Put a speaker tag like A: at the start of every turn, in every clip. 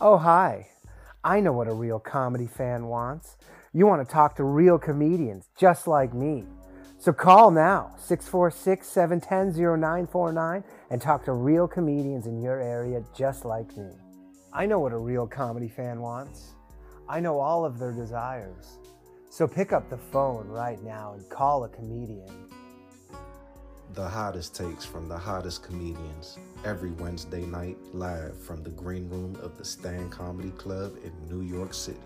A: Oh, hi. I know what a real comedy fan wants. You want to talk to real comedians just like me. So call now, 646 710 0949, and talk to real comedians in your area just like me. I know what a real comedy fan wants. I know all of their desires. So pick up the phone right now and call a comedian.
B: The hottest takes from the hottest comedians every Wednesday night live from the green room of the Stan Comedy Club in New York City.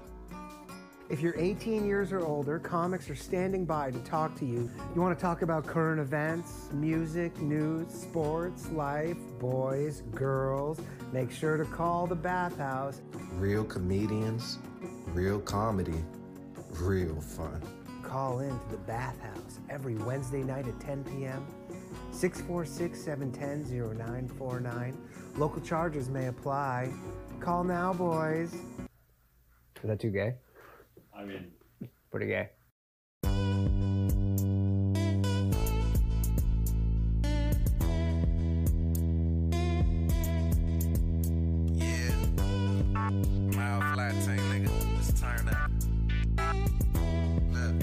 A: If you're 18 years or older, comics are standing by to talk to you. You want to talk about current events, music, news, sports, life, boys, girls? Make sure to call the bathhouse.
B: Real comedians, real comedy, real fun.
A: Call in to the bathhouse every Wednesday night at 10 p.m. 646 710 0949. Local charges may apply. Call now, boys. Is that too gay?
C: I mean,
A: Pretty gay.
D: Yeah. Mild flat tank, nigga. Let's turn up. Look.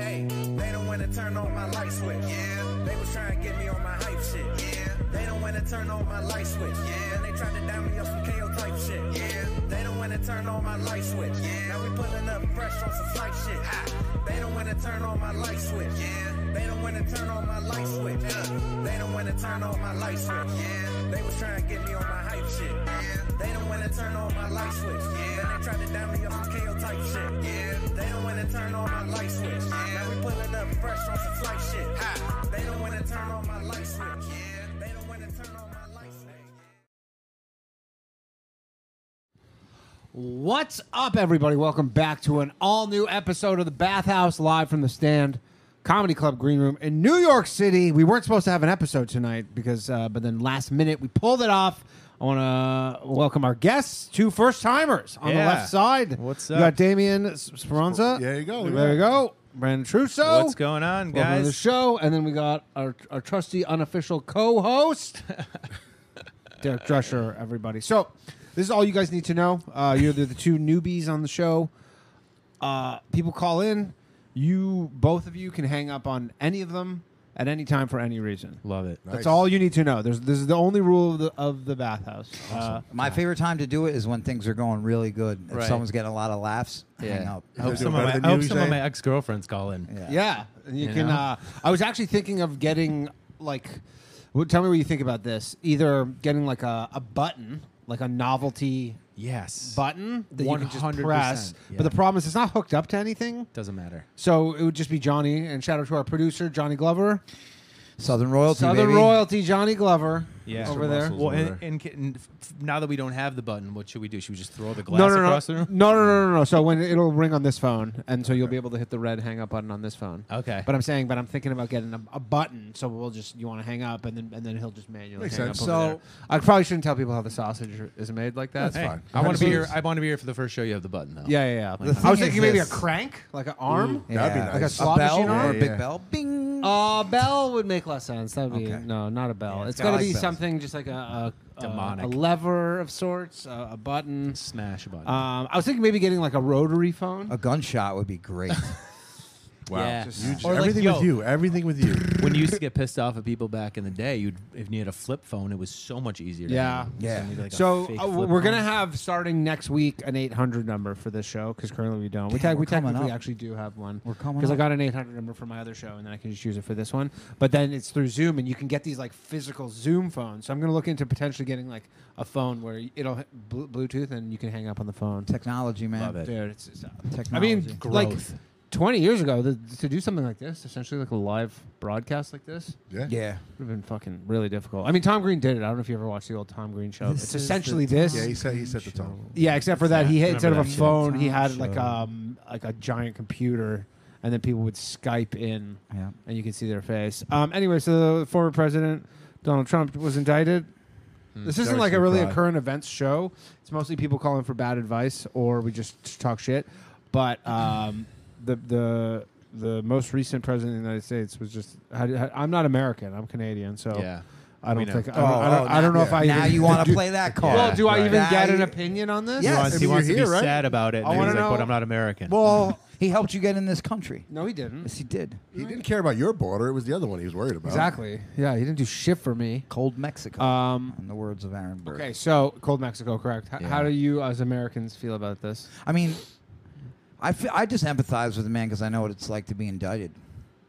D: Hey, they don't wanna turn on my light switch. Yeah. They was trying to get me on my hype shit. Yeah. They don't wanna turn on my light switch. Yeah. And they tried to down me up some KO type shit. Yeah. They don't wanna turn on my light switch. Yeah. Now we pulling up fresh on some flight shit. Ha. They don't wanna turn on my light switch. Yeah. They don't wanna turn on my light switch. Yeah. They don't wanna turn on my light switch. Yeah. They was trying to get me on my hype shit. Yeah. They don't wanna turn on my light switch. Yeah. And they tried to down me up some KO type shit. Yeah. They don't wanna turn on my light switch. Yeah. Now we pulling up fresh on some flight shit. Ha. They don't wanna turn on my light switch. Yeah. They don't wanna turn on my light switch.
E: What's up, everybody? Welcome back to an all new episode of The Bathhouse live from the stand comedy club green room in New York City. We weren't supposed to have an episode tonight because, uh, but then last minute we pulled it off. I want to welcome our guests, two first timers on the
F: Yeah.
E: left side.
F: What's
E: You
F: up?
E: got Damian Speranza.
G: There you go.
E: There we go. Brandon Trusso.
F: What's going on,
E: Welcome to the
F: guys?
E: show. And then we got our, our trusty unofficial co host, Derek Drescher, everybody. So, this is all you guys need to know. Uh, you're the, the two newbies on the show. Uh, people call in. You, both of you, can hang up on any of them at any time for any reason.
F: Love it.
E: That's all you need to know. There's, this is the only rule of the, of the bathhouse. Uh,
H: My favorite time to do it is when things are going really good. If
F: Right.
H: someone's getting a lot of laughs, hang
F: Yeah.
H: up.
F: I hope
G: do
F: some, of
G: better
F: my,
G: than
F: I hope
G: you,
F: some of
G: Zane.
F: my ex girlfriends call in.
H: Yeah.
E: Yeah, and you,
F: You
E: can.
F: know?
E: Uh, I was actually thinking of getting like, well, tell me what you think about this. Either getting like a, a button, like a novelty
F: Yes.
E: button that you can just
F: 100%,
E: press,
F: yeah.
E: but the problem is it's not hooked up to anything.
F: Doesn't matter.
E: So it would just be Johnny. And shout out to our producer Johnny Glover,
H: Southern royalty,
E: Southern
H: baby.
E: royalty Johnny Glover.
F: Yeah.
E: over there.
F: Well,
G: over
F: and,
G: there.
F: and, ca- and f- f- now that we don't have the button, what should we do? Should we just throw the glass
E: No, no, no, no,
F: across
E: no,
F: the room?
E: no, no, no, no. So when it'll ring on this phone, and so you'll be able to hit the red hang up button on this phone.
F: Okay.
E: But I'm saying, but I'm thinking about getting a, a button, so we'll just you want to hang up, and then and then he'll just manually
G: Makes
E: hang
G: sense.
E: up. over
H: So-
E: there. I probably shouldn't tell people how the sausage is made like that.
F: Hey,
G: fine.
F: I want to be here.
G: Absolutely.
F: I want to be here for the first show. You have the button though.
E: Yeah, yeah, yeah.
H: The
E: I was
H: thing
E: thinking
H: is
E: maybe a
H: this.
E: crank, like an arm.
H: Yeah.
G: That'd be nice.
H: Like a,
G: A
H: slot
E: bell?
H: machine
E: Yeah,
H: or a
G: yeah, yeah.
H: big bell. Bing.
E: A bell would make less sense. That would be
H: Okay.
E: no, not a bell.
H: Yeah,
E: it's
H: I
E: got to
H: like
E: be
H: bells.
E: something just like a a, a,
F: Demonic.
E: a lever of sorts, a, a button.
F: Smash a button.
E: Um, I was thinking maybe getting like a rotary phone.
H: a gunshot would be great.
G: Wow.
F: Yeah.
G: Just- you just-
F: Or like,
G: everything
F: yo.
G: with you. Everything with you.
F: when you used to get pissed off at people back in the day, you'd if you had a flip phone, it was so much easier. To
E: Yeah.
F: handle.
H: Yeah.
F: you need, like, a
E: So
F: fake
E: uh,
F: flip
E: we're gonna
F: phone.
E: have starting next week an 800 number for this show because currently we don't. We,
H: Damn,
E: tec- we
H: we're coming
E: technically
H: up.
E: actually do have one.
H: We're coming
E: because I
H: up.
E: got an 800 number for my other show and then I can just use it for this one. But then it's through Zoom and you can get these like physical Zoom phones. So I'm gonna look into potentially getting like a phone where it'll h- blu- Bluetooth and you can hang up on the phone.
H: Technology, man.
F: Love it.
E: Dude, it's, it's, uh, I
H: Technology.
E: mean, like
F: Growth.
E: 20 years ago th- to do something like this, essentially like a live broadcast like this.
G: Yeah.
H: Yeah.
E: Would have been fucking really difficult. I mean, Tom Green did it. I don't know if you ever watched the old Tom Green show.
H: This
E: it's
H: is the
E: essentially this.
G: Yeah, he said he set the tone.
E: Yeah, except for that, he had, instead of a
F: Remember that
E: phone, he
H: shit.
E: had like
H: Show.
E: um like a giant computer, and then people would Skype in,
H: Yeah.
E: and you could see their face. Um, anyway, so the former president Donald Trump was indicted.
F: Hmm,
E: This isn't
G: That
E: like
G: makes
E: a
G: me
E: really
G: cry.
E: a current events show. It's mostly people calling for bad advice or we just talk shit. But um, the the the most recent president of the United States was just I, I- I'm not American. I'm Canadian, so
F: Yeah.
E: I
F: We
E: don't
F: know.
E: think. I don't, I don't,
H: oh,
E: I don't know if I
H: now
E: even,
H: you want to play that card.
E: Well, do I
H: Right.
E: even
H: Now
E: get an
H: you-
E: opinion on this?
H: Yes.
F: He
H: I
F: wants,
H: mean,
F: he wants to
G: you're
F: be
G: here, right?
F: sad about it.
E: I
F: And he's
E: wanna
F: like, but
E: know-
F: I'm not American.
E: Well,
H: He helped you get in this country.
E: no, he didn't.
H: Yes, he did.
G: He didn't care about your border. It was the other one he was worried about.
E: Exactly. Yeah, he didn't do shit for me.
H: Cold Mexico,
E: Um,
H: in the words of Aaron Burr.
E: Okay, so cold Mexico, correct? H- How do you, as Americans, feel about this?
H: I mean, I fe- I just empathize with the man because I know what it's like to be indicted.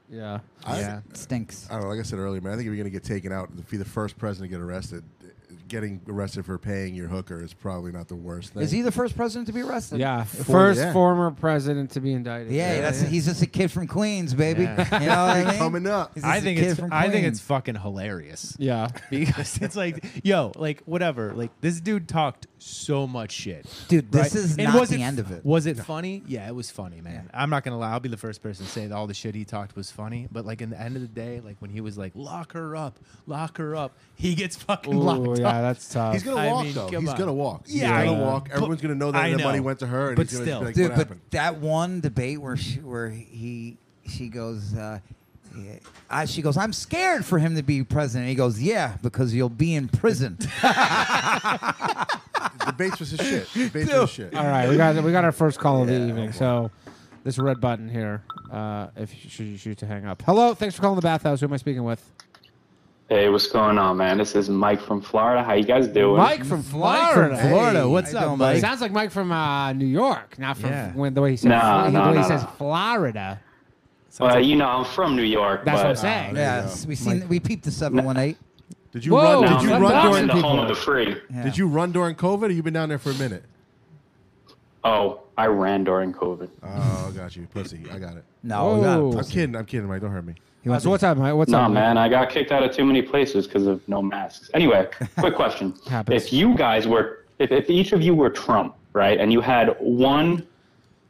E: Yeah.
G: I,
F: Yeah.
H: It stinks.
G: I don't know. Like I said earlier, man, I think if you're going to get taken out and be the first president to get arrested, getting arrested for paying your hooker is probably not the worst thing.
H: Is he the first president to be arrested?
E: Yeah.
G: For-
E: First
G: yeah.
E: former president to be indicted.
H: Yeah, that's, he's just a kid from Queens, baby. You know what I mean?
G: Coming up.
H: He's just
F: I
H: a
F: think
H: kid
F: it's
H: from
F: I think it's
H: Queens.
F: fucking hilarious.
E: Yeah.
F: Because it's like, yo, like whatever. Like this dude talked so much shit.
H: Dude, this is
F: And
H: not
F: was
H: the
F: it,
H: end of it.
F: Was it funny? Yeah, it was funny, man. I'm not gonna lie. I'll be the first person to say that all the shit he talked was funny. But like in the end of the day, like when he was like, "Lock her up, lock her up," he gets fucking
E: Ooh,
F: locked
E: yeah,
F: up.
E: that's tough.
G: He's gonna
F: I
G: walk
F: mean,
G: though.
F: come
G: He's
F: on.
G: gonna walk. He's
F: Yeah,
G: gonna
F: I-
G: walk.
F: but-
G: Everyone's gonna know
F: I
G: that the
F: know.
G: money went to her. And
F: But
G: he's gonna
F: still.
G: be like,
H: Dude,
G: what
H: but
G: happened?
H: that one debate where she, where he she goes, uh, yeah, I, she goes, I'm scared for him to be president. And he goes, Yeah, because you'll be in prison.
G: The base was his shit. The base was his shit.
E: All right, we got we got our first call of the evening. So this red button here, uh, if you should you choose to hang up. Hello, thanks for calling the bathhouse. Who am I speaking with?
C: Hey, what's going on, man? This is Mike from Florida. How you guys doing?
E: Mike from Florida.
H: Florida.
F: Florida,
H: Hey,
F: what's
H: how you
F: up,
H: doing,
F: Mike?
H: buddy?
E: Sounds like Mike from uh, New York, not from
F: Yeah.
E: when the way he says
C: No,
E: the
C: no,
E: way he
C: no,
E: says
C: no.
E: Florida.
C: Well, you know, I'm from New York.
E: That's
C: but,
E: what I'm saying.
H: yeah,
G: you go.
H: we seen we peeped the seven one eight.
G: Did you
E: Whoa.
G: run?
C: No,
G: Did you
C: I'm
G: run
C: I'm
G: during?
C: in the
E: people.
C: home of the free.
G: Did you run during COVID? Or you been down there for a minute?
C: Oh, I ran during COVID.
G: Oh, got you, pussy. I got it.
H: No, we got
E: Whoa.
H: a
G: I'm
H: pussy.
G: kidding. I'm kidding, Mike. Don't hurt me.
H: He
E: Uh,
H: wants
E: so what's up, Mike? What's
C: No,
E: up, Mike?
C: man, I got kicked out of too many places because of no masks. Anyway, quick question.
E: Happens.
C: if you guys were, if, if each of you were Trump, right, and you had one,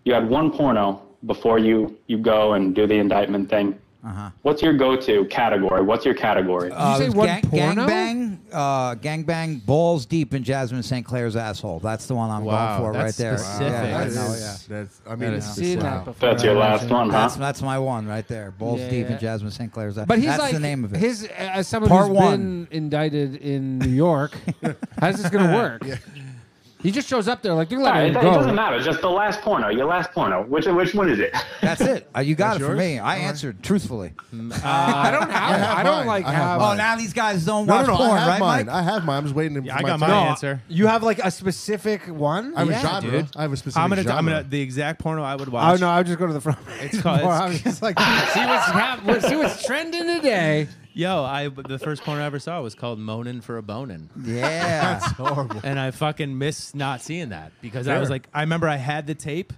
C: you had one porno before you, you go and do the indictment thing, uh-huh. what's your go-to category? What's your category?
H: Uh,
E: Did you
H: it
E: say
H: was
E: one
H: gang,
E: porno?
H: Gangbang, uh, gangbang, balls deep in Jasmine St. Clair's asshole. That's the one I'm
F: Wow,
H: going for
F: that's
H: right there.
F: specific. Wow.
H: Yeah,
G: That
H: that's,
G: is.
F: no,
G: That's. I mean, it's
E: Seen that
G: wow.
E: before.
C: That's your last one, huh?
H: that's that's my one right there. Balls
E: Yeah,
H: deep
E: yeah.
H: in Jasmine St. Clair's asshole.
E: But he's
H: that's
E: like
H: the name of it.
E: His uh, as someone
H: Part
E: who's
H: one.
E: been indicted in New York, how's this gonna work? He just shows up there like they're
C: Sorry,
E: letting
C: it,
E: him
C: it
E: go.
C: doesn't matter. Just the last porno, your last porno. Which, which one is it?
H: that's it. Uh, you got
G: That's
H: it for
G: yours?
H: me. I answered truthfully.
E: I don't have. I,
G: have
E: don't
G: mine.
E: like
G: I have
E: have.
H: Oh, now these guys don't
G: No,
H: watch
G: no, no.
H: porn,
G: I have
H: right,
G: mine.
H: Mike?
G: I have mine. I'm just waiting.
F: Yeah,
G: for
F: I
G: my
F: got my
G: turn.
F: answer.
E: You have like a specific one.
G: I have
F: Yeah,
G: a genre.
F: dude.
G: I have a specific
F: I'm gonna,
G: genre.
F: I'm gonna, the exact porno I would
E: Oh
F: watch.
E: no! I would just go to the front.
F: It's called-
E: Well, I'm just like, see what's happening. See what's trending today.
F: Yo, I the first porno I ever saw was called "Moanin' for a Bonin,"
H: yeah.
G: horrible.
F: and I fucking miss not seeing that because I was like, I remember I had the tape,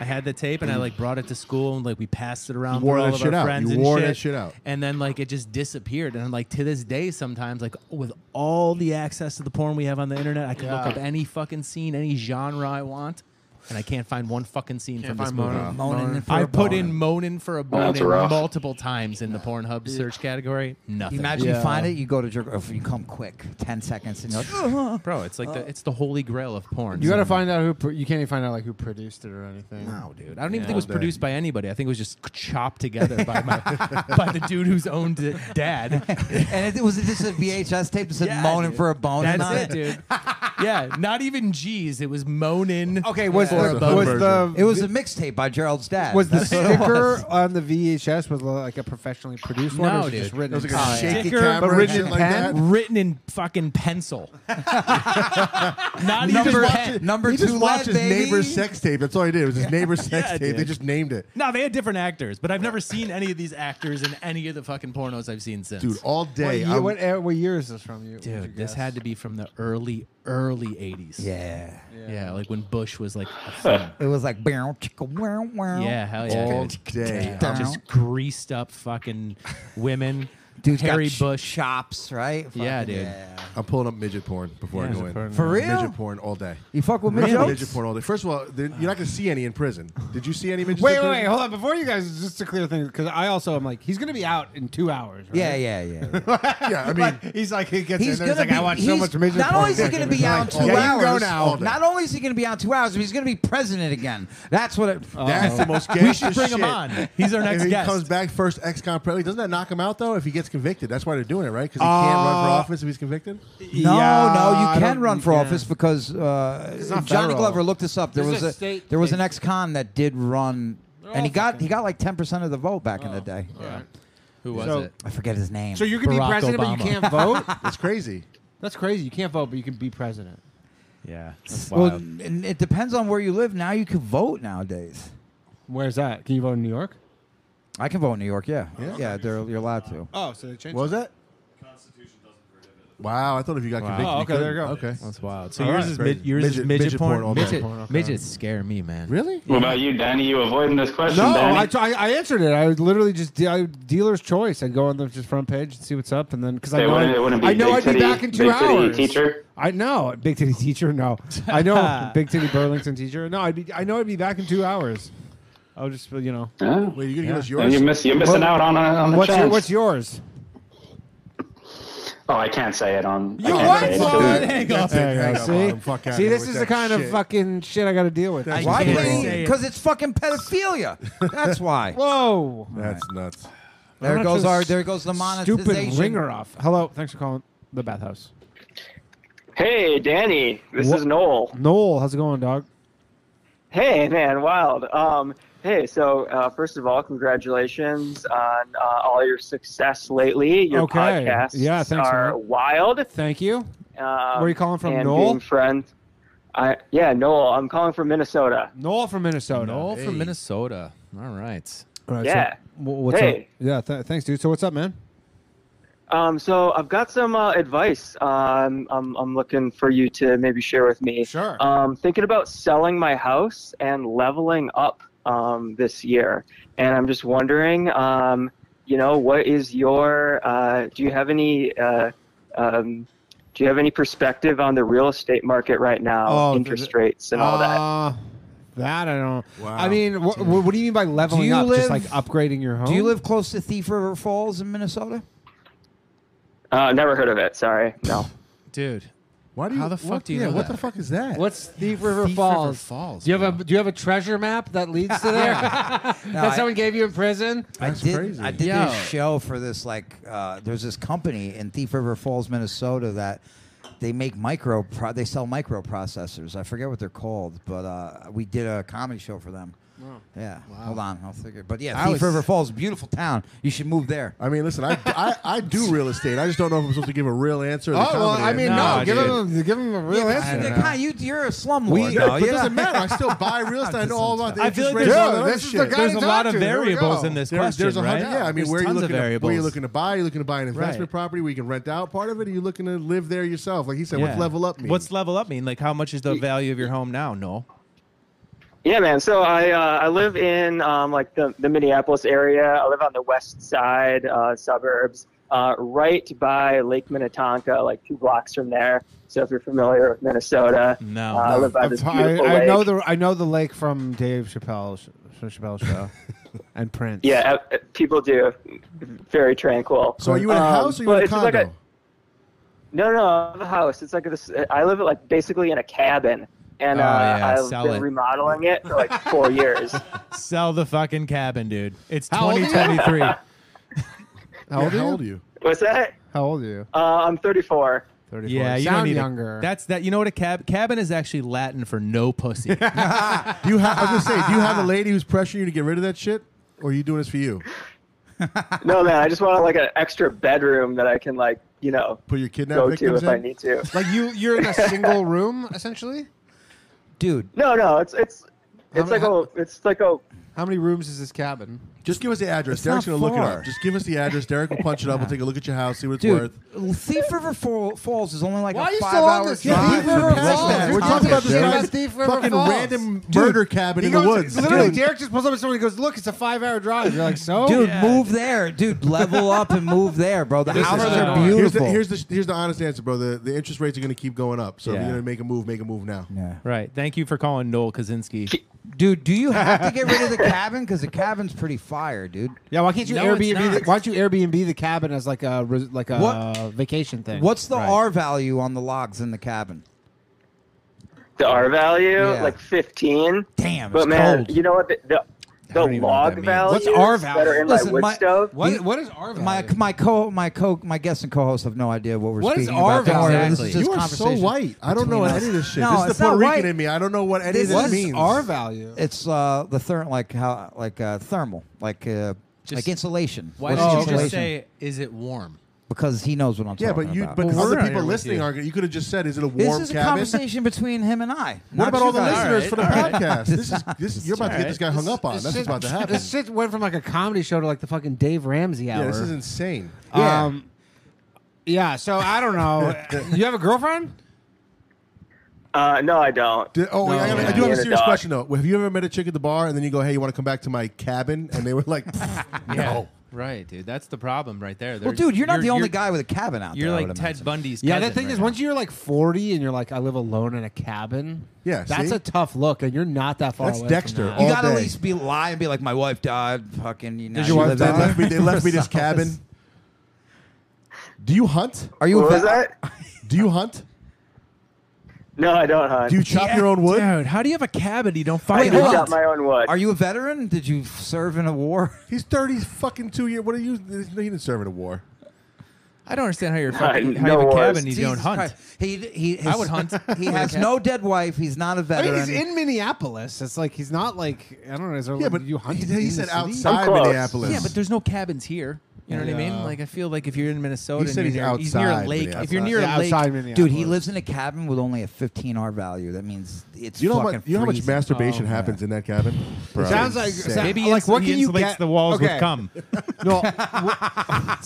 F: I had the tape, and I like brought it to school and like we passed it around
G: Mm. You wore
F: to all
G: that
F: of
G: shit
F: our
G: out.
F: friends
G: You
F: and
G: wore
F: shit.
G: that shit out.
F: And then like it just disappeared, and like to this day, sometimes like with all the access to the porn we have on the internet, I can look
G: Yeah.
F: up any fucking scene, any genre I want, and I can't find one fucking scene from this movie.
H: Moaning for
F: I
H: a
F: put
H: boner.
F: in moanin' for a
C: That's
F: bonin
C: rough.
F: multiple times in the Pornhub search category. Nothing.
H: Imagine you find it, you go to jerk, or you come quick, ten seconds, and you're like,
F: bro, it's like
H: Uh.
F: the, it's the holy grail of porn.
E: You got to
F: So-
E: find out who. Pro- you can't even find out like who produced it or anything.
F: No, dude. I don't even think it was produced by anybody. I think it was just chopped together by my by the dude who's owned it, dad.
H: and it was just a VHS tape that said
F: Yeah,
H: "moaning
F: dude.
H: for a bone."
F: That's
H: on
F: it, dude. yeah, not even G's. It was moaning.
E: Okay, was
F: for
E: the
F: a boner.
E: was the
H: It was a mixtape by Gerald's dad.
E: was the
H: That's what it was.
E: sticker on the VHS was uh, like a professionally produced one? or
F: No,
E: was it just
F: dude.
E: written.
G: It was like
E: in
G: a
E: color?
G: shaky
F: Sticker,
G: camera,
F: but
G: and
E: written
G: shit
E: in
G: like
E: pen?
G: that.
F: written in fucking pencil. not number
H: watch
F: pen.
H: it. Number
G: he just
H: two
G: watched
H: lead,
G: his
H: baby.
G: neighbor's sex tape. That's all he did. It was his neighbor's sex
F: Yeah,
G: tape. They
F: dude.
G: just named it.
F: No, they had different actors, but I've never seen any of these actors in any of the fucking pornos I've seen since.
G: Dude, all
E: What
G: day.
E: year,
G: I'm-
E: what, era- what year is this from you? would you
F: Dude, this
E: guess?
F: had to be from the early, early 80s.
H: Yeah.
F: Yeah, like when Bush was like a thing.
H: It was like "Bow, chicka, wow, wow."
F: Yeah, hell yeah.
G: all
F: dude.
G: day.
H: Down.
F: Just greased up fucking women.
H: Dude,
F: Harry
H: got ch-
F: Bush.
H: chops, right?
F: Yeah,
H: Fucking
F: dude.
H: yeah.
G: I'm pulling up midget porn before I
F: Yeah,
G: go
F: it's
G: in.
F: a porn.
H: For real?
G: Midget porn all day.
H: You fuck with
G: Really?
H: midgets?
G: Midget porn all day. First of all, there- you're not gonna see any in prison. Did you see any midgets?
E: Wait,
G: in
E: wait,
G: prison?
E: wait. Hold on. Before you guys, just to clear things, because I also am like, he's gonna be out in two hours. Right?
H: Yeah, yeah, yeah. yeah.
G: Yeah, I mean,
E: Like, he's like, he gets
H: He's
E: in there.
H: gonna
E: He's like,
H: be.
E: I watch
H: he's,
E: so much midget
H: not
E: porn
H: only is he
E: back
H: gonna
E: in
H: be
E: the
H: out in
E: day."
H: two
G: yeah, you
H: hours.
G: can go now. All day.
H: Not only is he gonna be out in two hours, but he's gonna be president again. That's what. It, Uh-huh.
G: that's the most gangster
F: Bring him
G: shit.
F: on. He's our
G: If
F: next
G: he
F: guest.
G: comes back first ex-con president, doesn't that knock him out though? If he gets gets convicted. That's why they're doing it, right? Because he can't run for
H: Uh,
G: office if he's convicted.
H: No, no, you can run for
G: yeah.
H: office because uh,
G: It's not
H: Johnny
G: federal.
H: Glover looked this up. There
G: There's
H: was
G: a
H: a
G: state
H: there was
G: thing.
H: an ex-con that did run, and he got he got like ten percent of the vote back in the day. Yeah.
F: Who
E: was So- it?
H: I forget his name.
E: So you're gonna
H: Barack
E: be president, but
H: Obama.
E: you can't vote.
G: That's crazy.
E: That's crazy. You can't vote, but you can be president.
F: Yeah.
H: well, and it depends on where you live. Now you can vote nowadays.
E: Where's that? Can you vote in New York?
H: I can vote in New York. Yeah, yeah, they're, you're allowed to.
E: Oh, so they changed.
G: What was that? Wow, I thought if you got
F: Wow.
G: convicted,
F: Oh, okay,
G: you
F: there you go.
G: couldn't. Okay,
F: That's wild. So yours is mid, yours is midget, porn.
G: all day.
F: midget, midgets scare me, man.
G: Really?
C: What about you, Danny? You avoiding this question,
E: No,
C: Danny?
E: I, t- I, I answered it. I would literally just de- I, dealer's choice. I'd go on the just front page and see what's up, and then because I
C: It
E: know
C: wouldn't-
E: I,
C: it wouldn't be
E: I know
C: Big
E: I'd
C: Titty-
E: be back in two
C: Big Titty
E: hours.
C: teacher?
E: I know big titty teacher. No, I know big titty Burlington teacher. No, I'd be. I know I'd be back in two hours. I'll just you know.
C: Yeah.
G: Wait, you
E: Yeah.
G: gonna give us
C: And
G: yours?
C: you miss, you're missing
E: What-
C: out on a, on a
E: What's, your,
C: chance.
E: what's yours?
C: oh, I can't say it on. I can't
E: what?
C: Say it.
E: Well,
C: It's-
E: then
F: hang
G: That's
F: up.
G: it.
E: There
G: Hang
E: you
G: up
E: go.
G: on
E: See,
G: him. Fuck outta
E: see,
G: here
E: this
G: with
E: is the
G: that
E: kind
G: shit.
E: of fucking shit I got to deal with.
G: That's
H: Why?
G: can't
F: say it.
H: Because it's fucking pedophilia. That's why.
E: Whoa!
G: That's nuts.
H: there
E: How much
H: goes
E: is
H: our. There goes the monetization.
E: Stupid ringer off. Hello, thanks for calling the bathhouse.
I: Hey, Danny. This
E: What-
I: is Noel.
E: Noel, how's it going, dog?
I: Hey, man, wild. Um, hey, so uh, first of all, congratulations on uh, all your success lately. Your
E: Okay.
I: podcasts
E: Yeah, thanks,
I: are
E: man.
I: wild.
E: Thank you.
I: Um,
E: Where are you calling from,
I: and
E: Noel?
I: Being friends. I yeah, Noel. I'm calling from Minnesota.
E: Noel from Minnesota.
F: Noel from Minnesota. All right.
E: All right,
I: Yeah.
E: So, wh- what's up?
I: Hey.
E: Yeah. Th- thanks, dude. So what's up, man?
I: Um, so I've got some uh, advice. Um, I'm, I'm looking for you to maybe share with me.
E: Sure.
I: Um, thinking about selling my house and leveling up um, this year, and I'm just wondering, um, you know, what is your? Uh, do you have any? Uh, um, do you have any perspective on the real estate market right now,
E: Oh,
I: interest
E: the-
I: rates and all that?
E: Uh, that I don't.
G: Wow.
E: I mean, wh- wh- what do you mean by leveling
H: Do you
E: up? Just like
H: live-
E: upgrading your home?
H: Do you live close to Thief River Falls in Minnesota?
I: Uh, never heard of it. Sorry, no.
F: Dude.
G: Why do you?
F: How the fuck
G: what-
F: do you
G: yeah,
F: know
G: What
F: that?
G: the fuck is that?
E: What's Thief River
F: Thief River
E: Falls?
F: Falls,
E: Do you have
F: bro.
E: a Do you have a treasure map that leads to there?
H: No,
E: that
H: I-
E: someone gave you in prison?
G: That's
H: I did,
G: crazy.
H: I did
F: Yo.
H: this show for this like uh, there's this company in Thief River Falls, Minnesota that they make micro pro- they sell microprocessors. I forget what they're called, but uh, we did a comedy show for them. Yeah, hold on, I'll figure. But yeah,
F: I
H: Thief
F: was-
H: River Falls, beautiful town. You should move there.
G: I mean, listen, I, I, I do real estate. I just don't know if I'm supposed to give a real answer. Or
E: Oh,
G: the
E: well,
G: comedy
E: I mean,
G: answer.
F: No,
E: no. give
F: dude.
E: him a, give him a real answer.
H: Yeah, Kai, you, you're a slumlord.
G: We,
H: though.
G: but it
H: yeah.
G: doesn't matter. I still buy real estate. I know all about the
F: I feel
G: interest
F: like
G: rates. and
F: there's-
G: all that
E: Dude,
G: other
E: this is
G: shit.
E: the guy
F: There's
E: to
F: a
E: talk
F: lot of
E: to. There we
F: variables
E: go.
F: in this
G: There-
F: question,
G: there's a
F: right?
G: hundred. Yeah, I mean,
F: There's
G: where are you
F: tons of
G: looking? To, where you
F: variables.
G: looking to buy? You looking to buy an investment
F: Right.
G: property where you can rent out part of it? Are you looking to live there yourself? Like he said, what's
F: Yeah.
G: level up mean?
F: What's level up mean? Like, how much is the value of your home now? No.
I: Yeah, man. So I uh, I live in um, like the, the Minneapolis area. I live on the west side uh, suburbs, uh, right by Lake Minnetonka, like two blocks from there. So if you're familiar with Minnesota,
F: No.
I: uh, I live by this
E: I,
I: beautiful
E: I
I: lake.
E: know the I know the lake from Dave Chappelle's Chappelle's show and Prince.
I: yeah, uh, uh, people do. Very tranquil.
G: so are you in a
I: Um,
G: house or you
I: but
G: in a
I: it's just
G: condo?
I: like a- No, no, no, I have a house. It's like this. I live like basically in a cabin, and
F: Oh,
I: uh,
F: yeah,
I: I've
F: sell
I: been
F: it.
I: remodeling it for like four years.
F: Sell the fucking cabin, dude. It's
E: How old are you?
F: 2023.
E: How old are
G: Yeah, how
E: you?
G: old are you?
I: What's that?
E: How old are you?
I: Uh, I'm 34.
E: 34.
F: yeah, you
E: sound
F: don't need a-
E: younger.
F: that's that. You know what a cab cabin is actually Latin for no pussy.
G: Do you have? I was gonna say, do you
F: Ah.
G: have a lady who's pressuring you to get rid of that shit, or are you doing this for you?
I: No, man, I just want like an extra bedroom that I can like, you know,
G: Put your kidnap
I: go to
G: victims
I: if I
G: in.
I: need to.
E: like you you're in a single room essentially.
H: dude.
I: No, no, it's it's
E: How
I: it's
E: many-
I: like a it's like a
E: How many rooms is this cabin?
G: Just give us the address.
H: It's
G: Derek's
H: not
G: gonna look it
H: far.
G: up. Just give us the address. Derek will punch it up. We'll take a look at your house, see what it's
H: Dude,
G: worth.
H: Thief River Fall- Falls is only like
E: Why are
H: a
E: you
H: five
E: still on
H: hour
E: this?
H: drive.
E: Thief River
H: from
E: Falls?
H: Lake
E: We're talking about this guy-
H: Minnetonka.
G: guy's
E: That's Thief River
G: fucking
E: Falls.
G: random murder cabin
E: He
G: in the
E: goes,
G: woods.
E: Literally,
G: Dude.
E: Derek just pulls up to someone and goes, "Look, it's a five-hour drive." You're like, "So,
H: Dude, move there. Dude, level up and move there, bro. Oh, The houses
F: further
H: are
F: north.
G: Here's the,
H: beautiful.
G: here's the here's the honest answer, bro. The, the interest rates are going to keep going up. So if
F: Yeah.
G: you're going to make a move, make a move now.
H: yeah.
F: right. Thank you for calling Noel Kaczynski.
H: Dude, do you have to get rid of the cabin? Because the cabin's pretty fire, dude.
E: yeah, why can't you
F: No, it's
E: Airbnb? The,
F: not.
E: why don't you Airbnb the cabin as like a res- like a
H: What-
E: vacation thing?"
H: What's the R value on the logs in the cabin?
I: the R value
H: Yeah.
I: like 15.
H: Damn, it's
I: But man,
H: cold.
I: you know what? The, the, The
H: even know what that
I: log
H: means.
I: values that are in my wood stove.
E: What- what is our
H: My
E: value?
H: my co my co my guests and co-hosts have no idea what we're
E: What is
H: speaking
E: our
H: about. Don't worry,
E: value?
H: this is just
G: You are so
H: conversation
G: white. I don't know
H: between us.
G: any of this shit.
H: No,
G: this is
H: it's
G: the
H: not
G: Puerto
H: white.
G: Rican in me. I don't know what any
H: This
G: of
E: What
G: this
H: is
E: is
G: means.
E: our value?
H: It's uh, the therm like how like uh, thermal like uh, like insulation.
F: Why
H: What's
F: did you
H: insulation?
F: just say, is it warm?
H: Because he knows what I'm
G: yeah,
H: talking
G: but you,
H: about.
G: but
F: Well, we're
G: other
F: not
G: people
F: here with
G: listening
F: you.
G: are. You could have just said, "Is it a warm
H: this is a
G: cabin?"
H: conversation between him and I.
G: What
H: not
G: about
H: you
G: all the
H: guys.
G: listeners
F: right,
G: for the
F: all right.
G: podcast? This is this. You're about to get this guy hung up on.
E: This
G: That's
E: shit-
G: what's about to happen.
E: This shit went from like a comedy show to like the fucking Dave Ramsey hour.
G: Yeah, this is insane.
H: Yeah.
E: Um, yeah. So I don't know. you have a girlfriend?
I: Uh, no, I don't.
G: Did- oh, wait, I, gotta- I
I: yeah.
G: do have
I: Yeah,
G: a
I: the
G: serious
I: dog.
G: question though. Have you ever met a chick at the bar and then you go, "Hey, you want to come back to my cabin?" And they were like, "No."
F: Right, dude. That's the problem right there.
H: Well, dude, you're not the only guy with a cabin out
F: You're
H: there. I
F: like
H: would
F: Ted
H: imagine.
F: Bundy's.
E: Yeah.
F: cousin
E: That thing
F: right
E: is,
F: now.
E: once you're like 40 and you're like, I live alone in a cabin.
G: Yeah,
E: That's
G: see?
E: a tough look, and you're not that far
G: That's
E: away.
G: Dexter.
E: From
G: All
H: You gotta at
G: day.
H: least be lie and be like, my wife died. Fucking. You know,
G: Did your wife
H: They
G: die? They left me. They left me this cabin. Do you hunt?
H: Are you?
I: What
H: a
I: was
H: va-
I: that?
G: Do you hunt?
I: No, I don't hunt.
G: Do you chop your own wood?
F: Dude, how do you have a cabin you don't
I: I
F: find
H: Wait,
I: just
H: hold
F: it?
H: on.
I: got my own wood.
H: Are you a veteran? Did you serve in a war?
G: He's thirty fucking two years. What are you? He didn't serve in a war.
F: I don't understand how you're fucking.
I: I
F: How you
I: know
F: have a
I: it.
F: cabin you
H: Jesus
F: don't hunt.
H: Christ. He, he, his,
F: I would hunt
H: He has no dead wife. He's not a
E: I
H: veteran.
E: mean, he's in Minneapolis. It's like he's not like I don't know. Is there
G: Yeah,
E: like,
G: but
E: you hunt?
G: he,
E: in
G: he
E: the
G: said
E: city?
G: outside
I: close.
G: Minneapolis.
F: Yeah, but there's no cabins here. You know what I
E: Yeah.
F: mean? Like I feel like if you're in Minnesota,
G: He said
F: and
G: he's
F: you're- he's near a
G: outside
F: lake. If you're
G: Minneapolis.
F: near
E: Yeah,
F: a lake,
E: outside
H: Dude,
E: Minneapolis.
H: he lives in a cabin with only a 15R value. That means it's
G: you know how
H: fucking
G: much? You know how much
H: freezing.
G: masturbation happens in that cabin? Bro,
E: Oh, Sounds like
G: insane.
E: sound-
F: maybe
E: like
F: ins-
E: what
F: he
E: can you
F: insulates
E: get?
F: the walls
E: okay.
F: with cum.
E: No,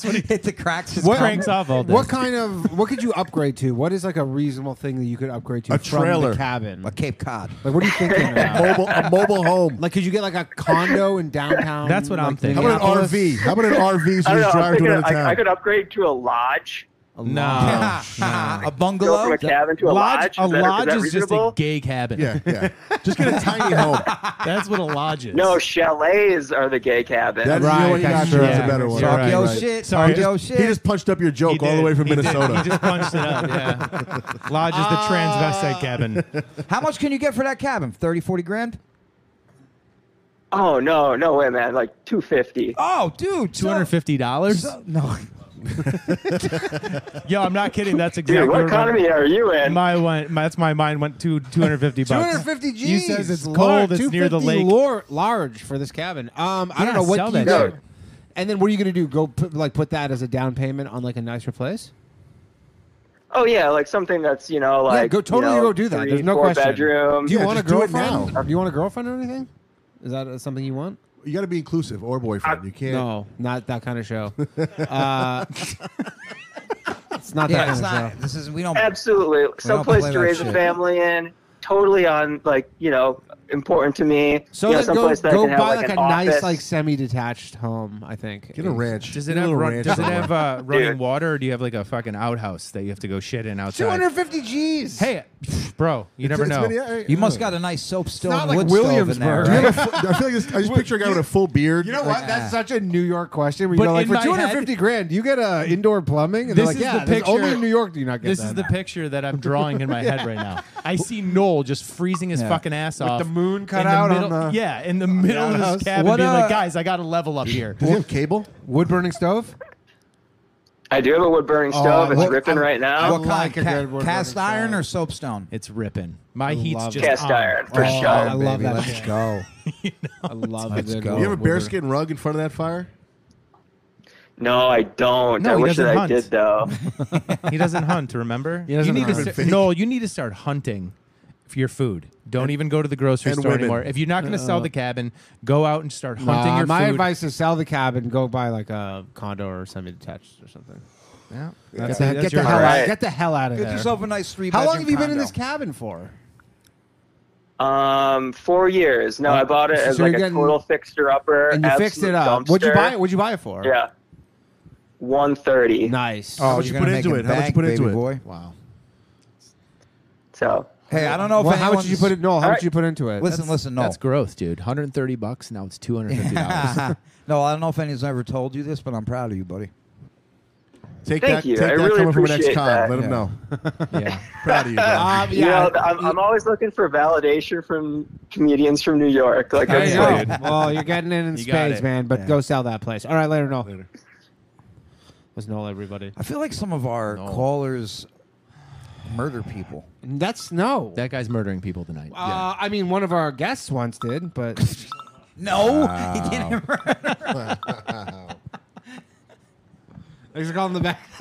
H: Hit the cracks. His
E: What-
F: cranks off all day.
E: What kind of what could you upgrade to? What is like a reasonable thing that you could upgrade to
G: A
E: from
G: trailer.
E: the cabin?
H: a
E: Like,
H: Cape Cod.
E: what are you thinking? about?
G: mobile, a mobile home.
E: Like, could you get like a condo in downtown?
F: That's what I'm
E: like,
F: thinking.
G: How about an
E: Minneapolis?
G: RV? How about an RV? So
I: I don't
G: you
I: know.
G: just
I: I'm
G: drive to
I: thinking
G: another
I: I,
G: town.
I: I could upgrade to a lodge.
F: No.
H: a
I: Go
H: bungalow.
I: from a cabin to a lodge.
F: A
I: is that,
F: lodge
I: is, that
F: is, just a
I: reasonable?
F: gay cabin.
G: yeah, yeah. Just get a tiny home.
F: That's what a lodge is.
I: no, chalets are the gay cabin.
G: That's
E: Right,
G: the only
E: gotcha.
G: answer. That's
F: Yeah.
G: a better one.
F: You're
H: Talk
F: right,
H: yo
G: right.
H: shit.
F: Sorry,
H: Talk
F: he
H: yo
G: He
H: shit.
G: just punched up your joke
F: He
G: all the
F: did.
G: way from
F: He did.
G: Minnesota.
F: He just punched it up. Yeah. lodge is the
G: Uh.
F: transvestite cabin.
H: How much can you get for that cabin? 30, 40 grand?
I: oh no, no way, man! Like two fifty.
H: Oh, dude. so-
F: Two hundred fifty dollars.
H: so- no.
F: Yo, I'm not kidding. That's exactly
I: Dude, what
F: what my-
I: economy are you in?
F: My went. My, that's my mind went to two hundred fifty bucks.
E: 250 G's.
F: You says it's
E: Lar-
F: cold. It's near the
E: 250
F: lake.
E: lor- large for this cabin. Um, I
F: Yeah,
E: don't know what
F: sell
E: do you
I: that shit.
E: do. And then what are you gonna do? Go put, like put that as a down payment on like a nicer place?
I: oh yeah, like something that's you know like
E: yeah, go totally
I: you know,
E: go do that.
I: Three,
E: There's no
I: four
E: question.
I: Bedroom.
E: Do you
G: Yeah,
E: want a
G: just do it
E: girlfriend?
G: now.
E: Do you want a girlfriend or anything? Is that uh, something you want?
G: You got to be inclusive or boyfriend. You can't.
E: No, not that kind of show. uh, it's not that
H: Yeah,
E: kind
H: it's
E: of
H: not.
E: show.
H: This is, we don't.
I: Absolutely, someplace
H: play
I: to
H: that
I: raise
H: shit.
I: a family in. Totally on like you know important to me.
E: So
I: you know,
E: then go,
I: someplace that I
E: go
I: can
E: buy
I: have like,
E: like,
I: an
E: a nice
I: office.
E: like semi-detached home. I think
G: Get a ranch.
F: Does it
G: Get a
F: have
G: little
F: run,
G: ranch
F: does it
G: somewhere.
F: have uh, running
I: Dude.
F: water, or do you have like a fucking outhouse that you have to go shit in outside?
E: 250 G's.
F: Hey, pff, bro, you never
G: It's
F: know.
G: been- yeah,
H: You must
G: yeah.
H: got a nice soap still
E: not
H: and
E: like
H: wood stove in there,
E: Williamsburg.
H: right?
G: I feel like this, I just picture a guy with a full beard.
E: You know
G: Like,
E: what? That's such a New York question. Where
F: But
E: you go like
F: in
E: for
F: my
E: 250 grand, you get a indoor plumbing, and
F: This
E: they're like,
F: is
E: yeah,
F: the
E: there's
F: picture-
E: only in New York do you not get
F: This
E: that.
F: is the picture that I'm drawing in my head right now. I see Noel just freezing his
H: Yeah.
F: fucking ass
E: With
F: off.
E: the moon cut
F: in the
E: out on
F: middle,
E: the-
F: yeah, in the middle of
E: outhouse.
F: his cabin,
H: What uh,
F: being
H: a-
F: like, guys, I got to level up here.
G: Does he have cable?
E: wood burning stove.
I: I do have a wood burning stove. It's
H: what-
I: ripping
H: I-
I: right now.
H: What
E: like a
H: kind?
E: good wood
H: Ca- cast
E: burning
H: iron
E: stove.
H: or soapstone?
F: It's ripping. My
E: love
F: heat's just
E: it.
I: Cast
F: on.
I: iron for
E: Oh,
I: sure.
E: I love
H: baby,
E: that.
H: Let's
E: shit.
H: go.
E: I love a good.
H: go.
E: wood
G: You have a
E: burning-
G: bearskin rug in front of that fire?
I: No, I don't.
F: No,
I: I
F: he
I: wish that
F: doesn't
I: I
F: hunt.
I: did though.
F: He doesn't hunt. Remember?
E: He doesn't
F: you need
E: hunt.
F: to start, Noel. You need to start hunting for your food. Don't even go to the grocery
G: and
F: store
G: women.
F: anymore. If you're not going to sell the cabin, go out and start hunting
E: Uh-uh. Nah,
F: your
E: my
F: food.
E: advice is sell the cabin, go buy like a condo or semi-detached or something.
F: Yeah.
E: Get
F: That's,
E: the,
F: that's
E: get the
F: your
E: hell
F: advice.
E: out!
I: Right.
E: Get the hell out of
H: Get
E: there.
H: yourself a nice three.
E: How long have you been in this cabin for?
I: Um, four years. No, I bought it
E: Oh, so
I: as
E: you're
I: like a
E: getting-
I: total fixer upper.
E: And you fixed it up. What'd you buy it? What'd you buy it for? Oh,
I: Yeah, one thirty.
E: Nice.
G: How much you put into it? How much you put into it?
H: Boy?
E: wow.
I: So
H: Hey, I don't know if
E: Well, how much
H: anyone's-
E: did you put it? No, how much
I: Alright.
E: did you put into it?
H: Listen, listen, no.
F: That's growth, dude. 130 bucks. Now it's 250 dollars.
H: no, I don't know if anyone's ever told you this, but I'm proud of you, buddy.
G: Take
I: Thank
G: that.
I: you.
G: Take
I: I
G: that
I: really
G: coming from an ex
I: appreciate
G: con.
I: that.
G: Let him know.
F: Yeah.
G: Proud of you. man.
E: Um,
I: You
E: yeah,
I: know, I'm, I'm always looking for validation from comedians from New York. Like,
E: There
I: I'm
E: you
F: Yeah,
E: go.
I: like,
F: dude.
E: well, you're getting in in
F: You got
E: spades,
F: it.
E: man. But
H: Yeah.
E: go sell that place. All right, later, Noel. Later. Let's Noel, everybody.
H: I feel like some of our
F: No.
H: callers murder people.
E: And that's no.
F: That guy's murdering people tonight.
E: uh, I mean, one of our guests once did, but
H: No, he didn't.
E: thanks for calling the bath.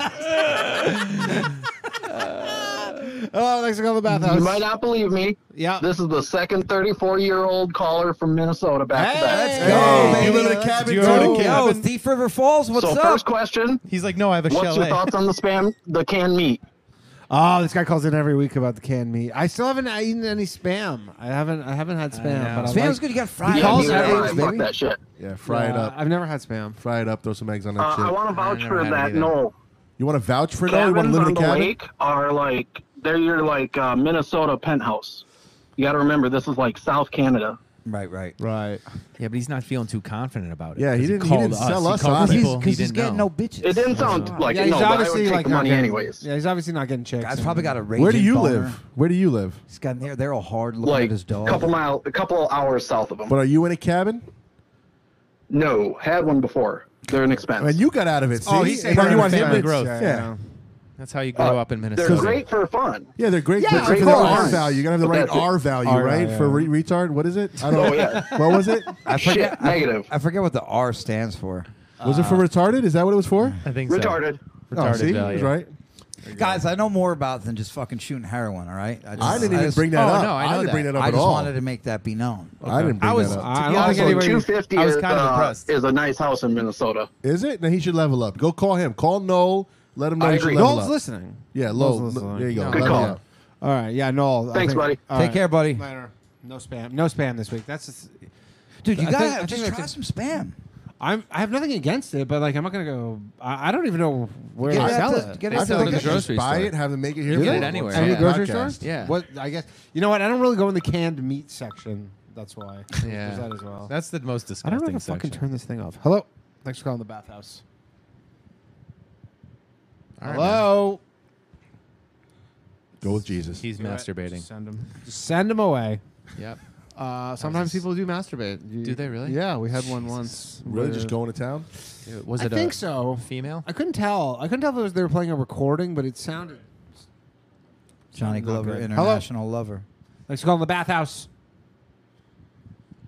E: oh, thanks for calling the bathhouse.
J: You might not believe me.
E: Yeah.
J: This is the second 34 year old caller from Minnesota back
E: Hey,
J: to back.
E: let's
H: go,
G: Hey,
H: baby.
G: you live in a
H: Let's
G: cabin
F: do
G: too?
F: it.
H: Yo, Thief River Falls, what's
J: so,
H: up?
J: first question
F: He's like, no, I have a
J: What's your
F: chalet.
J: thoughts on the spam, the canned meat?
E: Oh, this guy calls in every week about the canned meat. I still haven't eaten any spam. I haven't. I haven't had spam.
F: know.
E: But I
H: Spam's
E: like-
H: good. You got fried.
E: He calls
J: me
E: it
J: neither.
E: every-
J: I
E: eggs,
J: fuck
E: baby.
J: that shit.
G: Yeah, fry it
E: Uh,
G: up.
E: I've never had spam.
G: Fry it up. Throw some eggs on that
J: Uh,
G: shit.
J: I want to vouch
F: never
J: for
F: had it
J: that.
F: either.
J: No,
G: you want to vouch for no? You want to
J: cabins
G: live
J: on
G: in a
J: the
G: cabin?
J: lake are like they're your like uh, Minnesota penthouse. You got to remember this is like South Canada.
H: Right, right.
G: Right.
F: Yeah, but he's not feeling too confident about it.
G: Yeah, he
F: 'cause
G: didn't- he
F: called
G: didn't
F: us.
G: sell
F: He
G: us
F: called
G: on it.
F: people
H: Because
F: he
H: he's
F: didn't
H: getting
F: know.
H: no bitches.
J: It didn't sound like
E: yeah,
J: it,
E: he's
J: no, but I would
E: obviously
J: take
E: like
J: the
E: not
J: money
E: getting,
J: anyways.
E: Yeah, he's obviously not getting chicks.
H: Guy's probably got a raging
G: Where do you
H: boner.
G: live? Where do you live?
H: He's got there. They're all hard looking
J: Like
H: at his
J: a
H: dog.
J: couple mile, a couple hours south of them.
G: But are you in a cabin?
J: no, had one before. They're an
G: I
J: expense.
G: mean, you got out of it.
E: Oh,
G: see?
E: he said
G: And now
E: he
G: you
E: had
G: want
E: a
G: him to
E: family
G: grow.
E: growth.
G: Yeah.
E: Yeah, I
G: yeah.
E: know.
F: That's how you grow up in
J: Uh, they're
F: Minnesota.
J: great for fun.
G: Yeah, they're great.
E: Yeah,
G: but for
E: of
G: the R
E: course.
G: value, you gotta have the
J: But
G: right
J: that's it.
G: R value,
E: R,
G: right?
E: yeah,
G: For
E: yeah.
G: re- retard, what is it? I don't
J: Oh,
G: know.
J: yeah.
G: What was it?
H: I forget.
J: Shit, negative.
H: I forget what the R stands for. Uh,
G: Was it for retarded? Is that what it was for?
F: I think so.
J: Retarded.
G: Oh,
F: Retarded
G: see, It was
F: value.
G: right.
H: Guys, I know more about than just fucking shooting heroin. All right. just,
G: I didn't even
H: just-
G: bring that
F: oh,
G: up.
F: no, I know
G: didn't
F: that.
G: bring that up
H: I
G: at
H: just
G: all.
H: wanted to make that be known.
G: I didn't bring
F: I was-
G: that up.
E: I don't think
J: Also,
E: anybody.
J: two fifty
F: I was
J: is,
F: kind of
J: uh,
F: impressed.
J: is a nice house in Minnesota.
G: Is it? Then he should level up. Go call him. Call Noel. Let him know.
J: I
G: he should
J: agree.
G: level
E: Noel's
G: up.
E: listening.
G: Yeah, Lowell.
E: Noel's
G: There you go.
F: No.
G: Let
J: Good
G: him
J: call.
G: up.
E: All right, yeah, Noel. I
J: Thanks,
E: think-
J: buddy.
E: all
H: Take
E: right.
H: care, buddy.
E: Later. No spam. No spam this week. That's. Just,
H: Dude, you
E: I
H: gotta
E: think- I think
H: just
E: that's
H: try
E: it.
H: some spam.
E: I'm. I have nothing against it, but like, I'm not gonna go. I, I don't even know where
H: Get
E: I
H: it at
E: sell
H: the-
E: it.
H: get it
G: I
H: at
G: feel
H: the
G: like I should just
F: grocery
G: buy
F: store.
G: it, have them make it here.
F: Get
G: for
F: it
G: the-
F: anywhere.
G: for the
E: Any
F: Yeah.
E: grocery
G: podcast.
E: stores?
F: Yeah.
E: What I guess you know what I don't really go in the canned meat section. That's why.
F: Yeah.
E: There's that as well.
F: That's the most
E: I
F: disgusting
E: don't know if I
F: section.
E: fucking turn this thing off. Hello. Thanks for calling the bathhouse.
F: All right, man.
E: Hello.
G: Go with Jesus.
F: He's masturbating.
E: Send them. Send them away.
F: Yep.
E: Uh, sometimes people do masturbate. You-
F: Do they really?
E: Yeah, we had one once.
G: Really,
E: where-
G: just going to town?
F: Dude, Was
E: I
F: it
E: think
F: a
E: so.
F: female?
E: I couldn't tell. I couldn't tell if it was they were playing a recording, but it sounded.
H: Johnny Glover,
E: good. Hello?
H: international lover.
E: Thanks for calling the bathhouse.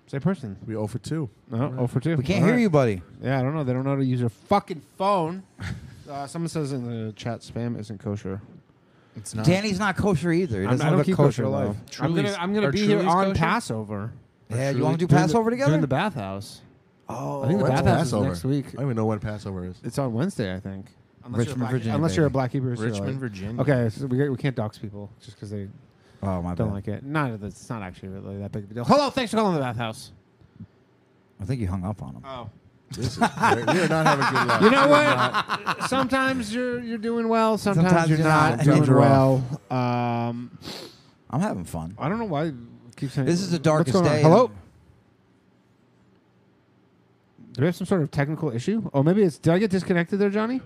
E: Same person.
G: We 0 for two.
E: No, oh for two.
H: We can't hear you, buddy.
E: Yeah, I don't know. They don't know how to use their fucking phone. uh, someone says in the chat, spam isn't kosher.
F: It's not.
H: Danny's not kosher either. He
E: I'm,
H: doesn't
E: I don't
H: have a
E: keep
H: kosher
E: kosher
H: life.
E: alive. I'm
F: Truly's-
E: gonna, I'm gonna
F: are
E: be here
F: Truly's
E: on
F: kosher?
E: Passover.
H: Yeah, you want to do
E: During the-
H: Passover together?
E: During the bathhouse.
H: oh,
E: I think the
G: When's
E: bathhouse is
G: Passover?
E: next week.
G: I don't even know when Passover is.
E: It's on Wednesday, I think. Unless
H: Richmond, Virginia,
E: Unless you're a
H: baby.
E: Black Hebrew Israelite.
F: Richmond, Virginia.
E: Okay, so we, we can't dox people just because they
H: oh my
E: don't
H: bad.
E: like it. Not that it's not actually really that big of a deal. Hello, thanks for calling the bathhouse.
H: I think you hung up on him.
E: Oh.
G: This is great. we are not having a good life.
E: You know what? sometimes you're you're doing well. Sometimes,
H: Sometimes
E: you're,
H: you're
E: not,
H: not.
E: doing
H: Sometimes you're
E: well. Um,
H: I'm having fun.
E: I don't know why. you Keep saying
H: This is the
E: What's
H: darkest
E: going on?
H: day.
E: Hello. Do we have some sort of technical issue? Oh, maybe it's. Did I get disconnected there, Johnny?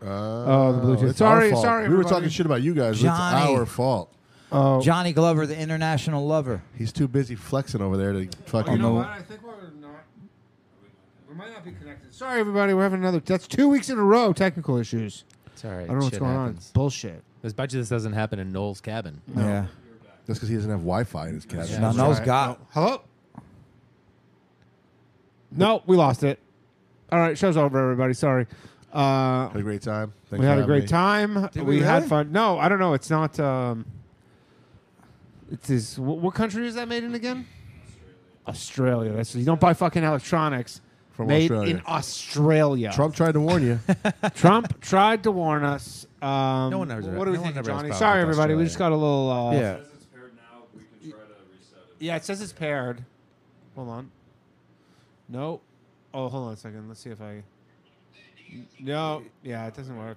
G: Oh,
E: the Bluetooth.
G: it's our
E: Sorry,
G: fault.
E: sorry,
G: We were
E: everybody.
G: talking shit about you guys.
H: Johnny.
G: It's our fault.
E: Oh,
H: Johnny Glover, the international lover.
G: He's too busy flexing over there to fucking.
H: you know what?
E: I think we're not. We might not be connected. Sorry, everybody. We're having another. That's two weeks in a row. Technical issues.
F: It's all right.
E: I don't know what's
F: Shit
E: going on.
F: happens.
E: Bullshit.
F: I bet you this doesn't happen in Noel's cabin.
H: Yeah.
G: That's because he doesn't have Wi-Fi in his cabin.
H: No, no, has got.
E: Hello. No, we lost it. All right, show's over, everybody. Sorry. Uh,
G: Had a great time. Thanks
E: we had a
G: for having
E: great
G: me.
E: time.
H: Did
E: we
H: we
E: had
H: really?
E: fun. No, I don't know. It's not. Um, it's this. wh- What country is that made in again? Australia. That's you don't buy fucking electronics
G: From
E: made
G: Australia.
E: in Australia.
G: Trump tried to warn you.
E: Trump tried to warn us. Um,
F: No one knows
E: What do we
F: no one
E: think,
F: ever has
E: Johnny?
F: problems
E: Sorry,
F: with
E: everybody. We
F: Australia.
E: just got a little. Uh,
H: Yeah.
E: Yeah, it says it's paired. Hold on. No. Oh, hold on a second. Let's see if I. No. Yeah, it doesn't work.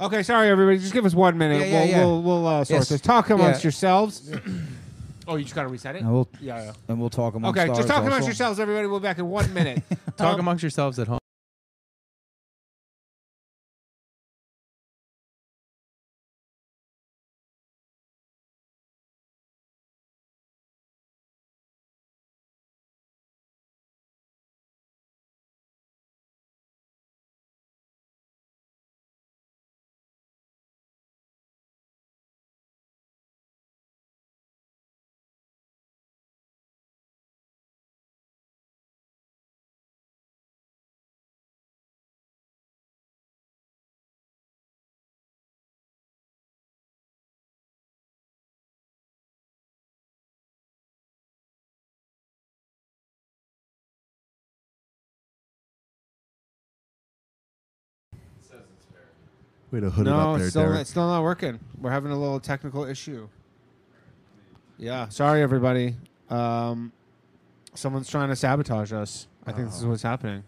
E: Okay, sorry everybody. Just give us one minute.
H: Yeah, yeah,
E: we'll,
H: yeah.
E: we'll we'll uh, sort
H: Yes.
E: this. Talk amongst
H: Yeah.
E: yourselves. oh, you just gotta reset it.
H: And we'll,
E: Yeah. yeah.
H: and we'll talk amongst
E: Okay, just
H: ours
E: talk amongst
H: also.
E: yourselves, everybody. We'll be
F: Um,
E: back in one minute.
F: Talk
E: Um,
F: amongst yourselves at home.
G: Way to hood it
E: no,
G: up
E: it's
G: there,
E: still,
G: Derek.
E: it's still not working. We're having a little technical issue. Yeah, sorry everybody. Um, someone's trying to sabotage us. I think this is what's happening.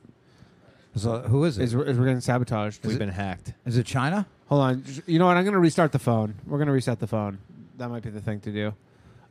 H: So who Oh. is it?
E: Is we're, is we're getting sabotaged?
F: We've been hacked.
H: Is it China?
E: Hold on. J- You know what? I'm going to restart the phone. We're going to reset the phone. That might be the thing to do.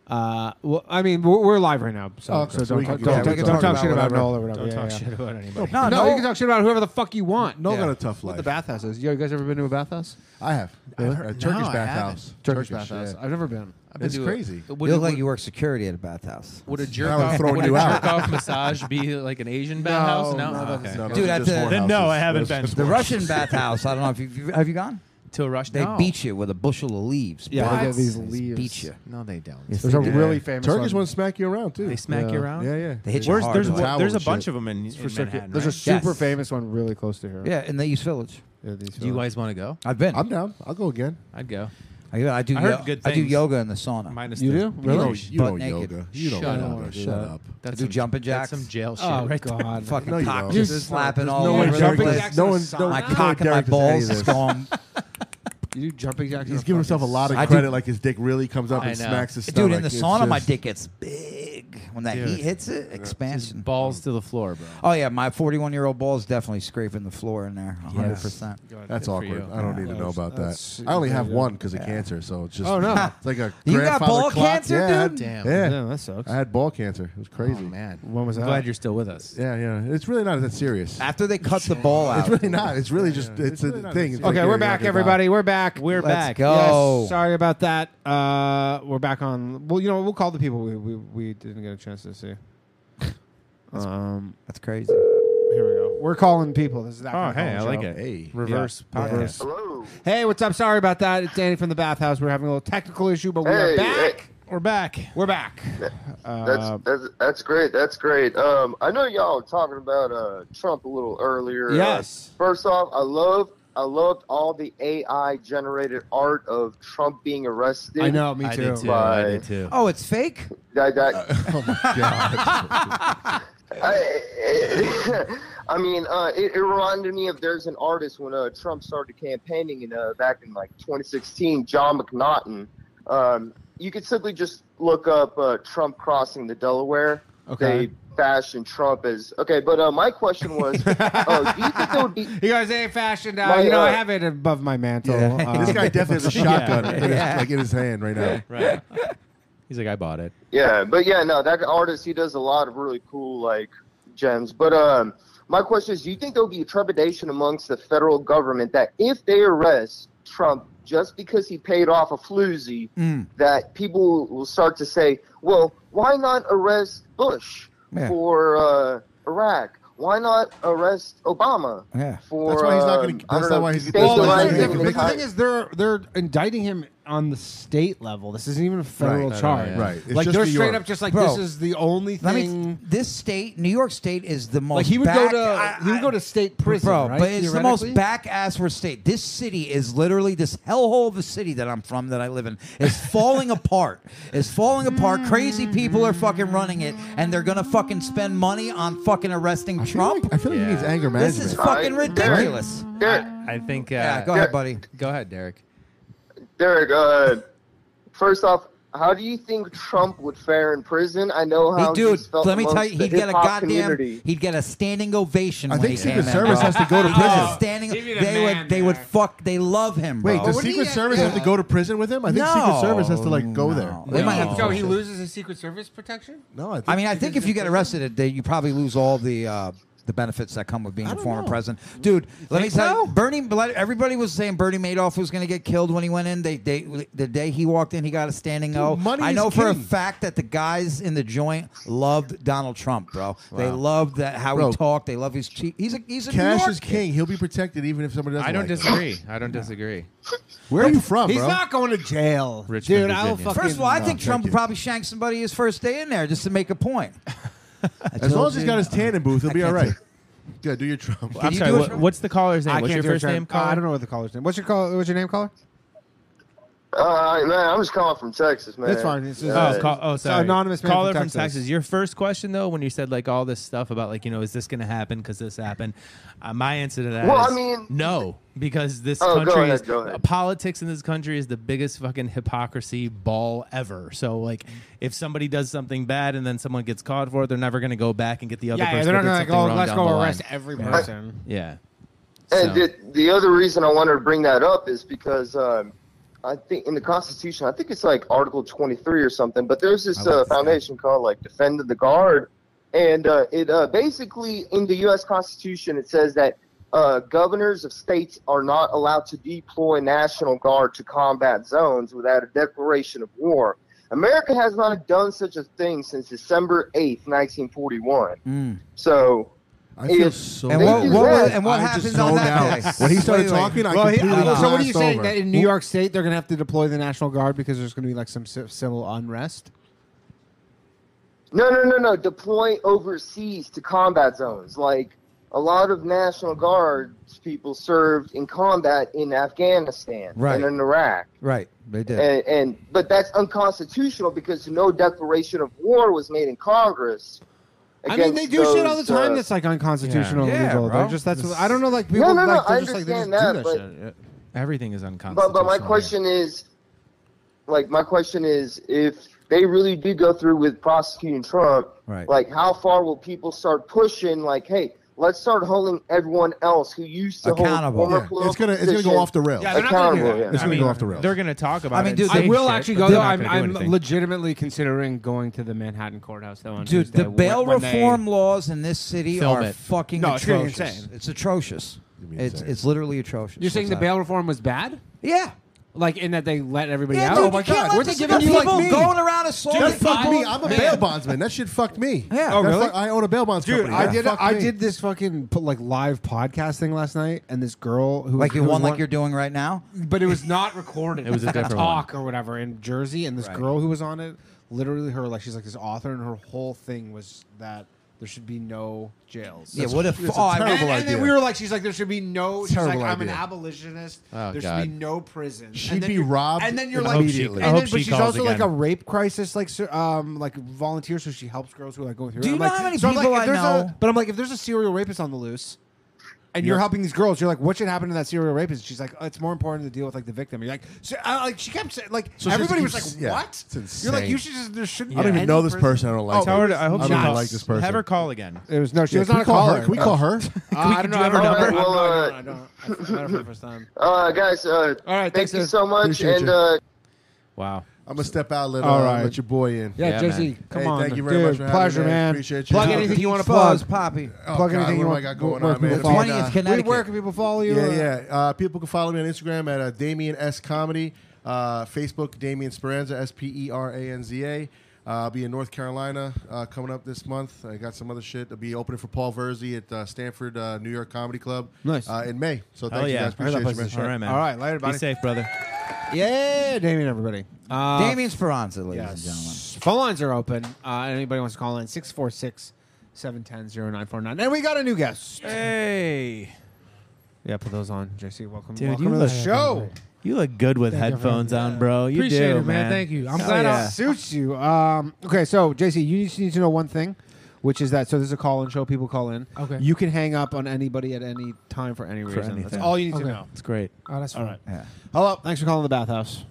E: Uh, well, I mean, we're, we're live right now, so,
G: Oh, okay.
E: so
G: So
E: don't,
G: we
E: talk,
G: can-
E: don't,
G: yeah, we
E: don't,
G: can
E: don't
G: talk
E: talk
G: about
E: shit about
G: whatever.
E: Noel or whatever.
F: Don't
E: Yeah,
F: talk
E: yeah.
F: shit about anybody.
E: No,
H: No, no.
E: you can talk shit about whoever the fuck you want.
G: No,
E: Yeah.
G: got a tough
E: What
G: life.
E: the bathhouse is. You guys ever been to a bathhouse?
G: I have.
F: I've
G: Uh,
F: heard-
G: Turkish
F: No, I
G: bathhouse.
E: Turkish, bathhouse. I've never been.
F: I've
G: It's
F: to a-
G: crazy.
H: You
F: Would,
H: look
F: would-
H: like you work security at a bathhouse.
F: Would a jerk
G: Now we're
F: off,
G: throwing
F: would a
G: you out.
F: jerk off massage be like an Asian bathhouse? No,
G: no,
F: Oh,
G: that's-
F: okay.
G: no, those
H: Dude,
G: are
H: at
G: just
H: the-
G: whorehouses.
F: Then no, I haven't
G: Those are
F: been.
G: just
H: The
G: whorehouses.
H: Russian bathhouse. I don't know if you've, you have you gone.
F: to a Russian.
H: They
F: no.
H: beat you with a bushel of leaves.
E: Yeah,
H: bro.
E: they get these
H: They
E: leaves.
H: Beat you.
F: No, they don't.
H: Yes,
E: There's a
H: they do.
E: really famous
G: Turkish
E: one.
G: ones smack you around too.
F: They smack you around.
G: Yeah, yeah.
H: They hit you
F: Where's
H: hard.
F: there's
H: with
G: one-
H: it.
F: one,
G: towel
F: there's a
G: and
F: bunch
G: shit.
F: of them in, in Manhattan.
E: There's a
F: right?
E: super
H: Yes.
E: famous one really close to here.
H: Yeah, in the East Village.
E: Yeah, these
F: Do you
E: fellas.
F: guys want to go?
H: I've been.
G: I'm down. I'll go again.
F: I'd go.
H: I, I do.
F: I heard
H: yo-
F: good
H: I do
F: things.
H: yoga in the sauna.
F: Minus
E: You
F: the-
E: do? Really?
G: You know, you
H: Butt
G: know
H: naked.
G: yoga. You know
F: Shut
G: yoga.
E: up.
G: Shut up.
F: That's
H: do
F: some-
H: jumping
F: that's
H: jacks.
F: some jail shit
E: Oh
F: right there.
E: God!
H: fucking
G: No, you
H: cock
G: don't.
H: just
G: There's
H: slapping
E: there's
H: all
E: no
H: over
E: one
H: the
E: jumping
H: place.
E: jacks
G: No
E: in a
G: one-
E: sauna.
G: no
H: My
G: one-
H: cock and my
G: Derek does any of
H: balls
G: this.
H: is going.
E: You do jumping jacks. in
G: He's giving himself a
E: fucking
G: lot of
H: I do-
G: credit. Like his dick really comes up
F: I
G: and
F: know.
G: smacks his
H: Dude,
G: stomach.
H: in the
G: It's
H: sauna, my
G: just-
H: dick gets big when that
F: Dude.
H: heat hits it. Expansion.
F: Balls to the floor, bro.
H: Oh yeah, my 41 year old ball is definitely scraping the floor in there, 100. percent
E: God.
G: That's
F: Good for
G: awkward.
F: you.
G: I don't need to know
E: That's-
G: about
E: that's-
G: that. I only have
E: yeah.
G: one because of cancer, so it's just.
E: Oh, no.
G: It's like a.
H: You got
G: grandfather
H: ball
G: clock.
H: cancer,
G: yeah, I had-
H: dude?
F: Damn.
G: Yeah.
E: Yeah, that sucks.
G: I had ball cancer. It was
F: Oh,
G: crazy.
F: man.
E: When was
F: I'm
E: that?
F: glad you're still with us.
G: Yeah, yeah. It's really not that serious.
H: After they cut the ball out,
G: It's really not. It's really just. It's, a thing. It's like
E: Okay, we're
G: getting
E: back,
G: knocked out.
E: everybody. We're back. We're
H: Let's back. go.
E: Yes, sorry about that. Uh, we're back on. Well, you know, we'll call the people we, we, we didn't get a chance to see. Um,
H: that's crazy.
E: here we go. We're calling people. This is that. kind of
F: hey, I
E: calling
F: like
E: show.
F: it.
G: Hey.
F: Reverse
E: Yeah.
F: podcast.
E: Reverse. Hey, what's up? Sorry about that. It's Danny from the bathhouse. We're having a little technical issue, but we are
K: Hey,
E: back.
K: hey.
F: We're back.
E: We're back.
K: That's,
E: Uh,
K: that's that's great. That's great. Um, I know y'all were talking about uh Trump a little earlier. Uh,
E: Yes.
K: first off, I love I loved all the AI generated art of Trump being arrested.
E: I know. Me
F: I
E: too.
F: did too. I
K: Bye.
F: did too.
H: Oh, it's fake.
K: That, that,
E: Uh,
G: Oh my god.
K: I, I mean, uh, it, it reminded me of there's an artist when uh, Trump started campaigning in uh, back in like 2016, John McNaughton. Um, you could simply just look up uh, Trump crossing the Delaware.
E: Okay.
K: They fashioned Trump as okay, but uh, my question was, uh, do you think there would be?
E: You guys ain't fashioned. Uh,
K: My,
E: you know, I
K: uh,
E: have it above my mantle. Um,
G: this guy definitely has a shotgun in his-
H: Yeah.
G: like in his hand right now.
F: Right. He's like, I bought it.
K: Yeah, but yeah, no, that artist he does a lot of really cool like gems. But um, my question is, do you think there'll be trepidation amongst the federal government that if they arrest Trump just because he paid off a floozy,
H: Mm.
K: that people will start to say, well, why not arrest Bush
H: Yeah.
K: for uh, Iraq? Why not arrest Obama?
H: Yeah.
K: For,
G: That's why he's not gonna-
K: um,
G: that's
K: I don't
G: not
K: know,
G: why he's-
K: state
G: that's
E: Well,
G: why
E: they're
K: lines
G: he's not
E: different,
K: and
G: gonna
E: because the thing
K: entire-
E: is, they're they're indicting him on the state level. This isn't even a federal
G: Right, right,
E: charge.
G: right, right. It's
E: like
G: just
E: they're
G: New
E: straight
G: York.
E: up just like
H: Bro,
E: this is the only
H: Let
E: thing.
H: me. This state, New York State, is the most.
E: like he would
H: back,
E: go to
H: I-
E: he would go to state prison,
H: Bro,
E: right?
H: but it's the most
E: Theoretically?
H: back ass for state. This city is literally this hellhole of a city that I'm from, that I live in, is falling apart. Is falling apart. Crazy people are fucking running it, and they're gonna fucking spend money on fucking arresting
G: I feel
H: Trump.
G: like, I feel like he needs anger
H: this
G: management.
H: is
K: Right.
H: fucking
K: Right.
H: ridiculous.
K: There-
F: I think. Uh,
H: Yeah, go
K: Yeah.
H: ahead, buddy.
F: Go ahead, Derek.
K: Derek, uh, first off, how do you think Trump would fare in prison? I know
H: Hey,
K: how
H: dude,
K: he's felt
H: let me tell
K: amongst
H: you,
K: the
H: he'd get a
K: hip-hop
H: goddamn,
K: community.
H: he'd get a standing ovation.
G: I
H: when
G: think
H: he
G: Secret
H: came
G: Service
H: in, bro.
G: has to go to
H: He'd get a
G: prison.
H: standing.
E: Give me the
H: They
E: man
H: would, they would
E: there.
H: fuck. They love him, bro.
G: Wait, does
E: what do you
G: Secret
E: get-
G: Service have to go to prison with him? I think
H: No.
G: Secret Service has to like go there.
H: Oh, They might have to
E: so he
H: forfeit.
E: loses his Secret Service protection.
G: No, I, think
H: I mean, I think if you get arrested, it- they- you probably lose all the uh, the benefits that come with being a former president. Dude, let me tell you, Bernie. Everybody was saying Bernie Madoff was going to get killed when he went in. They, they, the day he walked in, he got a standing O.
G: money
H: I
G: is
H: know for a
G: king.
H: fact that the guys in the joint loved Donald Trump, bro. They loved that how
G: Bro.
H: he talked. They love his cheek. He's a he's a New
G: cash
H: York
G: is
H: kid.
G: king. He'll be protected even if somebody doesn't.
F: I don't
G: like him.
F: disagree. I don't disagree.
G: Where are you from,
E: He's
G: bro?
E: not going to jail,
F: Richmond,
E: dude. I'll
F: Virginia.
E: fucking.
H: First of all, I think
G: thank
H: Trump
G: you.
H: probably shanked somebody his first day in there just to make a point.
G: as long as he's got his tanning booth, he'll be
H: I
G: all
H: can't
G: right. Yeah, do your Trump.
F: I'm
H: you
F: sorry.
H: do it
F: What,
H: for-
F: what's the caller's name?
E: I
F: what's your
E: can't do a
F: first
E: term-
F: name?
E: Uh,
F: Caller?
E: I don't know what the caller's name. What's your call? What's your name, caller?
K: Uh, man, I'm just calling from Texas, man.
E: That's fine. It's just-
K: Uh,
F: oh, call, oh,
E: It's an
F: sorry.
E: anonymous man
F: caller
E: from
F: from
E: Texas.
F: Texas. Your first question though, when you said like all this stuff about like you know is this going to happen because this happened, uh, my answer to that
K: Well, I
F: is
K: mean-
F: no, because this
K: Oh, go
F: country
K: ahead,
F: is uh,
K: go ahead.
F: politics in this country is the biggest fucking hypocrisy ball ever. So like if somebody does something bad and then someone gets caught for it, they're never going to go back and get the other
E: Yeah, yeah,
F: person.
E: they're
F: that
E: not
F: did something
E: gonna go,
F: wrong
E: "Let's
F: down
E: go
F: the
E: arrest
F: line."
E: every
F: Yeah.
E: person.
F: Yeah. So-
K: And the, the other reason I wanted to bring that up is because um, I think in the Constitution, I think it's like Article 23 or something, but there's this uh, foundation called like Defend the Guard. And uh, it uh, basically, in the U.S. Constitution, it says that uh, governors of states are not allowed to deploy National Guard to combat zones without a declaration of war. America has not done such a thing since December 8th, 1941.
E: Mm.
K: So.
G: I feel
K: if
G: so
K: they
G: And what-
K: do
G: what
K: that-
G: was- and what I happened just on zoned that out. day? When he started Wait, wait. talking, I completely
E: uh, so what are you
G: glassed
E: saying
G: over.
E: that in New York State they're going to have to deploy the National Guard because there's going to be like some ci- civil unrest?
K: No, no, no, no. Deploy overseas to combat zones. Like a lot of National Guards people served in combat in Afghanistan
H: Right.
K: and in Iraq.
H: Right. They did.
K: And, and but that's unconstitutional because no declaration of war was made in Congress.
E: I mean, they do
K: against
E: shit all the
K: those,
E: time
K: uh,
E: that's like unconstitutional
F: Yeah.
E: and
F: Yeah,
E: illegal. They're
F: bro.
E: just that's
F: This-
E: I don't know like
K: No,
E: people
K: no, no,
E: like
K: I
E: they're just like they just
K: understand
E: do
K: that,
E: that
K: but-
E: shit.
F: Everything is unconstitutional.
K: But, but my question is, like, my question is, if they really do go through with prosecuting Trump,
H: Right.
K: like, how far will people start pushing? Like, hey, let's start holding everyone else who used to
H: Accountable.
K: hold former
H: Yeah.
K: political
G: It's gonna- it's gonna go off the
K: positions
G: rails. Yeah, they're not
K: accountable. yeah.
G: It's gonna go off the rails.
F: They're going to talk about.
H: I mean,
F: it
H: dude,
F: and
H: they
F: say
H: will
F: shit,
L: actually
F: but
L: go
F: they're
L: though.
F: not
L: I'm,
F: gonna do
L: I'm
F: anything.
L: legitimately considering going to the Manhattan courthouse though. On
H: Dude,
E: uh,
L: Tuesday
H: the bail
L: when they-
H: reform laws in this city
L: Film
H: are
L: it.
H: fucking
L: No, it's gonna be
H: atrocious.
L: insane.
H: It's atrocious.
L: be
H: It's,
L: insane.
H: it's literally atrocious.
L: You're saying
H: what's
L: the
H: happening.
L: bail reform was bad?
H: Yeah.
L: Like in that they let everybody
H: Yeah,
L: out. Oh
H: dude, you can't let
L: Weren't they
H: this
L: giving
H: stuff
L: you like
H: people
L: me?
H: going around assaulting
G: That fucked
H: people?
G: me. I'm a
H: Man.
G: bail bondsman. That shit fucked me.
H: Yeah.
E: Oh,
G: That
E: really?
G: fuck- I own a bail bonds
E: Dude,
G: company.
E: I
G: That
E: did.
G: fucked
E: I
G: me.
E: did this fucking put, like live podcast thing last night, and this girl who
H: Like
E: who
H: the one like
E: won-
H: you're doing right now?
E: but it was not recorded.
H: It was a different one.
E: talk or whatever in Jersey, and this
H: Right.
E: girl who was on it, literally her like she's like this author, and her whole thing was that there should be no jails.
H: Yeah, what if-
E: That's
H: oh, I
E: and,
H: remember-
E: and then
H: idea.
E: we were like, she's like, there should be no. She's
H: Terrible
E: like, I'm an
H: idea.
E: abolitionist.
H: Oh,
E: there
H: God.
E: should be no prison. And
G: She'd
E: then
G: be
E: you're-
G: robbed
E: And then you're
G: I
E: like,
G: hope she- immediately. I
E: And
G: hope
E: then,
G: she
E: but she's
G: calls
E: also like a
G: again.
E: rape crisis, like ser- um, like volunteer, so she helps girls who like go through.
H: Do
E: it.
H: you
E: I'm
H: know
E: like,
H: how many
E: so I'm
H: people
E: like, if
H: I
E: there's
H: know-
E: A, but I'm like, if there's a serial rapist on the loose, and you're
H: You're-
E: helping these girls. You're like, what should happen to that serial rapist? She's like, oh, it's more important to deal with like the victim. You're like, so, uh, like she kept saying, like
G: So she
E: everybody was like,
G: just keeps-
E: what?
G: yeah, it's insane.
E: You're like, you should just there shouldn't.
G: I
E: be
G: don't even
E: any
G: know this person. I don't like.
F: Tell her.
G: her.
F: To, I hope
G: I
F: she
G: don't
F: calls.
G: like this person.
F: Have her call again.
E: It was no, she
G: Yeah,
E: was
G: can
E: not
G: we
E: a
G: call her?
E: caller.
G: Can we call her?
E: Uh, I don't know. I have her
K: All
E: number.
K: right, well,
E: I
K: uh,
E: don't, I don't. I don't. I met her for the first time.
K: Uh, guys, uh,
E: All right,
K: thank
E: thanks,
K: you
E: sir.
K: so much.
G: Appreciate
K: and
G: you.
K: uh,
F: Wow.
G: I'm gonna step out. Let uh,
E: All right.
G: let your boy in.
E: Yeah,
F: Yeah,
E: Jesse,
F: man.
E: come
G: Hey,
E: on.
G: thank you very
E: dude,
G: much for having
E: pleasure,
G: me, man.
E: man.
G: Appreciate you.
E: Plug
G: Uh,
E: anything you want to
H: Flows,
E: plug.
H: Poppy.
G: Oh,
E: plug
G: God,
E: anything you
G: what
E: want.
G: have I got going
E: where
G: on,
E: can
G: man?
E: people follow you?
H: 20th,
E: Wait,
H: Connecticut.
E: Where can people follow you?
G: Yeah,
E: Uh,
G: yeah. Uh, people can follow me on Instagram at uh, Damien S Comedy, uh, Facebook Damien Speranza S P E R A N Z A. Uh, I'll be in North Carolina uh, coming up this month. I got some other shit. I'll be opening for Paul Verzi at uh, Stanford uh, New York Comedy Club.
E: Nice.
G: uh, in May. So
F: Hell
G: thank
F: yeah.
G: you guys. Appreciate you, man.
F: All right, man.
E: All right, later,
F: Be
E: buddy.
F: safe, brother.
E: Yeah, Damien, everybody. Uh,
H: Damien Speranza, ladies and gentlemen.
E: Yes. Phone lines are open. Uh, anybody wants to call in 646 710 0949. And we got a new guest.
F: Hey.
E: Yeah, put those on, JC. Welcome,
F: Dude,
E: welcome
F: you
E: to the
F: look-
E: show.
F: You look good with
L: Thank you for
F: headphones
L: having me.
F: on, bro. You
L: Appreciate
F: do,
L: it, man. Thank you. I'm
F: Hell
L: glad I
F: yeah.
L: was-
E: Suits you. Um, okay, so JC, you just need to know one thing, which is that so this is a call in show. People call in.
L: Okay.
E: You can hang up on anybody at any time for any reason. That's
F: anything.
E: all you need to
L: Okay.
E: know.
F: It's great.
L: Oh, that's fine.
E: All right.
H: Yeah.
E: Hello. Thanks for calling the bathhouse.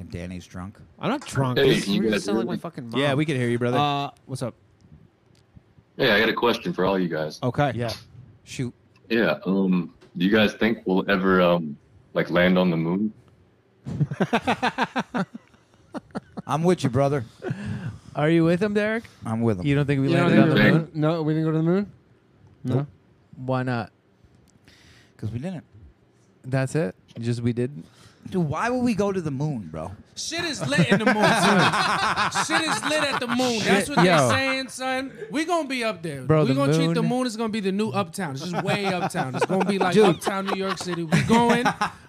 H: And Danny's drunk.
E: I'm not drunk.
M: Hey,
E: This-
M: you
E: you
M: guys
E: sound like
M: hear
E: my
M: me?
E: fucking mom.
F: Yeah, we can hear you, brother.
E: Uh, what's up?
M: Hey, I got a question for all you guys.
E: Okay.
F: yeah.
H: Shoot.
M: Yeah. Um, do you guys think we'll ever um like land on the moon?
H: I'm with you, brother.
F: Are you with him, Derek?
H: I'm with him.
F: You don't think we
L: You don't
F: landed on
L: think
F: the
M: we
F: moon?
M: were-
L: we- No, we didn't go to the moon. No.
F: Why not?
H: Because we didn't.
F: That's it. Just we did.
H: Dude, why would we go to the moon, bro?
L: Shit is lit in the moon. son. Shit is lit at the moon. That's
F: Shit,
L: what
F: yo.
L: they're saying, son. We gonna be up there.
F: Bro,
L: we
F: the
L: gonna treat the
F: moon-
L: moon is gonna be the new uptown. It's just way uptown. It's gonna be like uptown New York City. We going.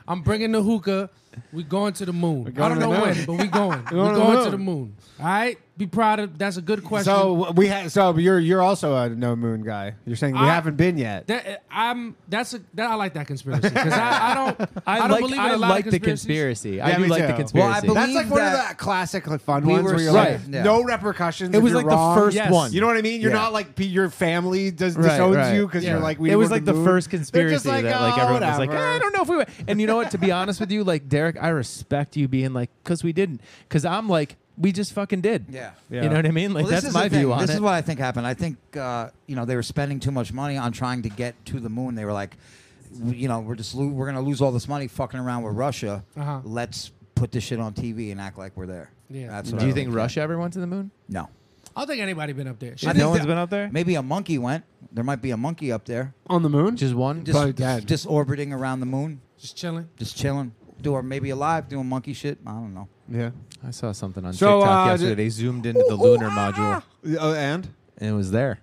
L: I'm bringing the hookah. We going to the moon. I
E: going to
L: don't know
E: the moon.
L: when, but we going. we
E: going
L: going,
E: to the
L: to the moon. All right. Be proud of. That's a good question.
E: So we ha- so you're you're also a no moon guy. You're saying we
L: I-
E: haven't been yet.
L: That I'm that's a that I like that conspiracy because I, I don't I
F: I
L: don't
F: like-
L: believe in
F: I
L: a lot
F: like
L: of
F: the
L: conspiracies.
F: conspiracy. I do like the
E: Well, I
F: conspiracy.
E: believe
F: That's
E: that's
F: like
E: like
F: one
E: one
F: of
E: of the classic like fun
F: We
E: ones
F: were
E: where you're
F: right.
E: like
F: Yeah.
E: no repercussions.
F: It
E: if
F: was
E: you're
F: like the
E: wrong.
F: first Yes. one.
E: You know what I mean? You're
F: Yeah.
E: not like pe- your family does
F: Right,
E: disowns
F: right.
E: you because you're like we.
F: it was
E: were
F: like the
E: moon.
F: first
E: They're just
F: conspiracy
E: like,
F: that like
E: "Oh,
F: everyone was like "Eh,
E: whatever."
F: I don't know if we went. And you know what? To be honest with you, like Derek, I respect you being like because we didn't. Because I'm like we just fucking did.
H: Yeah.
F: You know what I mean? Like
H: Well, this
F: that's
H: is the
F: my
H: thing.
F: view on
H: This
F: it.
H: is what I think happened. I think uh, you know they were spending too much money on trying to get to the moon. They were like, w- you know, we're just lo- we're gonna lose all this money fucking around with Russia.
L: Uh-huh.
H: Let's put this shit on TV and act like we're there.
L: Yeah.
H: That's what
F: Do
H: I
F: you think
H: look at.
F: Russia ever went to the moon?
H: No.
L: I don't think anybody been up there.
H: I think
F: no one's
H: that-
F: been up there.
H: Maybe a monkey went. There might be a monkey up there
E: on the moon.
F: Just one.
H: Just, just orbiting around the moon.
L: Just chilling.
H: Just chilling. Do or maybe alive doing monkey shit. I don't know.
E: Yeah.
F: I saw something on
H: So,
F: TikTok
H: uh,
F: yesterday.
H: d-
F: They zoomed into the lunar module.
E: Oh, and
F: and it was there.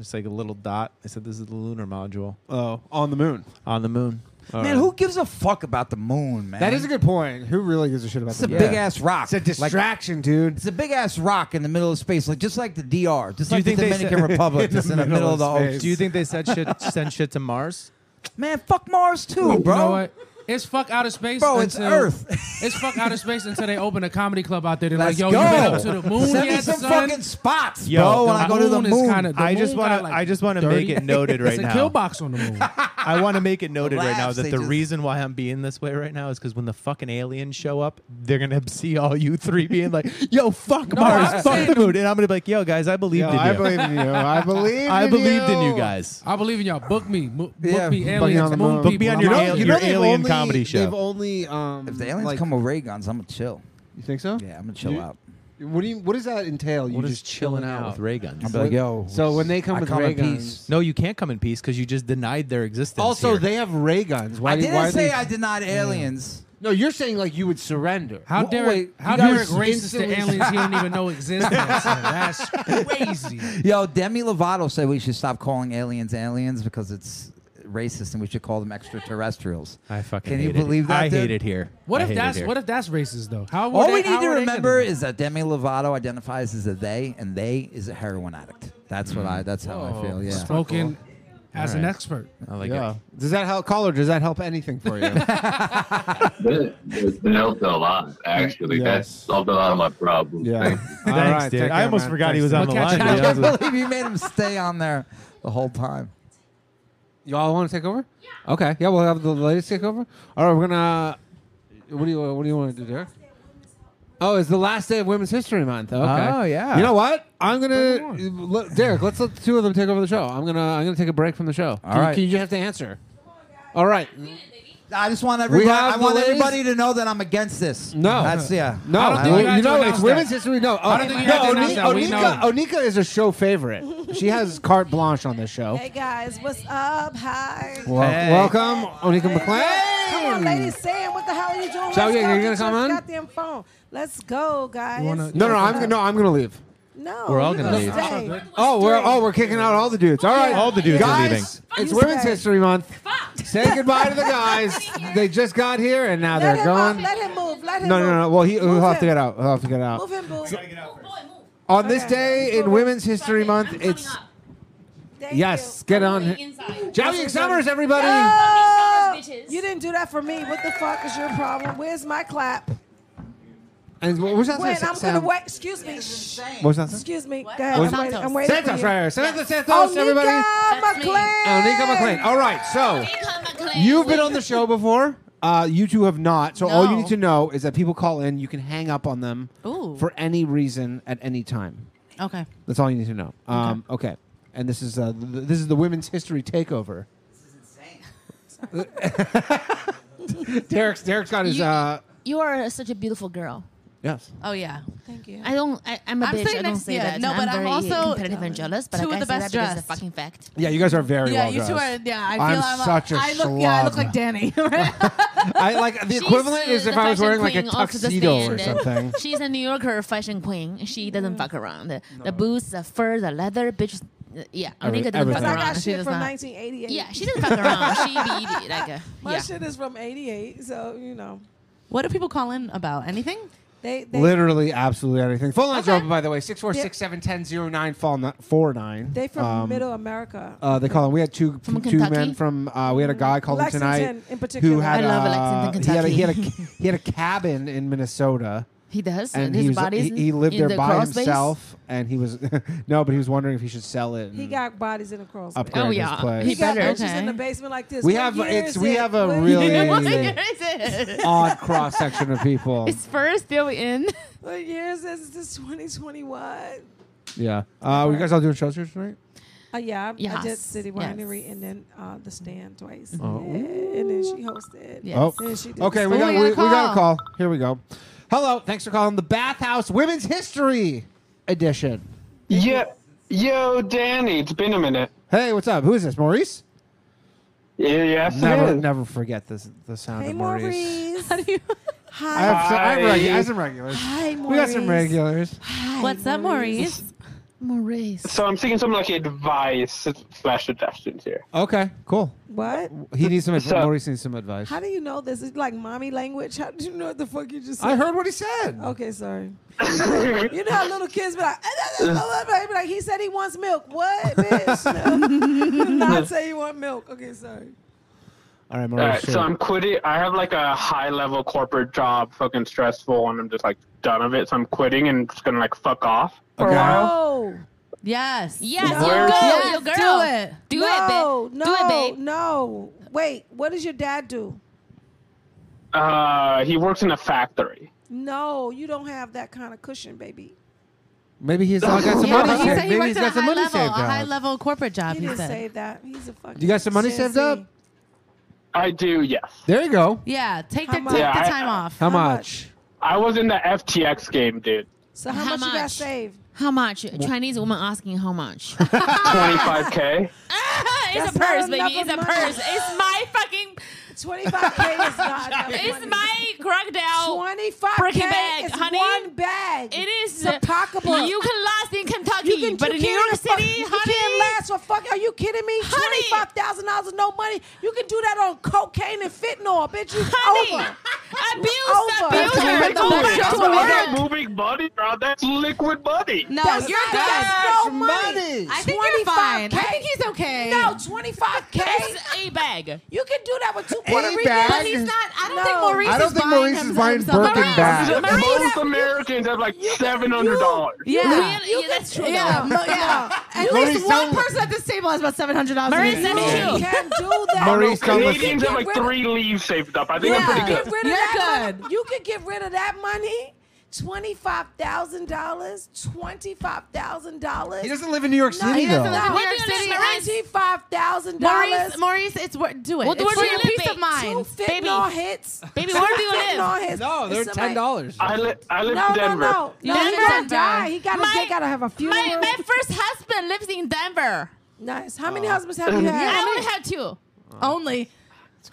F: It's like a little dot. They said this is the lunar module.
E: Oh, on the moon.
F: On the moon.
H: Man, who gives a fuck about the moon, man?
E: That is a good point. Who really gives a shit about
H: It's a
E: the moon?
H: big ass rock.
E: It's a distraction, dude.
H: It's a big ass rock in the middle of space, like just like the DR, just
F: Do you
H: like the
F: think they
H: Dominican
F: said-
H: Republic, just in the middle of the ocean.
F: Do you think they said shit, send shit to Mars?
H: Man, fuck Mars too,
L: You
H: bro.
L: know what? It's fuck outer space.
H: Bro, it's
L: until,
H: Earth.
L: it's fuck outer space until they open a comedy club out there. They're
H: Let's
L: like, yo,
H: go.
L: you been up to the moon
H: Send me
L: yet,
H: some
L: son?
H: fucking spots,
F: Yo,
H: bro. When
F: the
H: I go to the
L: moon is
H: moon,
L: kinda- the
F: I just
L: moon
F: want
L: got,
F: to.
L: like,
F: I just want to make
L: 30
F: it noted right
L: it's
F: now.
L: a kill box on the moon.
F: I want to make it noted right now
L: laughs
F: that
L: they
F: the
L: just-
F: reason why I'm being this way right now is because when the fucking aliens show up, they're gonna see all you three being like, "Yo, fuck
L: No,
F: Mars,
L: I'm
F: fuck
L: saying-
F: the moon," and I'm gonna be like, "Yo, guys, I believed
E: Yo,
F: in you.
E: I believe in you. I believe.
F: I
E: in
F: believed in you
E: you.
F: guys.
L: I believe in y'all. Book me. Mo- book
E: Yeah, book
L: me
E: me
L: aliens.
E: on the
L: moon
E: moon.
L: people.
E: Book me on
L: I'm
E: your
L: out
E: al-
L: there.
E: you know Your they've alien only-
F: comedy show.
E: They've only um.
H: if the aliens
E: like-
H: come with ray guns, I'm gonna chill.
E: You think so?
H: Yeah, I'm gonna chill
E: You-
H: out.
E: What do you? What does that entail? You
F: What is
E: just
F: chilling out with ray guns?
H: I'm like, yo,
E: So when they come
H: I
E: with
H: come in
E: ray
H: peace.
E: guns,
F: No, you can't come in peace because you just denied their existence.
E: also
F: here.
E: they have ray guns. Why?
H: I
E: do- why
H: didn't
E: are
H: say
E: they-
H: I denied aliens.
E: No, you're saying like you would surrender.
L: How
E: Wha-
L: Derek?
E: wait,
L: how
E: you guys
L: Derek racist to
E: instantly-
L: aliens he don't even know exist? man, son. That's crazy.
H: Yo, Demi Lovato said we should stop calling aliens aliens because it's racist and we should call them extraterrestrials.
F: I fucking
H: Can you
F: hate it.
H: believe that?
F: I hate
H: dude?
F: it here.
L: What
F: I
L: if
F: hate it
L: that's
F: here.
L: what if that's racist though? How would
H: All
L: they,
H: we need
L: how
H: to
L: would they
H: remember
L: know?
H: is that Demi Lovato identifies as a they, and they is a heroin addict. That's what
F: Mm.
H: I. That's how I feel. Yeah.
L: spoken as an
E: Alright.
L: expert.
F: I like
E: yeah.
F: it.
E: Does that help, caller? Does that help anything for you?
M: That, that helped a lot, actually.
E: Yes.
M: That solved a lot of my problems.
E: yeah.
M: Thank you.
E: All
F: Thanks,
E: right,
F: dude.
E: take
F: I
E: care,
F: almost
E: man.
F: forgot
E: Thanks,
F: he was on
E: dude.
F: the line. to be
H: I
F: honest
H: can't
F: with you.
H: believe you made him stay on there the whole time.
E: Y'all want to take over? Yeah. Okay. Yeah, we'll have the ladies take over. All right, we're gonna. What do you What do you want to do, Derek? Oh, it's the last day of Women's History Month. Okay.
F: Oh, yeah.
E: You know what? I'm gonna let, Derek. Let's let the two of them take over the show. I'm gonna I'm gonna take a break from the show. All right.
H: right.
E: can you, just have to answer. All right.
H: I just want everybody.
E: have
H: I
E: the
H: want
E: ladies-
H: everybody to know that I'm against this.
E: No.
H: That's yeah.
E: No,
H: I don't
E: you,
H: think
L: you had to
E: know it's
L: announce
E: Women's
L: that.
E: History. No, oh,
L: I don't think you had
E: no,
L: to announce that. We
E: Onika, oh, Onika is a show favorite. She has carte blanche on this show.
N: Hey guys, what's up? Hi.
E: Well,
F: Hey.
E: Welcome, Onika McClain.
N: Come on, ladies, Sam, what the hell are you doing?
E: So,
N: Let's
E: yeah,
N: go.
E: you're
N: Get
E: gonna come
N: your
E: on?
N: Goddamn phone. Let's go, guys.
E: No, no, I'm gonna- no, I'm gonna leave.
N: No,
F: We're all
N: you
F: gonna leave.
N: stay.
E: Oh, we're oh we're kicking out all the dudes. All right,
F: All the dudes are
E: guys,
F: leaving.
E: It's
N: You
E: Women's
N: stay.
E: History Month. Say goodbye to the guys. They just got here and now
N: Let
E: they're
N: him
E: gone.
N: Move. Let him move. Let him
E: No,
N: move.
E: no, no. Well, he, he'll
N: Move
E: have to
N: him.
E: get out. He'll have to get out.
N: Move him, boo.
E: On this
N: Okay.
E: day in Women's History Month, it's
N: Thank
E: yes. Get on. Jolly Summers, everybody.
N: Oh, you didn't do that for me. What the fuck is your problem? Where's my clap?
E: And what was that?
N: When I'm
E: Sam?
N: gonna wait. Excuse me. Shh.
E: What's that?
N: Excuse me. Go ahead.
E: What?
N: I'm waiting. I'm waiting for
E: Santos,
N: you. Oh,
E: right here. Samantha Santos,
N: Onika
E: everybody.
N: McClain.
E: Onika McLean. All right, so you've been on the show before. Uh, you two have not. So all you
O: No.
E: need to know is that people call in. You can hang up on them
O: Ooh.
E: for any reason at any time.
O: Okay.
E: That's all you need to know. Um, okay. And this is uh, th- th- this is the women's history takeover. This is insane. Derek's Derek's got his
O: You-
E: uh,
O: You are such a beautiful girl.
E: yes.
O: Oh yeah.
N: Thank you.
O: I don't. I, I'm a
P: I'm
O: bitch.
P: sitting
O: I don't
P: next-
O: say
P: yeah,
O: that.
P: no,
O: and
P: but I'm
O: I'm, very
P: also
O: competitive and jealous. But
P: two
O: I
P: of
O: can
P: the
O: say
P: best
O: that because it's a
P: dressed.
O: fucking fact.
E: Yeah, you guys are very
P: yeah,
E: well
P: you two are.
E: dressed.
P: Yeah, I feel
E: I'm
P: I'm
E: such a
P: I look, yeah, I look
E: schlub.
P: like Danny.
E: I like the
O: She's,
E: equivalent
O: uh,
E: is
O: the
E: if I was
O: fashion
E: wearing like a
O: queen off to the
E: tuxedo or
O: stand.
E: something.
O: She's a New Yorker fashion queen. She doesn't fuck around. The boots, the fur, the leather, bitch. Yeah,
E: Every-
O: Onika doesn't fuck
E: everything. I
O: around.
E: got
N: I got
O: she
N: shit
O: does
N: from
O: not.
N: 1988.
O: Yeah, she doesn't fuck around. She be be like a
N: My
O: yeah.
N: shit is from 88, so you know.
P: what do people call in about? Anything?
N: They, they
E: Literally, absolutely anything. Phone lines are
N: Okay.
E: open, by the way. Six four six seven ten zero nine fall not four nine.
N: They from
E: Um,
N: Middle America.
E: Uh, they call him. We had two
N: From
E: two
N: Kentucky?
E: men from. Uh, we had a guy called him
N: Lexington
E: tonight
N: in particular.
E: who had.
N: I love
E: uh,
N: Lexington,
E: He had a, he had a, he had a cabin in Minnesota.
O: He does?
E: And
O: His
E: he, was,
O: body's
E: he, he
O: in-
E: lived
O: in
E: there
O: the
E: by
O: crawl space?
E: himself, and he was no, but he was wondering if he should sell it.
N: He
E: and-
N: got bodies in the crawl space.
E: Upgrade Oh, his yeah. place.
N: He,
E: He
N: got
E: better,
N: bitches
E: okay.
N: in the basement like this.
E: We
N: What
E: have-
N: year
E: it's-
N: is
E: we
N: it?
E: have a
N: What
E: really-
N: year is
E: What
N: it?
E: year odd cross section of people.
O: Is Fur still in?
N: What year is this? Is this 2021?
E: Yeah. Uh, were you guys all doing shows here tonight?
N: Uh, yeah, I- I did
O: Yes,
N: City
O: yes.
N: Winery and then uh, the stand twice.
E: Oh.
N: Yeah, and then she hosted.
E: Oh,
N: Then she did
E: okay.
N: the
E: We
N: stand.
E: got, we, we got a call. Here we go. Hello. Thanks for calling the Bathhouse Women's History Edition.
J: Yeah. Yo, Danny, it's been a minute.
E: Hey, what's up? Who is this? Maurice?
J: Yeah, yes, it
E: never,
J: is.
E: never forget this, the sound
N: Hey,
E: of Maurice.
N: Maurice.
E: I have,
N: Hi.
E: some, I, have
J: Hi.
E: regu- I have some regulars.
N: Hi, Maurice.
E: We got some regulars.
O: What's up, Maurice? Maurice.
J: So I'm seeking some like advice slash suggestions here.
E: Okay, cool.
N: What?
E: He needs some advice.
J: So-
E: Maurice needs some advice.
N: How do you know this? It's like mommy language. How do you know what the fuck you just said?
E: I heard what he said.
N: Okay, sorry. you know how little kids be like, "Eh, be like, he said he wants milk. What, bitch? No. Not say you want milk. Okay, sorry.
E: All right,
J: All
E: Maurice.
J: right,
E: sure.
J: so I'm quitting. I have like a high level corporate job, fucking stressful, and I'm just like done of it. So I'm quitting and just gonna like fuck off for a while.
N: No.
P: Yes.
O: Yes,
J: you Where- go,
N: Yes,
O: you
N: Do
O: girl.
N: it.
O: Do
N: no,
O: it, babe.
N: No,
O: Do it, babe.
N: No. Wait, what does your dad do?
J: Uh, he works in a factory.
N: No, you don't have that kind of cushion, baby.
E: Maybe
P: Oh,
E: he's all got some
O: Yeah,
E: money
O: but he
E: saved.
O: said he
E: Maybe
O: worked
E: he's
O: at a
E: got some
O: high
E: money
O: level,
E: saved
O: a high
E: up.
O: level corporate job.
N: He
O: He,
N: didn't
O: said.
N: save that. He's a fucking.
E: You got some money
N: Gen
E: saved
N: Z.
E: up?
J: I do, yes.
E: There you go.
O: Yeah, take the,
N: How
O: take
N: much?
O: the
J: Yeah, I-
O: time off.
E: How much?
J: I was in the FTX game, dude.
N: So how, much, you got saved?
O: How much? A Chinese woman asking how much.
J: 25k.
O: it's a
N: not
O: purse,
N: enough
O: baby. It's a
N: of
O: purse.
N: money.
O: It's my fucking.
N: 25K is not enough
O: It's
N: money.
O: my crocodile.
N: 25K
O: freaking bag,
N: is
O: honey.
N: one bag.
O: It is
N: It's a pocketbook.
O: You can last in Kentucky,
N: You can,
O: but
N: you
O: in New
N: can't
O: York
N: even fuck-
O: City,
N: you
O: honey.
N: can't last for fuck. Are you kidding me? Twenty five thousand dollars is no money. You can do that on cocaine and fentanyl, bitch. You
O: Honey,
N: over.
O: abuse, abuse
N: over.
O: her. Go back to
J: I'm
O: work.
J: not moving money, bro. That's liquid money.
O: No,
N: That's
O: you're
N: not-
O: good.
N: That's no money.
P: I think you're fine. I
N: 25K.
P: think he's okay.
N: No, twenty five k.
O: It's a bag.
N: You can do that with two
E: A
N: Puerto Ricans.
E: bag?
P: But he's not. I don't
N: No.
P: think Maurice.
E: I don't
P: is
E: think
P: buying
E: Maurice is
P: him-
E: buying
P: himself
E: Birkin
P: a-
E: bags.
J: Most
E: Maurice-
J: Americans have like seven hundred dollars.
P: Yeah.
O: Yeah,
P: You
O: yeah, that's true.
P: Yeah,
O: though.
P: no, yeah. At
E: Maurice,
P: least one
E: don't-
P: person at this table has about seven hundred dollars.
O: Maurice, that's
N: You
O: true.
N: can do that.
E: Maurice, don't listen.
J: Canadians have like three leaves saved up. I think
P: Yeah.
J: I'm pretty
N: Get
J: good.
N: rid of
P: You're
N: that
P: good.
N: Money. You can get rid of that money. Twenty-five thousand dollars. Twenty-five thousand dollars.
E: He doesn't live in New York City,
P: doesn't
E: though.
P: live in
O: What
P: New York
O: do you
P: City.
O: live in?
N: Twenty-five thousand dollars.
P: Maurice, Maurice, it's wor- do it.
O: Well,
P: it's
O: where
P: for
O: do
P: your
O: you live,
P: peace of
O: babe?
P: mind.
N: Two
O: baby.
N: fentanyl hits.
O: Baby, where do you
N: Two fentanyl
O: live?
N: hits.
E: No, they're
N: It's somebody-
E: ten dollars.
J: I, li- I live
N: No,
J: in
N: no,
J: Denver.
N: no, no.
O: Denver.
N: He gotta die. He gotta,
O: My-
N: they gotta have a funeral.
O: My, my first husband lives in Denver.
N: nice. How
J: Uh,
N: many husbands have you had? Oh.
O: I only have two.
P: Only.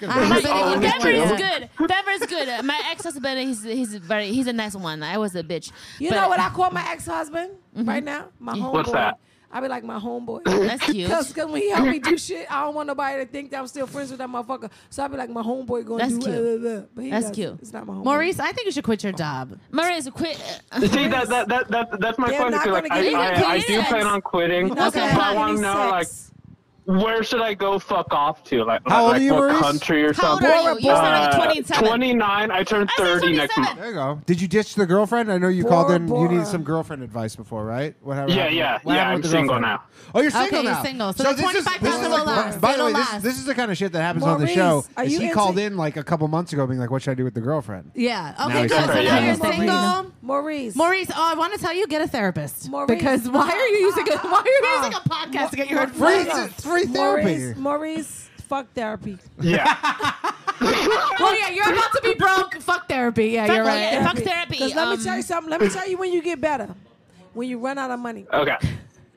O: Uh, but
J: Oh,
O: Denver is
J: yeah.
O: good. Denver is good. Uh, My ex-husband, he's he's very he's a nice one. I was a bitch.
N: You
O: But- Mm-hmm.
N: know what I call my ex-husband right
P: Mm.
N: now? My homeboy.
J: What's that?
N: I be like my homeboy.
P: Oh,
O: That's cute.
N: Cause, 'cause when he help me do shit, I don't want nobody to think that I'm still friends with that motherfucker. So I be like my homeboy going.
O: That's
N: do
O: cute.
N: blah, blah, blah. But he
O: That's
N: doesn't.
O: cute.
N: It's not my homeboy.
P: Maurice, I think you should quit your job.
O: Maurice, quit. uh,
J: See that, that that that that's my
N: They're
J: question.
N: not
J: 'cause, Like
N: gonna
J: I,
N: give
O: you
J: I, I
O: any
J: do plan
O: sex.
J: on quitting.
N: You're not
J: but
N: gonna
J: I
N: have
J: want
N: any
J: to know like
N: sex.
J: where should I go fuck off to? Like,
E: How old
J: like
E: are you,
J: what
E: Maurice?
J: country or
O: How old
J: something?
O: are you? You sound like
J: Uh,
O: 27.
J: 29. I turned
O: I said
J: 30 next
O: 27.
J: month.
E: There you go. Did you ditch the girlfriend? I know you
N: Bora
E: called in. You
N: Bora.
E: needed some girlfriend advice before, right? What happened?
J: Yeah,
E: happened-
J: yeah,
E: what
J: yeah,
E: happened with
J: I'm
E: the
J: single
E: girlfriend?
J: now.
E: Oh, you're
P: Okay,
E: single
P: you're
E: now.
P: single. So the
E: this is-
P: 25
E: this is
P: pounds
E: like-
P: will last.
E: By the
P: They'll
E: way, this,
P: last.
E: this is the kind of shit that happens on the
N: Maurice,
E: show.
N: are
E: is
N: you
E: he
N: into-
E: called in like a couple months ago, being like, "What should I do with the girlfriend?"
P: Yeah.
E: Now
P: Okay.
E: he's
P: Good. So
E: single.
P: now
E: Yeah.
P: you're
E: Maurice.
P: single.
N: Maurice.
P: Maurice, oh, I want to tell you, get a therapist.
N: Maurice.
P: Because why are you using a why are you using a podcast to get your
E: Free,
P: advice?
E: free therapy.
N: Maurice, Maurice, fuck therapy.
J: Yeah.
P: Well, yeah, you're about to be broke. Fuck therapy. Yeah,
O: fuck,
P: you're right.
O: yeah, fuck therapy.
N: Because let
O: um,
N: me tell you something. Let me tell you when you get better. When you run out of money.
J: Okay.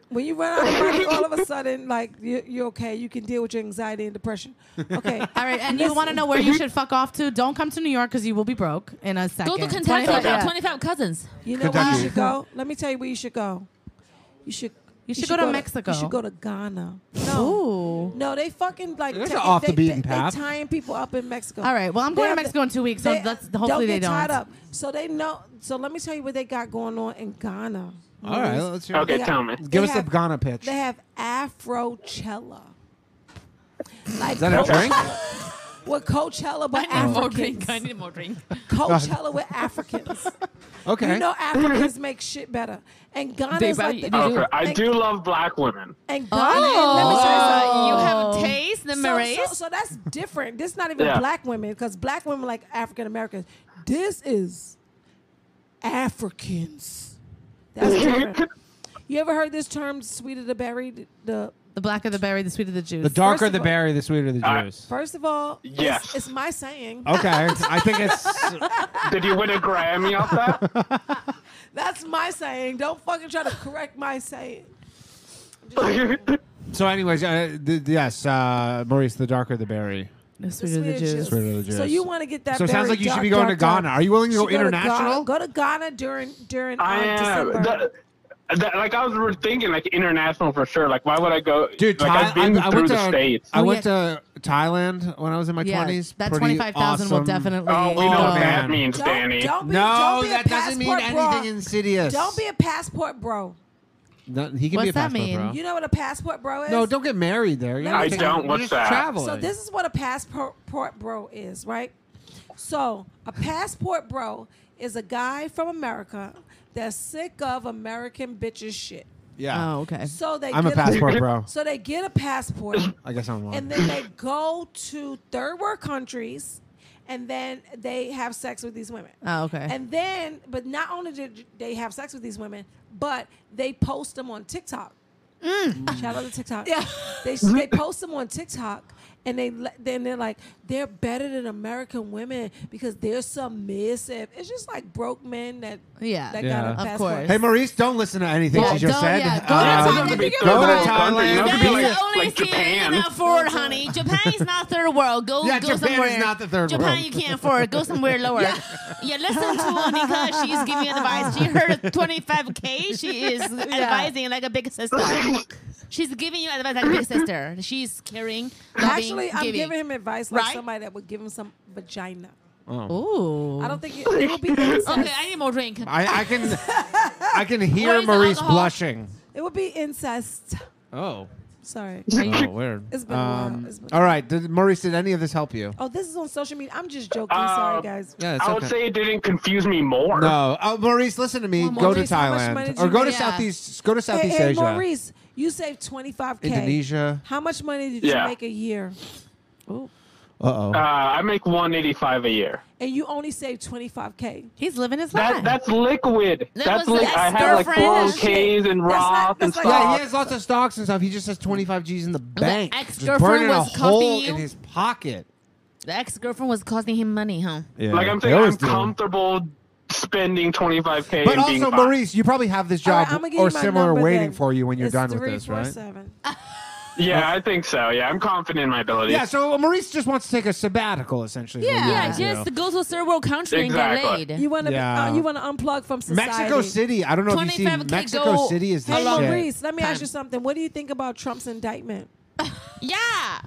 N: When you run out of money, all of a sudden, like, you're, you're okay. You can deal with your anxiety and depression. Okay.
P: All right, and you want to know where you should fuck off to? Don't come to New York because you will be broke in a second.
O: Go to Kentucky.
P: Twenty-five-
O: I have
P: yeah.
O: 25 cousins.
N: You know where you
E: Kentucky.
N: should go? Let me tell you where you should go. You should
P: You should go to Mexico.
N: You should go to Ghana. No. No, they fucking like
P: There's
N: ti-
P: an off
N: they,
P: the beaten
N: they-
P: path.
N: They tying people up in Mexico.
P: All right, well, I'm going to
N: have
P: Mexico in two weeks, so that's- hopefully
N: don't get
P: they don't.
N: Tied up. So they know. So let me tell you what they got going on in Ghana.
E: All right,
N: Maurice.
E: let's hear it. Okay,
N: They
E: tell me.
N: they
E: Give us the Ghana pitch.
N: They have Afrochella. Like
E: Is that a
N: Coach-
E: drink?
N: What Coachella, but
O: I need more
N: Africans.
O: drink. I need more drink.
N: Coachella with Africans.
E: Okay.
N: You know Africans make shit better, and Ghana
J: They
N: is like
J: value-
N: the,
J: okay. I
N: and-
J: do love black women.
N: And Ghana,
O: Oh.
N: let me tell you
O: Oh.
N: something.
O: You have taste, the
N: so,
O: Marais?
N: so, so that's different. This is not even
O: Yeah.
N: black women because black women like African Americans. This is Africans. That's different. you ever heard this term, sweet of the berry? The, the,
P: The blacker the berry, the sweeter the juice.
E: The darker
N: of
E: the
N: all-
E: berry, the sweeter the
J: Uh,
E: juice.
N: First of all, it's-
E: Yes.
N: it's, my saying.
E: okay, I think it's.
J: Did you win a Grammy off that?
N: That's my saying. Don't fucking try to correct my saying.
E: So, anyways, uh, th- yes, uh, Maurice, the darker the berry.
P: The
N: sweeter the juice.
E: Sweeter the juice.
N: So you want to get that?
E: So it sounds
N: berry
E: like you should
N: dark,
E: be going to
N: dark, dark.
E: Ghana. Are you willing to
N: You
E: go
N: Ghana.
E: international?
N: Go to Ghana during during.
J: I
N: uh,
J: am.
N: December.
J: That, that, like I was re- thinking, like international for sure. Like why would I go?
E: Dude,
J: like
E: Thai-
J: I've been
E: I- I
J: through
E: went
J: the
E: to-
J: states.
E: I went to Thailand when I was in my
J: Oh, Yeah,
E: twenties.
J: that
P: 25,000 will definitely Oh,
J: we know what that means, Don't- Danny.
N: Don't be,
E: no,
N: don't be a
E: that doesn't mean
N: passport
E: anything
N: bro.
E: insidious.
N: Don't be a passport bro.
E: No, he can be a passport bro.
N: You know what a passport bro is?
E: no, don't get married there. You're
N: Let me
E: not
N: tell
E: taking-
N: you.
E: you're just Traveling.
N: So this is what a passport port bro is, right? So a passport bro is a guy from America that's sick of American bitches shit.
E: Yeah.
P: Oh, okay.
N: So they
E: I'm a
N: get
E: passport bro.
N: So they get a passport.
E: I guess I'm wrong.
N: And then they go to third world countries and then they have sex with these women.
P: Oh, okay.
N: And then, but not only did they have sex with these women, but they post them on TikTok.
P: Mm.
N: Shout out to TikTok. Yeah. They, they post them on TikTok and they le- then they're like, they're better than American women because they're submissive. It's just like broke men that,
P: Yeah.
N: that
E: Yeah.
N: got a
E: Of
N: passport.
E: Hey, Maurice, don't listen to anything
N: Yeah,
E: she just
N: don't-
E: said. Um,
N: yeah,
O: go to Thailand.
E: go
O: Be
E: to
O: a
E: Thailand.
O: third world country. You
E: Be
O: could be
E: like-
O: the only
E: like
O: city you
E: Japan.
O: can afford, honey. Japan is not third world. Go,
E: Yeah,
O: go
E: Japan is
O: somewhere.
E: not the third
O: Japan
E: world.
O: you can't afford. Go somewhere lower.
E: Yeah.
O: yeah. listen to Monica. She's giving advice. She heard 25K. She is
P: Yeah.
O: advising like a big sister. She's giving you advice like a big sister. She's caring, loving,
N: Actually, I'm
O: giving.
N: giving him advice like
O: Right?
N: somebody that would give him some vagina.
P: Ooh.
N: I don't think it, it would be. incest.
O: Okay, I need more drink.
E: I, I can, I can hear
N: Where's the
E: Maurice
N: alcohol?
E: blushing.
N: It would be incest.
E: Oh.
N: Sorry.
E: Oh, weird.
N: It's been a while.
E: um,
N: It's been-
E: all right, did, Maurice, did any of this help you?
N: Oh, this is on social media. I'm just joking.
J: Uh,
N: Sorry, guys.
E: Yeah, it's
J: I would
E: okay.
J: say it didn't confuse me more.
E: No, uh, Maurice, listen to me.
N: Well,
E: go to
N: Maurice, how much money
E: Thailand
N: did
E: or
N: you
E: go to
N: make? Yeah.
E: Southeast. Go to Southeast
N: hey, hey,
E: Asia.
N: Maurice, you saved 25K.
E: Indonesia.
N: How much money did you
J: Yeah.
N: make a year?
E: Uh-oh.
J: Uh, I make 185 a year.
N: And you only saved 25K.
P: He's living his
J: That that's liquid.
N: That
J: that's
N: was
J: liquid. I have like
N: ex-girlfriend.
J: 401ks and
N: That's not-
J: Roth and stuff.
E: yeah, he has lots of stocks and stuff. He just has 25 G's in the bank. Just
O: ex-girlfriend
E: burning
O: was
E: a hole
O: copying you?
E: in his pocket.
O: The ex girlfriend was costing him money, huh?
E: Yeah,
J: like I'm
E: they
J: saying,
E: always
J: I'm
E: do.
J: comfortable spending 25k.
E: But
J: and being
E: also,
J: fine.
E: Maurice, you probably have this
J: All right,
E: job
J: I'ma give
E: or
J: you my
E: similar
J: number
E: waiting
J: then.
E: for you when you're
J: It's
E: done with
J: three,
E: this,
J: four,
E: right?
N: Seven.
J: Yeah, I think so. Yeah, I'm confident in my abilities.
E: Yeah, so uh, Maurice just wants to take a sabbatical, essentially. is what he
O: Yeah,
E: wants to
O: just
E: do.
O: go to a third world country
E: Exactly.
O: and get laid.
N: You want to
E: Yeah.
N: uh, you want to unplug from society.
E: Mexico City. I don't know if you've seen
O: 25K
E: Mexico
O: go
E: City is the
N: Hey,
E: shit.
N: Maurice, let me ask you something. What do you think about Trump's indictment?
O: yeah.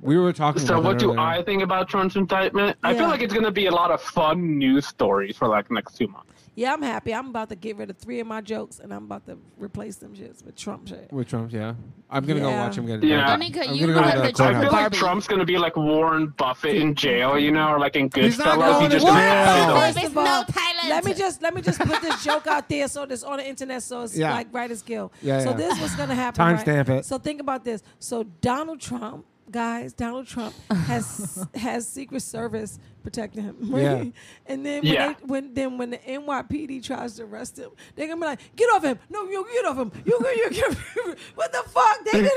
E: We were talking
J: So
E: about
J: what
E: that
J: do
E: earlier.
J: I think about Trump's indictment? I
N: Yeah.
J: feel like it's gonna be a lot of fun news stories for like next two months.
N: Yeah, I'm happy. I'm about to get rid of three of my jokes and I'm about to replace them shits with Trump shit.
E: With Trump, yeah. I'm going to go
N: Yeah.
E: watch him get it.
J: Yeah,
E: done. I'm gonna go to the
J: I feel
E: courthouse.
J: like Trump's gonna be like Warren Buffett in jail, you know, or like in
E: He's not
J: Goodfellas. He
E: going to
J: just
E: jail.
J: passes
N: First of all, Let me just let me just put this joke out there so it's on the internet so it's
E: Yeah.
N: like writer's guild.
E: Yeah,
N: so
E: yeah.
N: this was gonna happen.
E: Timestamp
N: right?
E: it.
N: So think about this. So Donald Trump, guys, Donald Trump has has Secret Service protecting him.
D: Yeah.
N: and then when,
D: Yeah.
N: they, when then when the NYPD tries to arrest him, they're gonna be like, get off him. No, you get off him. You you get off him." what the fuck? They gonna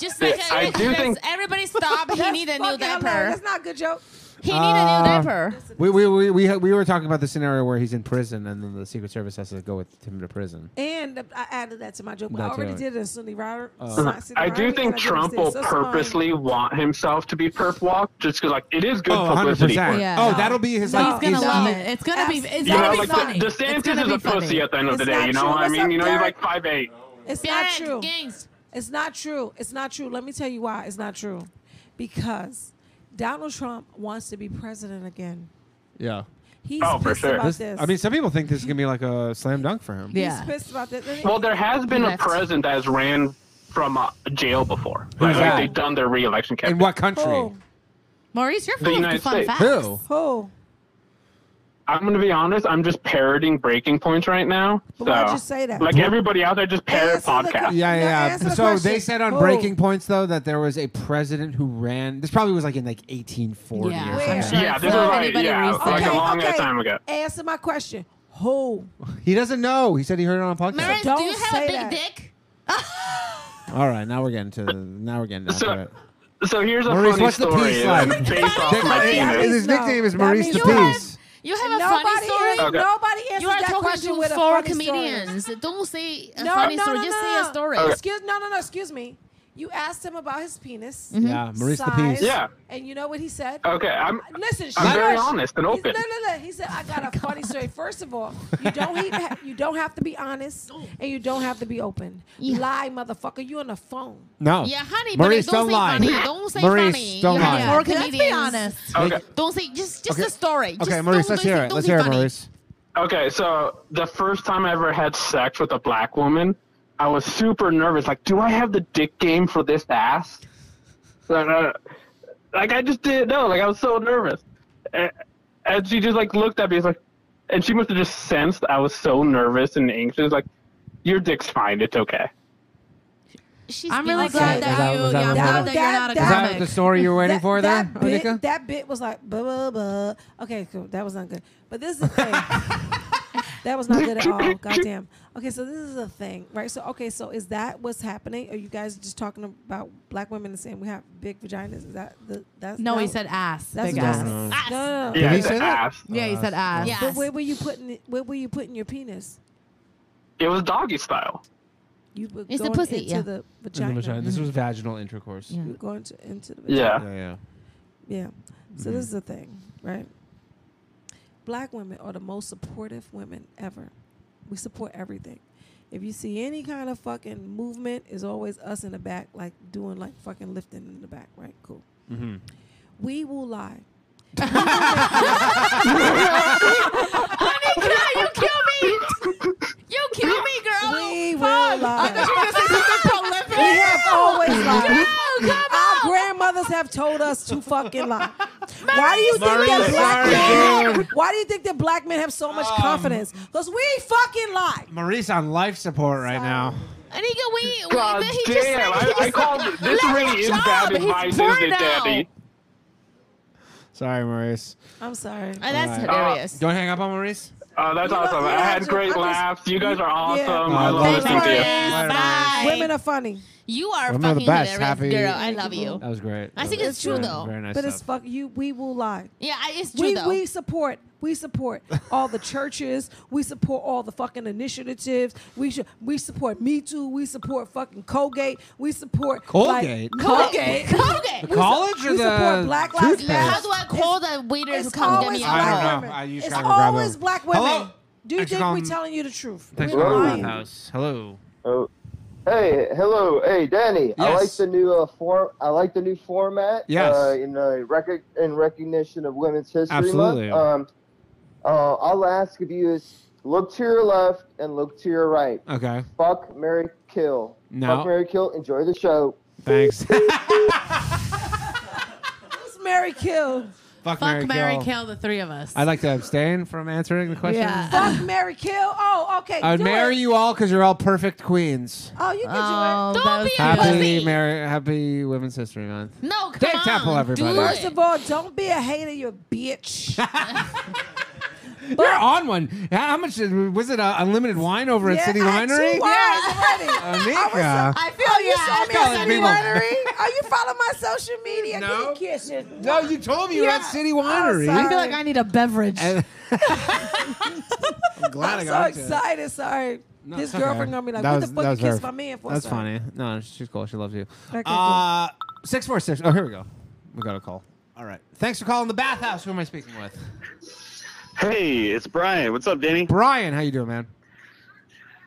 O: Just like
N: I do
O: everybody,
N: think-
O: everybody stop. He
N: That's
O: need a new
N: fucking hilarious.
O: diaper.
N: That's not a good joke.
O: He need
E: Uh,
O: a new diaper.
E: We we, we, we, ha- we were talking about the scenario where he's in prison and then the Secret Service has to go with him to prison.
N: And I added that to my joke. but I
E: Not
N: already
E: to-
N: did it in Cindy Ryder.
E: Uh,
N: Cindy
J: I do
N: Ryder, and
J: think
N: I did it
J: Trump
N: instead.
J: will
N: So it's fine.
J: purposely want himself to be perp walked just because, like, it is good
E: Oh,
J: publicity.
E: 100%. Yeah. Oh, that'll be his, uh, like,
P: He's gonna
E: he's-
P: love
E: he-
P: it. It's gonna be. It's
J: You
P: gonna
J: know,
P: be
J: like,
P: funny.
J: the
P: It's
J: DeSantis
P: gonna
J: is
P: be
J: a
P: funny.
J: pussy at the end of the
N: It's
J: day.
N: not
J: You know
N: true.
J: what I
N: What's
J: mean?
N: up,
J: You know, he's
N: Derek?
J: like five eight.
N: It's not true. It's not true. It's not true. Let me tell you why it's not true. Because Donald Trump wants to be president again.
E: Yeah.
N: He's
J: Oh,
N: pissed about this.
E: I mean, some people think this is gonna be like a slam dunk for him.
N: He's pissed about this. And
J: Well,
N: he-
J: there has been a
N: Next.
J: president that has ran from uh, jail before. Like,
E: Who's
J: like,
E: that?
J: they've done their reelection campaign.
E: In what country?
J: Oh.
P: Maurice, you're
J: The
P: full of
J: United
P: fun
J: States.
P: facts.
J: Who?
N: Who?
J: I'm going to be honest. I'm just parroting breaking points right now.
N: But
J: so,
N: why'd you say that?
J: Like everybody out there, just parrot podcasts.
E: Yeah, yeah.
J: answer the
E: so
J: question.
E: they said on
J: Who?
E: Breaking Points though that there was a president who ran. This probably was like in like 1840.
N: Yeah.
E: or
N: Wait,
E: something.
N: I'm
J: Yeah, this is like,
N: anybody
J: yeah,
N: recent.
J: like
N: Okay,
J: a long
N: okay.
J: ass time ago.
N: Answer my question. Who?
E: He doesn't know. He said he heard it on a podcast.
N: Maris,
O: do you have a big dick?
E: All right, now we're getting to the, now we're getting down
J: So-
E: to it.
J: So here's a
E: Maurice,
J: funny
E: what's the
J: story.
E: peace
J: and
E: like?
J: based off my penis.
E: His nickname is Maurice the
O: means you have-
E: Peace.
O: You have a
N: Nobody
O: funny story.
N: is- Okay. nobody answers
O: You are
N: that
O: talking
N: question
O: to
N: with a
O: four
N: funny story.
O: comedians. Don't say a funny story. Just say a story.
N: Excuse no, no, no. Excuse me. You asked him about his penis.
O: Mhm. Yeah,
J: Maurice the
N: size,
J: Penis. Yeah.
N: And you know what he said?
J: Okay, I'm-
N: Listen,
J: I'm
N: she-
J: very honest and
N: He-
J: open.
N: No, no, no. He said, "I
O: Oh
N: got a funny story." First of all, you don't he- you don't have to be honest, and you don't have to be open. Lie, motherfucker. You on the phone?
E: No.
O: Yeah, honey,
E: Maurice,
O: but don't,
E: don't
O: say
E: lie.
O: funny. Don't say
E: Maurice,
O: funny.
E: don't
O: you have four
E: lie. Yeah,
P: let's be
O: comedians.
P: honest.
E: Okay.
O: Don't say just just
E: Okay.
O: a story.
E: Okay,
O: Just
E: Maurice,
O: don't,
E: let's
O: don't
E: hear
O: say-
E: it.
O: don't
E: Let's
O: say
E: hear it,
O: funny.
E: Maurice.
J: Okay, so the first time I ever had sex with a black woman, I was super nervous. Like, do I have the dick game for this ass? Like, uh, like, I just didn't know. Like, I was so nervous. A- And she just like looked at me. It's like, and she must have just sensed I was so nervous and anxious. Like, your dick's fine. It's okay.
P: I'm really glad that,
E: that-
P: you.
E: was that
P: yeah, I'm
E: what
P: glad
E: that-
P: that you're not a
E: Is that
P: comic.
E: the story you're waiting for there,
N: that bit,
E: Onika?
N: that bit was like, blah, blah, blah. okay, cool. That was not good. But this is the thing. that was not good at all. Goddamn. Okay, so this is a thing, right? So, okay, so is that what's happening? Are you guys just talking about black women and saying we have big vaginas? Is that the, that's
P: No, he said ass.
N: That's
P: Big
N: what-
P: ass.
N: No,
P: Ass.
N: no, no.
P: Did Yeah, he he said say that? ass. Yeah, he said
E: Uh-huh.
P: ass.
N: But
P: Yes.
N: where were you putting it, where were you putting your penis?
J: It was doggy style.
N: You were
O: It's the
N: going
O: pussy,
N: into
O: yeah.
N: the
O: In the Mm-hmm.
N: vagina.
P: Mm-hmm.
E: This was vaginal intercourse.
N: You were going to, into the vagina.
J: Yeah.
E: Yeah, yeah.
N: Yeah. So
E: Mhm.
N: this is the thing, right? Black women are the most supportive women ever. We support everything. If you see any kind of fucking movement, it's always us in the back, like doing like fucking lifting in the back, right? Cool.
E: Mm-hmm.
N: We will lie.
O: Onika, you kill me. You kill me, girl.
N: We will
O: I
N: lie.
O: thought you were gonna say something prolific.
N: We have always lied.
O: Girl, come
N: Our grandmothers have told us to fucking lie. Why do you think
O: Marie,
N: that black
E: sorry,
N: men?
E: dude.
N: Why do you think that black men have so much
J: Um,
N: confidence? Because we fucking lie.
E: Maurice on life support right now.
O: Onika, we, we
J: God
O: he just said,
J: Uh, damn!
O: he
J: I,
O: just
J: I called. This
O: left
J: really
O: the
J: is
O: job.
J: bad
O: He's
J: advice,
O: poor
J: isn't it,
O: now.
J: Daddy?
E: Sorry, Maurice.
N: I'm sorry.
O: Oh,
E: All right. Don't hang up on Maurice.
J: Oh, that's
E: You know,
J: awesome.
E: you
J: I
E: know,
J: had
E: just-
J: great
E: I just-
J: laughs. You guys are awesome. I
E: I
J: love
E: love
J: listening to you.
N: Women are funny.
O: You are
E: Women are the
O: fucking
E: best.
O: hilarious,
E: Happy-
O: girl. I love you.
E: That was great.
O: I think it's true, though.
E: Very nice
N: but it's
E: stuff.
N: fuck you. We will lie.
O: Yeah, I- it's
N: we,
O: true, though.
N: We support. We support all the churches. We support all the fucking initiatives. We should. We support Me Too. We support fucking Colgate. We support
E: Colgate?
N: Like, Colgate.
O: Colgate.
E: The college or
N: we
E: the
N: support Black Lives
E: toothpaste?
N: Matter.
E: How
O: do I call the waiter
N: it's
O: who comes get
N: always
O: me
N: black
E: I don't know.
N: women.
E: I usually
N: it's
E: try to grab
N: always
E: it.
N: black women.
E: Hello? um,
N: Do you
E: Thanks for
N: think we're
E: calling-
N: telling you the truth?
E: Thanks
N: We're
E: for calling
N: lying.
E: the house. Hello.
K: Oh, hey, hello, hey, Danny. I like
E: Yes.
K: the new uh, form. I like the new format.
E: Yes.
K: Uh, in uh, rec- in recognition of Women's History
E: Absolutely.
K: Month. Um, uh, all I ask of you is look to your left and look to your right.
E: Okay.
K: Fuck, Mary, kill.
E: No.
K: Fuck, Mary, kill. Enjoy the show.
E: Thanks.
N: Who's Mary Kill?
E: Fuck, Mary,
P: Fuck Mary
E: kill.
P: Kill, the three of us.
E: I'd like to abstain from answering the question.
N: Fuck Mary Kill. Oh, okay.
E: I would
N: do
E: marry
N: it.
E: you all because you're all perfect queens.
N: Oh, you can
P: Oh,
N: do it.
P: that was
E: Happy, Mary, happy Women's History Month.
O: No, come
E: Dave Temple,
O: on.
E: everybody.
O: Do
N: First
O: it.
N: of all, don't be a hater, you bitch.
E: You're on one. How how much was it? Uh, unlimited wine over at City
Q: already.
E: Winery?
N: uh,
E: Amiga.
Q: I
P: feel
Q: oh, you.
P: ya.
Q: saw me
E: Calling
Q: at City
E: people.
Q: Winery? Are
N: Oh,
Q: you following my social media? No.
E: No, you told me you were at City Winery.
P: I feel like I need a beverage.
E: And- I'm glad
N: I'm
E: I
N: so
E: got to.
N: excited. Sorry. His
E: it's okay.
N: girlfriend gonna be like,
E: That
N: "What
E: was-
N: the
E: that
N: fuck
E: was
N: you kiss
E: her-
N: my man for?"
E: That's
N: son?"
E: funny. No, she's cool. She loves you.
N: Okay, cool.
E: uh, six four six. Oh, here we go. We got a call. All right. Thanks for calling the bathhouse. Who am I speaking with?
R: Hey, it's Brian. What's up, Danny?
E: Brian, how you doing, man?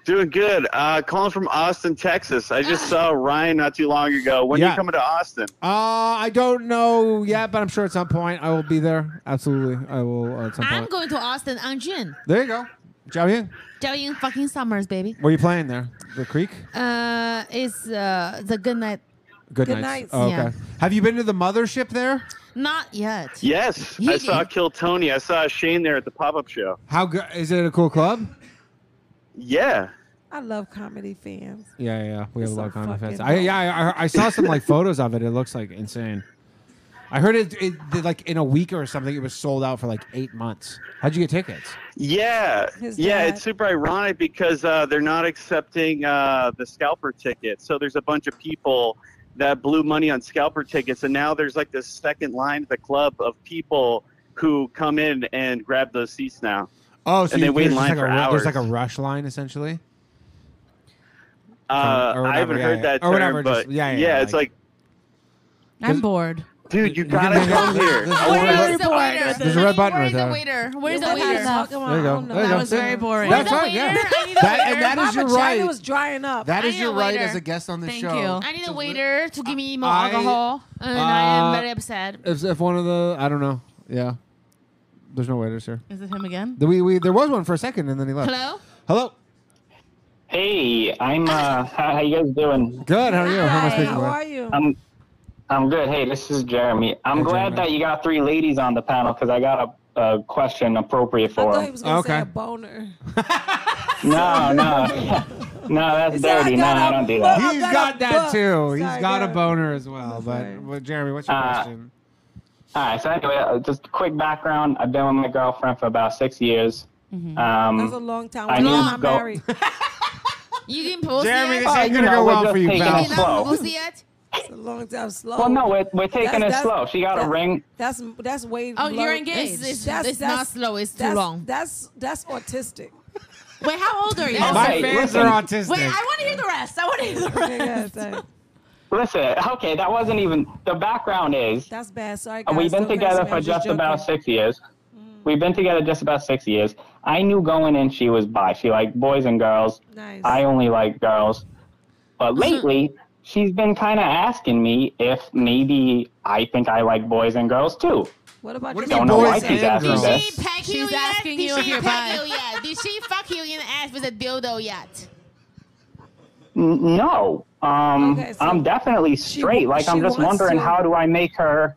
R: Doing good. Uh, calling from Austin, Texas. I just saw Ryan not too long ago. When are
E: Yeah.
R: you coming to Austin?
E: Uh, I don't know yet, but I'm sure at some point I will be there. Absolutely, I will uh, at some
O: I'm
E: point.
O: going to Austin on June.
E: There you go. Jiao Ying,
O: Jiaoying fucking summers, baby.
E: what are you playing there? The Creek.
O: Uh, it's uh the good night.
E: Good,
O: Good nights.
E: nights. Oh, okay.
O: Yeah.
E: Have you been to the mothership there?
O: Not yet.
R: Yes. I saw Kill Tony. I saw Shane there at the pop up show.
E: How good is it? A cool club?
R: Yeah.
N: I love comedy fans.
E: Yeah, yeah, yeah. We have a lot of common fans.
N: fucking
E: I, yeah, I, I saw some like photos of it. It looks like insane. I heard it, it did, like in a week or something. It was sold out for like eight months. How'd you get tickets?
R: Yeah.
N: His
R: yeah,
N: dad.
R: it's super ironic because uh, they're not accepting uh, the scalper ticket. So there's a bunch of people that blew money on scalper tickets, and now there's like this second line at the club of people who come in and grab those seats now.
E: Oh, so
R: and they
E: you,
R: wait
E: there's
R: in
E: just,
R: line
E: like
R: for
E: a, ru-
R: hours.
E: There's like a rush line essentially.
R: uh,
E: or whatever,
R: I haven't
E: yeah,
R: heard
E: yeah.
R: that
E: Or
R: term,
E: whatever,
R: but
E: just- yeah, yeah,
R: it's like,
P: I'm bored.
R: dude, you gotta come here.
P: There's a
R: I wanna-
P: red button.
E: There's a red button right there.
O: Waiter, where's
N: Yeah,
O: the
N: what are you
O: waiter?
N: talking
E: There you go. There you
P: That
E: go.
P: was very boring.
E: That's
P: Where's
E: right.
P: the
E: Yeah.
P: waiter? I need a
E: That, and
P: waiter.
E: that
P: My
E: is your
P: vagina
E: right.
P: was
N: drying up.
E: That
O: I
E: is
O: need
E: your
O: a
E: right
O: waiter.
E: as a guest on the
O: Thank
E: show.
O: you. I need a waiter to give me more
E: I-
O: alcohol, and I am very upset.
E: Uh, If, if one of the, I don't know. Yeah. There's no waiters here.
P: Is it him again?
E: The- We, we, there was one for a second and then he left.
P: Hello?
E: Hello.
C: Hey, I'm. Uh, how, how you guys doing?
E: Good. How are you? How am I speaking
N: How
E: with?
N: are you?
C: I'm. I'm good. Hey, this is Jeremy. I'm
E: Hey,
C: glad
E: Jeremy.
C: that you got three ladies on the panel because I got a, a question appropriate
N: I
C: for
N: thought
C: them.
N: he was gonna say a boner.
C: no, no, no, that's
N: said, "I
C: dirty. No,
N: got
C: I
N: a
C: don't do that.
E: He's got that too. He's
C: Sorry,
E: got a
C: go.
E: boner as well. But, but Jeremy, what's your
C: Uh,
E: question?
C: All right. So anyway, uh, just quick background. I've been with my girlfriend for about six years. Um,
N: That's a long time.
C: I
N: We're
C: knew
N: not
C: go-
N: married.
O: You can post
E: Jeremy,
O: yet?
E: this ain't gonna go
C: we're
E: well
C: just
E: for you,
C: taking
E: pal.
C: it slow.
O: Post yet?
N: It's a long time slow.
C: Well, no, we're, we're taking
N: That's-
C: it slow. She got a
N: that-
C: ring.
N: That's that's way.
P: Oh, you're
N: low-
P: engaged. It's- it's- it's not slow, it's too
N: that's-
P: long.
N: That's that's autistic.
P: Wait, how old are you?
C: My Okay, fans listen. are autistic.
P: Wait, I want to hear the rest. I want to hear the rest.
C: Listen, okay, that wasn't even. The background is
N: That's bad. Sorry,
C: Uh,
N: guys.
C: We've been
N: Don't curse
C: together
N: me. I'm
C: for just
N: joking. Mm.
C: about six years. We've been together just about six years. I knew going in she was bi. She liked boys and girls.
N: Nice. Uh-huh.
C: I only like girls. But lately, she's been kind of asking me if maybe I think I like boys and girls too.
N: What about
C: I
N: what
C: don't know why she's asking
O: Did
C: this.
O: she peck you
P: She's
O: yet?
P: asking
O: Did
P: you if
O: she
P: you're
O: peck
P: bi.
O: you yet? Did she fuck you in the ass with a dildo yet?
C: N- No, um,
O: Okay, so
C: I'm definitely
O: she-
C: straight. like
O: she
C: I'm just
O: wants
C: wondering
O: to-
C: how do I make her,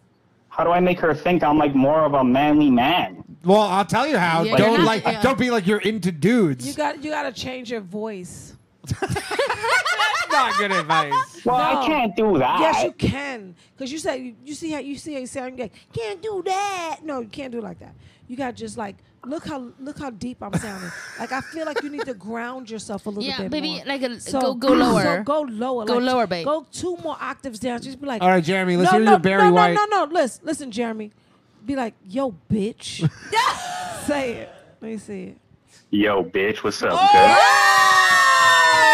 C: how do I make her think I'm like more of a manly man?
E: Well, I'll tell you how.
N: Yeah,
E: don't
N: you're
E: like,
N: not- yeah.
E: don't be like you're into dudes.
N: You got you got to change your voice.
E: That's not good advice.
C: Well, I can't do that.
N: Yes, you can, cause you say you see how you see how you sound. You're like, can't do that. No, you can't do it like that. You got to just like look how look how deep I'm sounding. like I feel like you need to ground yourself a little
O: Yeah,
N: bit.
O: baby,
N: more.
O: like a- go- go lower.
N: So go lower.
O: Go
N: like,
O: lower, babe.
N: Go two more octaves down. Just be like,
E: All right, Jeremy, let's
N: no,
E: hear
N: no,
E: your Barry
N: no,
E: White.
N: No, no, no, listen, listen, Jeremy. Be like, yo, bitch. say it. Let me see it.
C: Yo, bitch, what's up,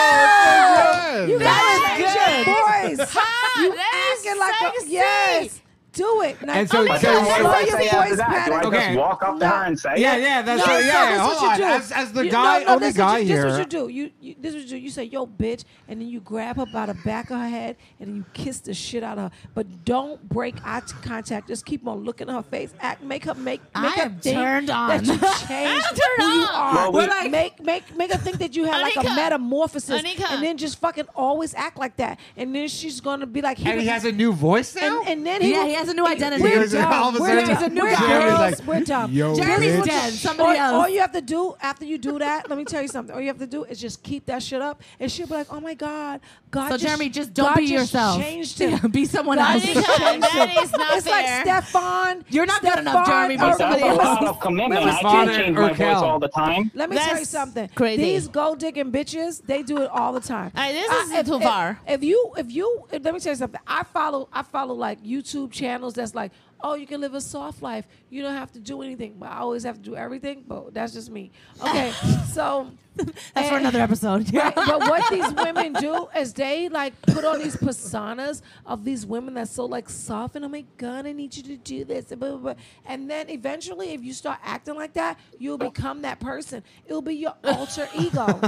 O: Oh,
N: You
Q: That
N: gotta
Q: is
N: change your voice.
Q: good.
N: you
Q: That is
N: acting like a
Q: sexy.
N: yes. Do it. Now,
E: And so-
N: slow
E: But then what do I
N: your
E: say after that?
N: voice
E: Do I
N: pattern.
E: just Okay. walk up to her and say Yeah, it? yeah, that's
N: no,
E: what-
N: no,
E: yeah,
N: that's
E: hold
N: what you
E: on.
N: do.
E: As- as the
N: You-
E: guy-
N: no, no,
E: only
N: that's what
E: guy
N: you- This is
E: here-
N: what you do. You, you, this is what you do. You say, yo, bitch, and then you grab her by the back of her head and then you kiss the shit out of her. But don't break eye t- contact. Just keep on looking at her face. Act, make her make, make
P: I
N: her
P: am
N: think
P: turned
N: That
P: on.
N: you changed
P: I'm turned
N: who you
P: on.
N: are.
P: Well, we-
N: We're like, make, make, make her think that you had like a
P: Anika.
N: metamorphosis.
P: Anika.
N: And then just fucking always act like that. And then she's going to be like,
E: And he has a new voice now.
N: and, and then he,
P: Yeah,
N: will-
P: he has has a new identity.
N: We're dumb. We're dumb. We're girls. We're dumb.
P: Yo, Jeremy's bitch. dead. Somebody
N: all,
P: else.
N: All you have to do after you do that, let me tell you something. All you have to do is just keep that shit up, and she'll be like, "Oh my God, God."
P: So,
N: just,
P: Jeremy, just don't
N: God
P: be
N: just
P: yourself.
N: Changed him.
P: Yeah, be someone
N: God
P: else.
N: just changed
P: That
N: him.
P: is not
N: It's
P: fair.
N: like Stefan.
P: You're not good enough,
N: Stefan
P: Jeremy, but
N: or
P: somebody
N: Stefan.
P: else.
C: lot of commitment.
N: Remember
C: I can't
N: Stefan
C: change my
N: Urkel.
C: voice all the time.
N: Let me tell you
P: That's
N: something.
P: crazy.
N: These gold digging bitches, they do it all the time.
O: this
N: Uh,
O: is too far.
N: If, you, if you, if- let me tell you something. I follow, I follow like YouTube channels that's like, oh, you can live a soft life. You don't have to do anything. But I always have to do everything. But that's just me. Okay, so
P: That's for another episode.
N: Eh, Right, but what these women do is they like put on these personas of these women that's so like soft and oh my god, I need you to do this and blah, blah, blah. And then eventually, if you start acting like that, you'll become that person. It'll be your alter ego.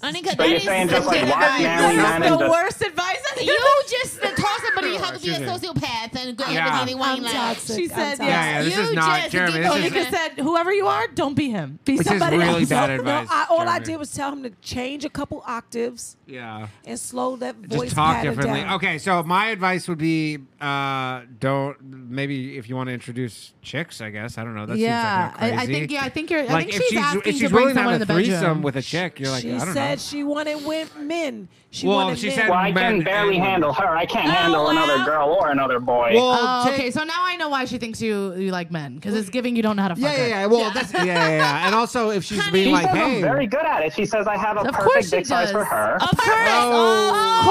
O: Anika,
N: So you're
O: that
N: saying
O: is such
N: just like
O: good
N: Rock
O: advice.
N: Man, we
O: That
N: not
O: is
N: in the-
O: the worst advice. You just told somebody how to be a
P: Excuse
O: sociopath and go
P: Yeah.
O: everything they want. in
P: I'm
O: life.
P: toxic. She I'm said, toxic.
O: yes.
P: Yeah, yeah,
S: this
O: you
S: is not
O: just
S: Jeremy,
O: give
S: this
O: a
S: is-
P: Monica said, "Whoever you are, don't be him. Be
S: This is
P: somebody
S: really
P: else."
S: bad
N: no,
S: advice,
N: I, all I
S: Jeremy.
N: did was tell him to change a couple octaves
E: Yeah.
N: and slow that voice
E: Just talk
N: pattern
E: differently.
N: down.
E: Okay, so my advice would be uh, don't maybe if you want to introduce chicks, I guess I don't know. That
P: Yeah,
E: seems like
P: I-
E: not
P: I
E: crazy.
P: think- yeah, I think you're- I
E: Like,
P: think
E: if
P: she's
E: she's
P: asking
E: if
P: to
E: she's
P: bring
E: willing to
P: someone in
E: have a
P: the bedroom.
E: threesome with a chick, you're like
N: She
E: I don't
N: said
E: know.
N: she wanted wi- men. She
E: Well,
N: wanted
E: she
N: men.
E: said
C: Well, I can
E: men
C: barely
E: and-
C: handle her. I can't
E: Oh,
C: handle another girl or another boy.
P: Oh, okay, so now I know why she thinks you, you like men because it's giving you don't know how to fuck.
E: Yeah, yeah,
P: her.
E: yeah. Well, that's yeah, yeah, yeah. And also, if she's
C: She
E: being like,
C: says
E: hey,
C: I'm very good at it. She says I have a
P: Of
C: perfect
P: course
C: dick
P: she does.
C: size for her.
P: Of
O: course.
P: Oh.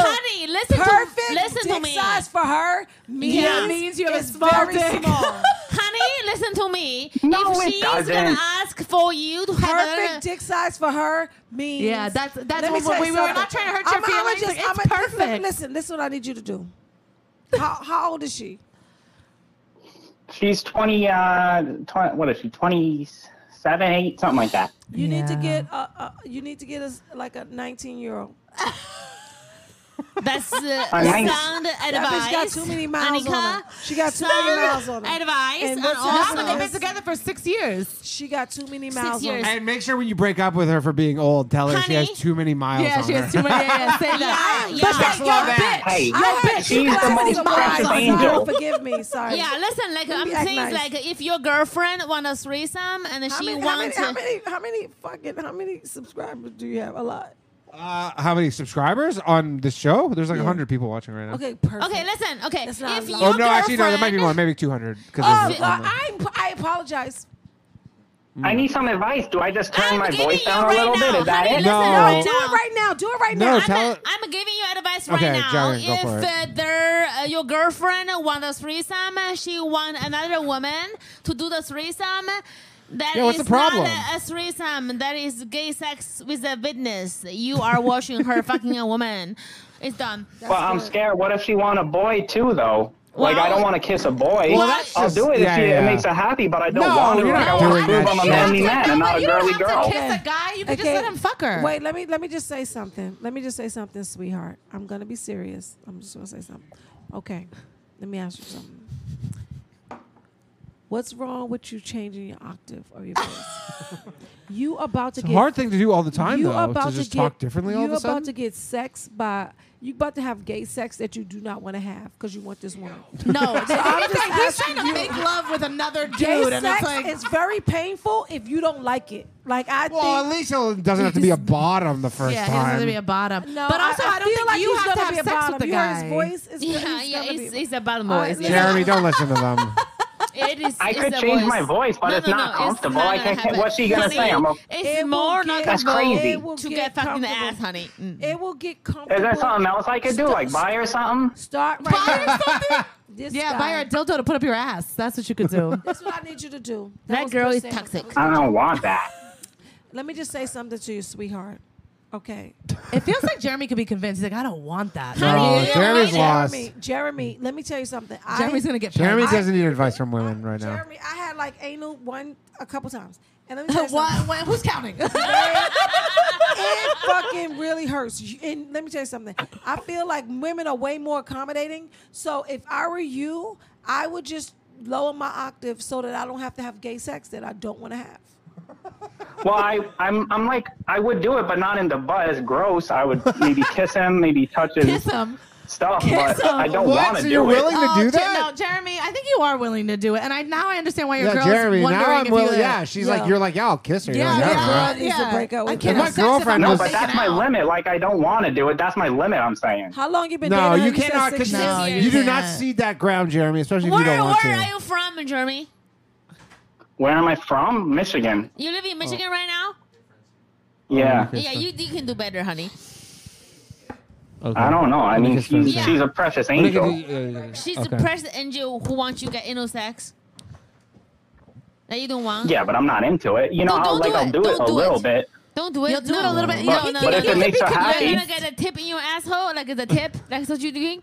O: Oh, honey, listen
N: Perfect
O: to listen
N: dick
O: to me.
N: size for her means,
O: Yeah.
N: means you have
P: a small
N: very
P: dick.
N: small.
O: honey, listen to me.
N: No,
O: if
N: it
O: she's gonna
N: doesn't.
O: ask for you to have
N: Perfect dick size for her means.
P: Yeah, that's- that's
N: Let me
P: what
N: tell you
P: we- we were
N: something.
P: not trying to hurt your
N: I'ma- I'ma
P: feelings. It's
N: I'ma- let- let-
P: perfect.
N: Listen, this is what I need you to do. How, how old is she?
C: She's 20, uh, 20, what is she, 27, 8, something like that.
N: You need to get a, a Uh, you need to get us like a 19 year old.
O: That's uh,
N: All right.
O: sound advice.
N: That bitch got too many miles on her.
O: Anika,
N: She got too
O: sound
N: many miles on her.
O: advice
N: And
O: on
N: what's
O: all
N: happening
P: They've been
N: is-
P: together for six years.
N: She got too many miles on
O: years.
N: her.
E: and make sure when you break up with her for being old, tell her she has too many miles.
P: Yeah,
E: on
P: she
E: her.
P: has too many. Yeah, yeah, say that.
O: Yeah,
P: But
O: yeah.
P: that- yo, bitch.
E: Hey,
P: yo,
N: I heard
P: bitch,
N: she
P: you
N: got
P: got
N: too
P: many
N: many
P: miles
N: miles
P: on
N: on
P: her.
N: her. Forgive me, sorry.
O: Yeah, listen, like
N: Let
O: I'm
N: me act
O: saying,
N: nice.
O: like if your girlfriend want a threesome and
N: How
O: she
N: many,
O: wants
N: how
O: to-
N: many, how many, how many fucking, how many subscribers do you have? A lot.
E: Uh, how many subscribers on this show? There's like hundred people watching right now.
N: Okay, perfect.
O: Okay, listen. Okay, if your
E: Oh no, actually no, there
O: girlfriend-
E: might be more, maybe two hundred.
N: Oh, well, I, I apologize.
C: I need some advice. Do I just turn my
O: giving
C: voice
O: you
C: down a
O: right
C: little
O: now,
C: bit? Is that
O: honey,
C: it?
E: No. listen,
N: No,
E: right
N: do it right now. Do it right
E: No,
N: now.
E: tell her-
O: I'm giving you advice
E: Okay,
O: right now.
E: Jillian, go
O: if
E: for it.
O: uh, there, uh, your girlfriend want a threesome, uh, she want another woman to do the threesome. That is
E: Yeah, what's the problem?
O: not a- a threesome. That is gay sex with a witness. You are watching her fucking a woman. It's done.
C: Well, I'm scared. What if she want a boy too, though? Like I don't want to kiss a boy.
O: Well, that's
C: I'll
O: just-
C: do it
E: yeah,
C: if she,
E: yeah.
C: it makes her happy, but I don't
E: No,
C: want to.
E: you're
C: Like,
E: not
C: I want
E: doing
C: to prove
E: that
C: I'm a
E: shit.
C: manly man and not a
P: you don't
C: girly
P: have to
C: girl.
P: kiss a guy. You can just let him fuck her.
N: Wait, let me let me just say something. Let me just say something, sweetheart. I'm gonna be serious. I'm just gonna say something. Okay, let me ask you something. What's wrong with you changing your octave or your voice? you about to
E: It's a
N: get
E: hard thing to do all the time,
N: you
E: though,
N: About
E: to
N: to
E: just
N: get,
E: talk differently all
N: you
E: of a sudden.
N: about to get sex by you about to have gay sex that you do not want to have because you want this woman.
P: No,
N: so I'm just
P: he's
N: asking
P: trying to
N: you-
P: make love with another dude,
N: Gay
P: and
N: sex
P: it's like
N: is very painful if you don't like it. Like I
E: well,
N: think
E: at least it doesn't have to be a bottom the first
P: yeah, he doesn't
E: time.
P: have to be a bottom.
N: No,
P: but also, I, don't
N: feel
P: think
N: like
P: you
N: he's
P: have to have
N: gonna be a
P: sex
N: bottom.
P: with the
N: You heard
P: guy.
N: his voice Uh, is
O: Yeah, yeah, it's, it's a bottom voice.
E: Jeremy, don't listen to them.
O: It is.
C: I
O: it's
C: could
O: a
C: change my voice, but it's not comfortable. I can't-
O: happen.
C: what's she gonna
O: Honey,
C: say? I'm a-
O: It's
N: will
O: more not
N: get-
C: That's crazy.
O: comfortable
N: will
O: to get
N: get
O: fucked in the
N: comfortable.
O: ass, honey. Mm.
N: it will get comfortable.
C: Is there something else I could do? Like buy her something?
N: Start right buy now. This
P: Yeah,
N: guy.
P: buy her a dildo to put up your ass. That's what you could do.
N: That's what I need you to do.
O: That
N: was
O: girl is
N: Sam.
O: toxic.
C: I don't want that.
N: Let me just say something to you, sweetheart. Okay.
P: it feels like Jeremy could be convinced. He's like, I don't want that.
E: No, Jeremy's lost.
N: Jeremy, Jeremy, let me tell you something.
P: Jeremy's
N: I,
P: gonna get.
E: Jeremy
P: pregnant.
E: doesn't need advice from women right now.
N: Jeremy, I had like anal one a couple times. And let me tell you
P: What-
N: something.
P: what- who's counting?
N: it fucking really hurts. You- And let me tell you something. I feel like women are way more accommodating. So if I were you, I would just lower my octave so that I don't have to have gay sex that I don't want to have.
C: Well, I, I'm, I'm like, I would do it, but not in the butt. It's gross. I would maybe kiss him, maybe touch his.
P: Kiss him.
C: stuff, but I don't want to do it.
P: Oh, Jer- no, Jeremy, I think you are willing to do it, and I now I understand why your
E: Yeah,
P: girl's
E: Jeremy.
P: wondering
E: Now
P: if
E: I'm willing.
P: you.
E: Yeah, she's like, you're like, yeah, I'll kiss her. You're
P: Yeah,
E: like,
P: yeah,
E: bro.
P: yeah.
N: to break up
P: I
N: with
P: can't
N: her.
E: My girlfriend
C: No,
E: was.
C: but that's my limit. Like I don't want to do it. That's my limit. I'm saying.
N: How long you been
E: No,
N: dating? her?
E: you
N: said
E: cannot.
N: six
E: Cause
N: years.
O: No,
E: you
O: you
E: do not
O: can't.
E: cede that ground, Jeremy, especially if
O: Where,
E: you don't want
O: where are
E: to.
O: you from, Jeremy?
C: Where am I from? Michigan.
O: You
P: Oh.
O: live in Michigan right now?
E: Oh,
C: Yeah.
O: Yeah, you, you can do better, honey.
C: I don't know. I
E: Let me
C: mean,
E: just finish
C: she's,
O: this.
C: she's a precious
E: Let me uh, get
C: angel.
O: She's
C: Okay.
O: the precious angel who wants you to get anal sex. That you don't want.
C: Yeah, but I'm not into it. You know,
O: Don't-
C: I'll
O: don't
C: like
O: do
C: I'll
O: it.
C: do it
O: Don't
C: a
O: do
C: little
O: it.
C: bit.
O: Don't do it. You'll do
C: it a little bit.
O: No,
C: But-
O: no,
C: but
O: no.
C: if it makes her happy-
O: You're gonna get a tip in your asshole, like it's a tip. That's what you're doing.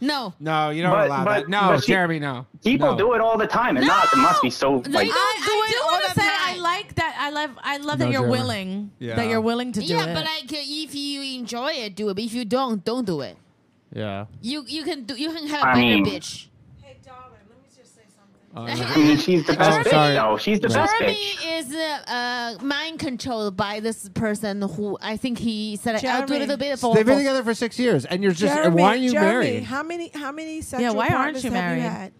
O: No.
E: No, you don't
C: But-
E: allow
C: but-
E: that. No,
C: but she-
E: Jeremy, no.
C: People
E: No.
C: do it all the time, and not it must be so like.
P: I, I do want to say I like that. I love. I love
C: No,
P: that you're
C: Jeremy.
P: willing.
E: Yeah.
P: That you're willing to do
O: yeah,
P: it.
O: but like if you enjoy it, do it. But if you don't, don't do it.
E: Yeah.
O: You you can do you can have a
C: I
O: better
C: mean-
O: bitch.
C: I mean, she's the
E: Oh,
C: best bitch,
E: sorry.
C: though. She's the best
O: Jeremy
C: bitch.
O: is uh, uh, mind controlled by this person who I think he said I'll do a
N: Jeremy.
O: little bit for.
E: They've been
O: for-
E: together for six years, and you're just.
N: Jeremy,
E: why are you
N: Jeremy,
E: married?
N: How many? How many sexual
P: why aren't
N: partners
P: you
N: have
P: married?
N: you had?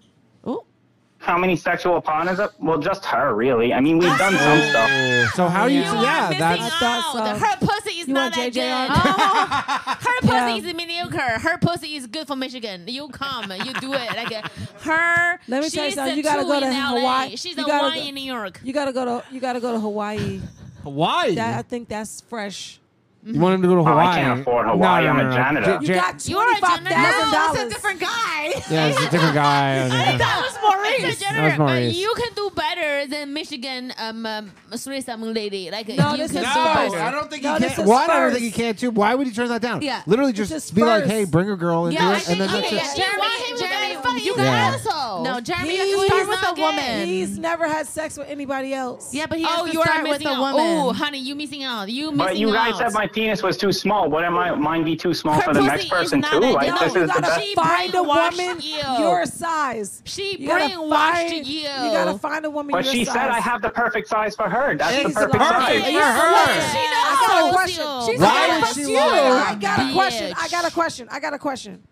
C: How many sexual partners? Up? Well, just her, really. I mean, we've done some stuff.
E: Oh, So how
O: You are missing out. Her pussy is
N: You
O: not that
N: want JJ on?
O: good. Oh, Her pussy is mediocre. Her pussy is good for Michigan. You come, you do it. Like uh, her.
N: Let me tell you
O: she's
N: something.
O: a
N: You gotta
O: two
N: go to
O: in LA.
N: Hawaii.
O: She's
N: You
O: a
N: gotta
O: one
N: go-
O: in New York.
N: You gotta go to. You gotta go to Hawaii.
E: Hawaii.
N: That, I think that's fresh.
E: You want him to go to
C: Oh,
E: Hawaii?
C: I can't afford Hawaii. I'm a
E: J-
C: janitor.
N: You
E: J-
N: got
O: You are a
N: twenty-five thousand
O: janitor.
N: dollars.
O: different guy.
E: yeah, it's a different guy. I don't know.
O: That was Maurice.
E: That was Maurice.
O: You can do better than Michigan um, um threesome lady. Like
N: No,
O: you
N: this
O: can
N: is
O: do
N: first.
O: better.
N: I don't think he No, can- this is
E: Why? I don't
N: first.
E: think he can too. Why would he turn that down?
O: Yeah.
E: Literally,
O: It's
E: just
O: just
E: be like,
O: first.
E: "Hey, bring a girl and
O: Yeah,
E: do
O: I
E: it," and
O: think
E: that's
O: he-
E: it.
O: yeah,
P: Jeremy,
O: want him to
P: Jeremy,
O: get funny.
P: you
E: got Yeah.
O: asshole.
P: No, Jeremy,
N: He's
P: you have to start with
O: not
P: a
O: gay.
P: woman.
N: He's never had sex with anybody else.
P: yeah, but he has
O: Oh,
P: to
O: you are
P: start with
O: missing
P: a
O: out.
P: woman.
O: Oh, honey, you missing out. You missing
C: But you guys
O: out.
C: said my penis was too small. What am I? Mine be too small
O: Her
C: for the
O: pussy
C: next
O: is
C: person
O: not
C: too?
O: that
C: Like
O: big.
C: this
O: No,
C: is
N: You
C: the
N: gotta
C: best.
N: find a
O: brainwashed
N: woman
O: you.
N: your size.
O: She
N: You gotta
O: brainwashed
N: find-
O: you.
N: You gotta find a woman
C: But
N: your
C: she
N: size.
C: said I have the perfect size for her. That's
E: She's
C: the perfect
E: the perfect
C: size.
E: size. You're her.
O: She
N: I got a
O: knows
N: question.
O: you.
N: She's
E: Why
N: like,
E: would
N: "Fuck
E: she
N: you."
E: lie?
N: I got a question. I
O: Bitch.
N: got a question. I got a question.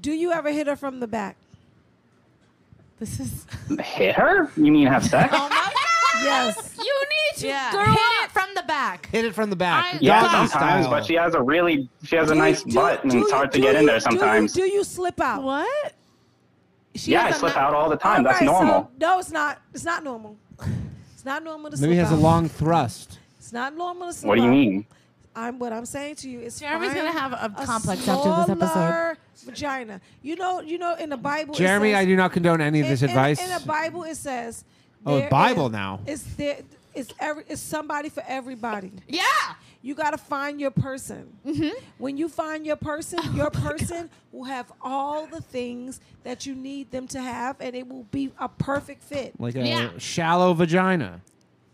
N: Do you ever hit her from the back?
P: This is
C: Hit her? You mean have sex?
N: Oh Yes.
O: You need to
P: yeah.
O: grow
P: Hit
O: up.
P: it from the back.
E: Hit it from the back.
O: I-
C: Yeah,
E: Doggy
C: sometimes.
E: style.
C: But she has a really, she has a
N: Do you-
C: nice
N: do-
C: butt, and
N: do
C: it's
N: you-
C: hard to
N: do
C: get in
N: you-
C: there
N: do you-
C: sometimes.
N: Do you, slip out?
P: What? She
C: Yeah, I
P: has a
C: slip
P: nut-
C: out all the time. That's
N: Right, so-
C: normal.
N: no, it's not. It's not normal. It's not normal to slip
E: Maybe he has a
N: out.
E: long thrust.
N: It's not normal to slip
C: What do you
N: out.
C: mean?
N: I'm what I'm saying to you is
P: Jeremy's
N: find
P: gonna have a complex after
N: smaller
P: this episode.
N: Vagina. You know, you know, in the Bible. it
E: Jeremy,
N: says,
E: I do not condone any of
N: in-
E: this
N: in,
E: advice.
N: In, the Bible, it says.
E: Oh,
N: there
E: Bible
N: is-
E: now.
N: It's there. It's every. It's somebody for everybody.
O: Yeah.
N: You gotta find your person.
P: Mm-hmm.
N: When you find your person,
P: Oh
N: your person will have all the things that you need them to have, and it will be a perfect fit.
E: like a
O: Yeah.
E: shallow vagina.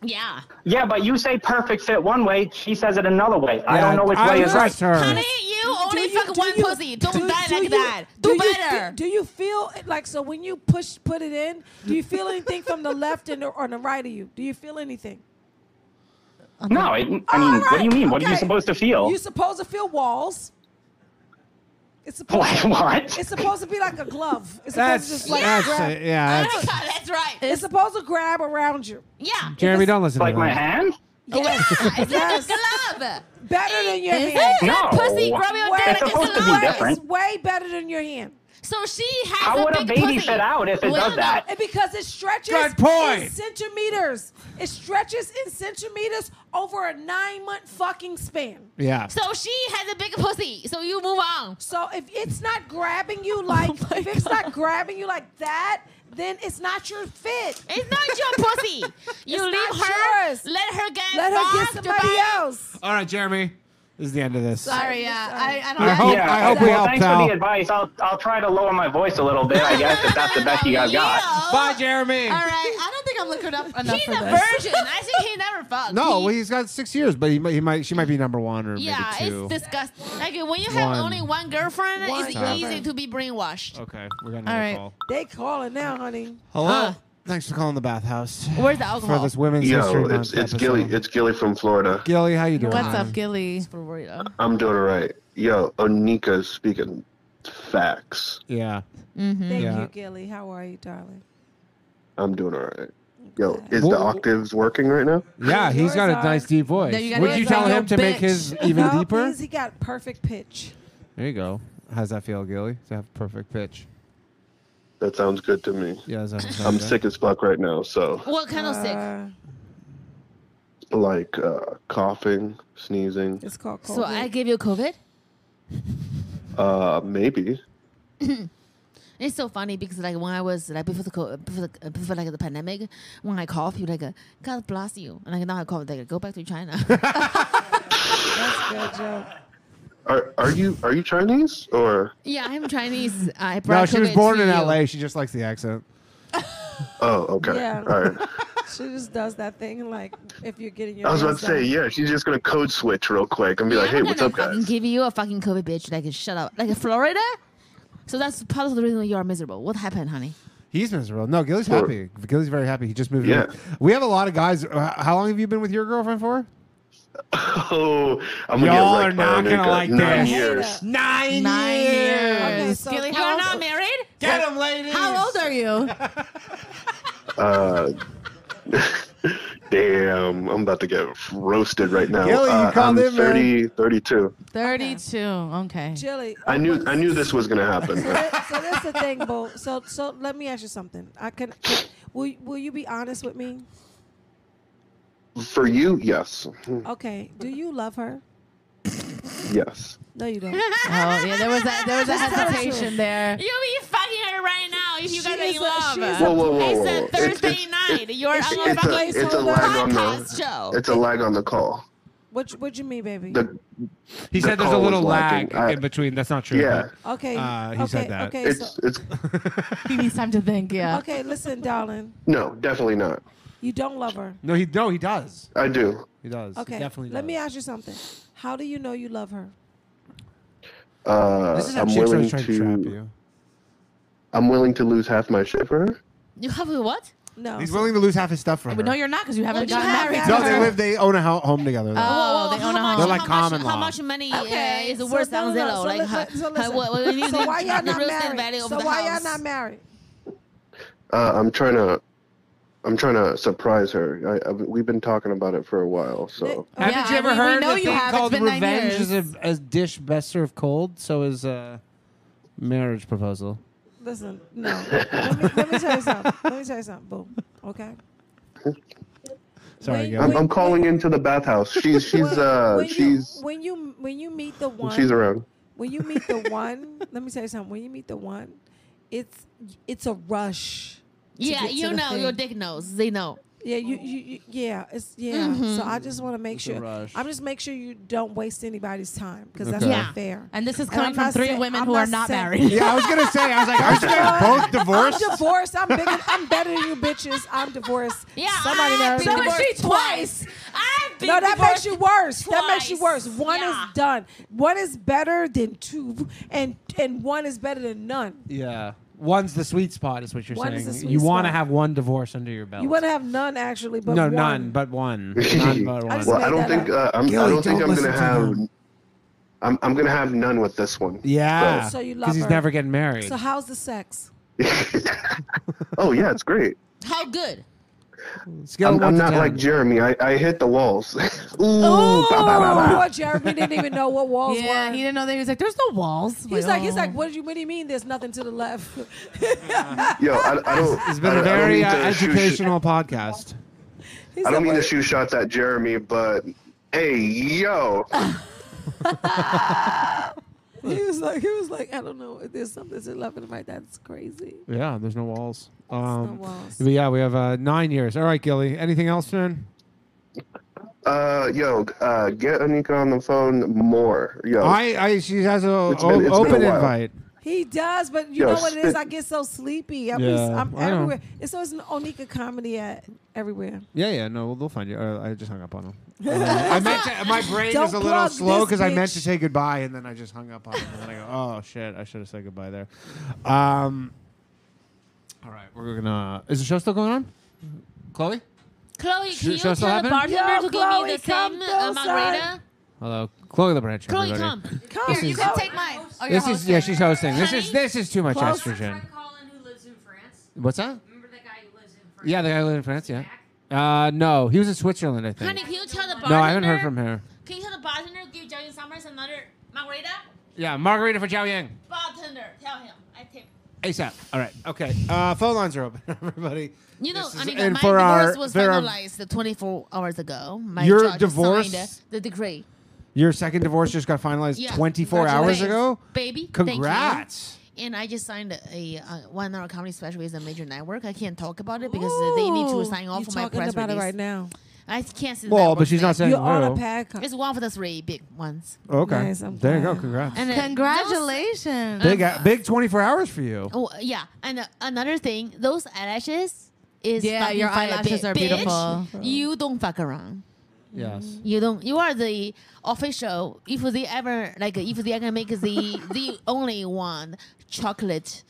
O: Yeah.
C: Yeah, but you say perfect fit one way. She says it another way. I
E: Yeah,
C: don't know which
E: I
C: way is right.
E: trust her.
O: Honey, you only
N: you-
O: fuck
N: do
O: one
N: you-
O: pussy. Don't
N: do-
O: die
N: do
O: like
N: you-
O: that. Do,
N: you fe-
O: better.
N: do you feel it- like so when you push put it in? Do you feel anything from the left and the, or the right of you? Do you feel anything?
C: No, it, I mean, what do you mean? What are you supposed to feel?
N: You're supposed to feel walls. It's supposed
C: Like what?
N: It's supposed to be like a glove. It's supposed
E: That's,
N: to just like
E: that's
N: grab.
E: it, yeah. That's,
O: God, Oh, that's right.
N: It's supposed to grab around you.
O: yeah.
E: Jeremy, don't listen
C: Like
E: to
C: my
E: that.
C: hand?
O: Yeah. It's
N: Yes.
O: like a glove.
N: Better than your
O: Is
N: hand.
O: it? That
C: No.
O: pussy grab your dick
C: It's
O: like
C: supposed to
O: a
C: be
O: glove.
C: different.
N: It's way better than your hand.
O: So she has
C: How
O: a
C: would a
O: big
C: baby
O: pussy.
C: fit out if it
O: Well,
C: does that?
N: And because it stretches
E: Good point.
N: in centimeters. It stretches in centimeters over a nine month fucking span.
E: Yeah.
O: So she has a big pussy. So you move on. Oh
N: So if it's not grabbing you like if it's not grabbing you like that, then it's not your fit.
O: It's not your pussy. You
N: It's
O: leave
N: not
O: her.
N: yours.
O: Let her get
N: Let her get
O: fucked
N: somebody
O: by-
N: else.
E: All right, Jeremy. This is the end of this.
P: Sorry, yeah. I, I don't
E: I
P: have
E: hope,
C: yeah.
E: I hope we
C: well,
E: helped
C: thanks for
E: out.
C: the advice. I'll, I'll try to lower my voice a little bit, I guess, if that's the best you guys got.
E: Bye, Jeremy.
P: All right, I don't think I'm liquored up enough
O: He's
P: for
O: a
P: this.
O: virgin. I think he never fucked.
E: No,
O: He-
E: well, he's got six years, but he might, he might she might be number one or
O: Yeah,
E: maybe two.
O: it's disgusting. Like when you have
E: One.
O: only one girlfriend,
N: One
O: it's easy
N: girlfriend.
O: to be brainwashed.
E: okay, we're gonna
P: All right.
E: call.
N: They calling now, honey.
E: Hello.
O: Huh.
E: Thanks for calling the bathhouse
O: Where's the
E: for
O: alcohol?
E: this women's history
M: Yo,
E: month
M: it's it's
E: episode.
M: Gilly. It's Gilly from Florida.
E: Gilly, how you doing?
P: What's
E: man?
P: up, Gilly?
O: Burrito.
M: I'm doing all right. Yo, Onika speaking. Facts.
E: Yeah.
O: Mm-hmm.
N: Thank you, Gilly. How are you, darling?
M: I'm doing all right. Yo, is the octaves working right now?
E: Yeah, he's got a
N: are.
E: nice deep voice. Would you tell him to make his even
N: No,
E: deeper?
N: please, he got perfect pitch.
E: There you go. How's that feel, Gilly? To have perfect pitch.
M: That sounds good to me.
E: Yeah, that sounds
M: I'm
E: good.
M: sick as fuck right now, so
O: What kind of sick?
N: Uh,
M: like uh, coughing, sneezing.
N: It's called
O: So I gave you COVID.
M: Uh, maybe.
O: it's so funny because like when I was like before the co- before, the, uh, before like the pandemic, when I cough, you like uh, God bless you, and like now I cough like go back to China.
N: Good job.
M: Are are you are you Chinese or?
O: yeah, I'm Chinese. I brought
E: No, she was
O: COVID
E: born
O: to
E: in
O: you.
E: LA. She just likes the accent.
M: Oh, okay.
N: Yeah.
M: All right.
N: She just does that thing like if you're getting your.
M: I was about
N: nails
M: to say,
N: done.
M: yeah, she's just gonna code switch real quick and be like,
O: I'm
M: hey,
O: not
M: what's
O: gonna
M: up, guys?
O: fucking Give you a fucking COVID, bitch. Like shut up. Like Florida. So that's part of the reason you are miserable. What happened, honey?
E: He's miserable. No, Gilly's
O: Sure.
E: happy. Gilly's very happy. He just moved
M: Yeah.
E: in. We have a lot of guys. uh, How long have you been with your girlfriend for?
M: Oh, I'm gonna
E: Y'all
M: get
E: are
M: wrecked by
E: not gonna
M: Anika.
E: like
M: Nine
E: this.
M: years.
E: Nine,
O: Gilly, you're not married. Get him, ladies. How old are you?
M: Uh, damn, I'm about to get roasted right now.
P: Gilly, you
M: uh,
P: called
M: I'm
P: in, man.
M: 30, 32.
P: 32. Oh, Okay.
N: Jilly.
M: I knew I knew this was gonna happen.
N: So, that, so that's the thing, Bo. So so let me ask you something. I can, can will will you be honest with me?
M: For you, yes,
N: Okay. Do you love her?
M: yes.
N: No, you don't.
P: Oh, yeah, there was that- there was a
N: Just tell the
P: hesitation
N: truth.
P: there.
O: You'll be fucking her right now if you
N: She
O: guys are
N: is
O: in
N: a- she
O: love.
N: is
M: Whoa, whoa, whoa, whoa, whoa!
O: It's a Thursday night. you're
M: it's,
O: on a
M: it's
O: fucking
M: a, it's a lag on
O: podcast show.
M: the it's a lag on the call.
N: What you- what you mean, baby?
M: The, the
E: He said there's a
M: call was
E: little lag
M: lagging. I-
E: in between. That's not true.
M: Yeah.
E: but,
N: Okay,
E: Uh, he
N: okay,
E: said that.
N: okay, It's-
M: it's
P: He needs time to think. Yeah.
N: Okay, listen, darling.
M: no, definitely not.
N: You don't love her.
E: No, he no, he does.
M: I do.
E: He does.
N: Okay.
E: definitely.
N: let me ask you something. How do you know you love her?
M: Uh,
E: This is how
M: I'm
E: chicks always
M: willing
E: try
M: to.
E: to trap you.
M: I'm willing to lose half my shit for her.
O: You have a what?
N: No.
E: He's willing to lose half his stuff from her.
P: No, you're not because you haven't
O: Well, you
P: gotten
O: have
P: married.
E: Oh, No, they live. They own a ho- home together. though.
O: Oh,
P: they
O: how
P: own a
O: much-
E: They're like
O: how much-
E: common
O: How
E: law.
O: much money
N: Okay,
O: uh, is
N: so
O: worth
N: no,
O: on
N: no, no,
O: Zillow?
N: so
O: like,
N: listen-
O: how,
N: so
O: how,
N: listen.
O: what, what, you
N: So
O: need
N: why y'all
O: the
N: not
O: real estate
N: married?
O: value of
N: So
O: the
N: why y'all
O: house.
N: not married?
M: Uh, I'm trying to. I'm trying to surprise her. I, I, we've been talking about it for a while, so
N: uh,
E: Haven't you
P: Yeah,
E: ever
P: we- we
E: heard
P: know
E: the
P: you
E: thing
P: have. It's
E: called
P: been nine
E: revenge is
P: years.
E: a, a dish best served cold? So is a marriage proposal.
N: Listen, no. let, me, let me tell you something. Let me tell you something. Boom. Okay.
E: Sorry,
M: I'm, I'm calling into the bathhouse. She's she's uh
N: when
M: she's
N: you when you when you meet the one
M: she's around.
N: when you meet the one, let me tell you something. When you meet the one, it's it's a rush. to
O: Yeah,
N: get to
O: you
N: the
O: know.
N: thing.
O: Your dick knows. They know.
N: Yeah, you, you, you yeah, it's yeah. So
P: Mm-hmm.
O: Mhm.
N: I just want to make
O: It's a
N: sure.
O: rush.
N: I'm just make sure you don't waste anybody's time because that's
E: Okay.
N: not
E: Yeah.
N: fair.
P: And this is coming
N: I'm
P: from
N: not
P: three
N: saying-
P: women
N: I'm
P: who are not
N: saying-
P: married. Yeah,
E: I was gonna say. I was like, aren't you guys both divorced?
N: I'm divorced. I'm bigger. I'm better than you bitches. I'm divorced.
O: Yeah,
N: somebody
O: I've
N: married
O: been
N: me.
O: divorced
N: Somebody
O: twice. I've been
N: no, that makes
O: divorced
N: you worse. That makes you
O: twice.
N: worse. One is done. One is better than two, and and one is better than none.
E: Yeah. One's the sweet spot, is what you're
N: One is
E: saying.
N: the sweet
E: you want to
N: spot.
E: have one divorce under your belt.
N: You want to have none actually, but
E: no,
N: one.
E: none, but one. None but one.
N: just
M: Well,
N: made
M: I don't
N: that
M: think uh,
N: up.
M: I'm, I
E: Gilly,
M: don't think
E: don't
M: I'm gonna
E: listen to
M: have. I'm I'm gonna have none with this one.
E: Yeah.
N: So you love
E: Because he's
N: her.
E: never getting married.
N: So how's the sex?
M: But- oh yeah, it's great.
O: How good?
E: Scale
M: I'm,
E: one
M: I'm
E: to
M: not
E: ten.
M: like Jeremy. I, I hit the walls. Ooh,
N: Oh,
M: ba, ba, ba, ba.
N: poor Jeremy didn't even know what walls were.
P: Yeah, he didn't know that. He was like, "There's no walls."
N: He's like, he's
P: oh.
N: like, what do you, what do you mean? There's nothing to the left.
M: Yo, I, I don't.
E: It's been
M: I don't- I
E: a
M: don't
E: very
M: mean
E: uh,
M: to shoot-
E: educational podcast.
M: I don't mean to shoot shots at Jeremy, but hey, yo,
N: he was like, he was like, I don't know. There's something to the left and right. That's crazy.
E: Yeah, there's no walls. Um,
N: walls.
E: But yeah, we have uh, nine years. All right, Gilly. Anything else, man?
M: uh, yo, uh, get Anika on the phone more. Yo,
E: I, I, she has a
M: It's been-
E: o-
M: it's been a
E: open
M: while.
E: invite.
N: He does, but you
E: Yo,
N: know what it is?
E: spit-
N: I get so sleepy. I'm,
E: Yeah,
N: I'm
E: I know.
N: everywhere. It's always an Onika comedy at everywhere.
E: Yeah, yeah, no, they'll find you. Uh, I just hung up on him. Um, I meant to, my brain
N: Don't
E: is a little
N: plug
E: slow
N: this
E: because I meant to
N: bitch.
E: say goodbye and then I just hung up on him. And then I go, oh shit, I should have said goodbye there. Um, all right, we're gonna. Is the show still going on? Chloe.
O: Chloe, can
E: Sh-
O: you
E: shall I
O: tell
E: still
O: the
E: happen?
O: bartender
N: Yo,
O: to give
N: Chloe,
O: me the
N: come
O: same uh,
N: closer.
O: margarita?
E: Hello, Chloe LeBranch.
O: Chloe,
E: everybody.
O: come.
N: Come.
O: This
N: Here, you
O: is-
N: can take mine. Oh,
E: this is yeah, she's hosting. This is this is too much
O: Close.
E: estrogen. What's that? Remember the guy who lives in France? Yeah, the guy who lives in France. Yeah. Uh, no, he was in Switzerland, I think.
O: Honey, can you tell the
E: No, I haven't
O: bartender-
E: heard from her.
O: Can you tell the bartender give Johnny Summers another margarita?
E: Yeah, margarita for Zhao Yang.
O: Bartender, tell him. I tip.
E: ASAP. All right. Okay. Uh, phone lines are open, everybody.
O: You know,
E: This is-
O: I mean,
E: and
O: my
E: for
O: divorce
E: our-
O: was
E: for our-
O: finalized 24 hours ago. My
E: Your
O: judge
E: divorce-
O: signed the decree.
E: Your second divorce just got finalized
O: Yeah.
E: 24 hours
O: Congratulations.
E: ago.
O: Baby, thank you.
E: Congrats.
O: And I just signed a, uh one-hour comedy special with a major network. I can't talk about it because uh they need to
N: Ooh,
O: sign off
N: you
O: for my
N: talking
O: press
N: about it
O: release.
N: right now.
O: I can't see. the
E: Well,
O: network's
E: but she's not
O: name.
E: saying You're on a who.
O: It's one for the three big ones.
E: Okay. there you go. Congrats.
O: And, uh,
P: Congratulations.
E: big uh, big 24 hours for you.
O: Oh yeah, and uh, another thing, those eyelashes is
P: Yeah,
O: fucking
P: your
O: fire,
P: eyelashes
O: bi-
P: are
O: bitch.
P: beautiful.
O: You don't fuck around.
E: Yes.
O: You don't. You are the official. If they ever like, if they ever make the the only one chocolate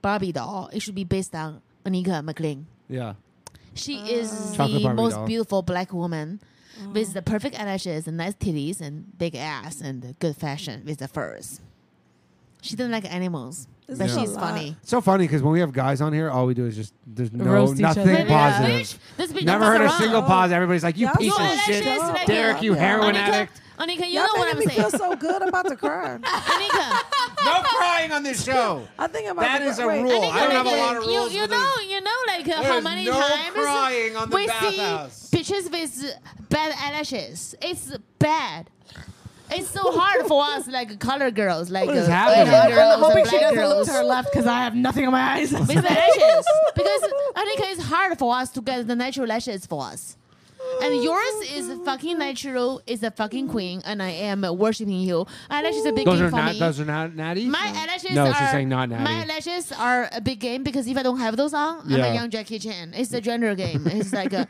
O: Barbie doll, it should be based on Anika McLean.
E: Yeah.
O: She
P: Ah.
O: is
E: Chocolate
O: the
E: Barbie
O: most
E: doll.
O: beautiful black woman with the perfect eyelashes and nice titties and big ass and good fashion with the furs. She doesn't like animals,
N: This
O: but
E: is a
O: she's
E: lot.
O: funny.
E: It's so funny because when we have guys on here, all we do is just there's no
L: Roast each
E: nothing
L: other. Yeah.
E: positive.
O: Bitch, this bitch
E: Never
O: don't
E: heard
O: fuck
E: a
O: around.
E: single pause. Everybody's like, you
N: Y'all
E: piece of
N: elashes
E: shit,
N: like
E: Derek,
N: it.
E: you
N: Yeah.
E: heroin
N: Anika-
E: addict.
O: Anika, you
N: Y'all
O: know what
N: making
O: I'm
N: me
O: saying.
N: feel so good. I'm about to cry.
E: No crying on this show.
N: I think I'm about
E: That
N: to
E: is a
N: wait.
E: rule. I don't have a lot of
O: you,
E: rules.
O: You
E: with
O: know,
E: this.
O: you know, like uh,
E: There
O: how
E: is
O: many
E: no
O: times
E: crying on the
O: we
E: bathhouse.
O: see bitches with uh, bad eyelashes. It's bad. It's so hard for us, like color girls, like
P: What is
O: uh,
P: happening?
O: Asian
P: I'm
O: girls
P: hoping
O: and
P: she
O: black
P: doesn't look
O: girls.
P: to her left 'cause I have nothing on my eyes.
O: With the lashes, because I think it's hard for us to get the natural lashes for us. And yours is fucking natural, is a fucking queen, and I am worshiping you. Eyelashes are a big
E: Those
O: thing
E: are
O: for
E: not.
O: me.
E: Those are not natty.
O: My eyelashes
E: No,
O: are.
E: she's saying not natty.
O: My eyelashes are a big game because if I don't have those on, I'm
E: Yeah.
O: a young Jackie Chan. It's a gender game. It's like a,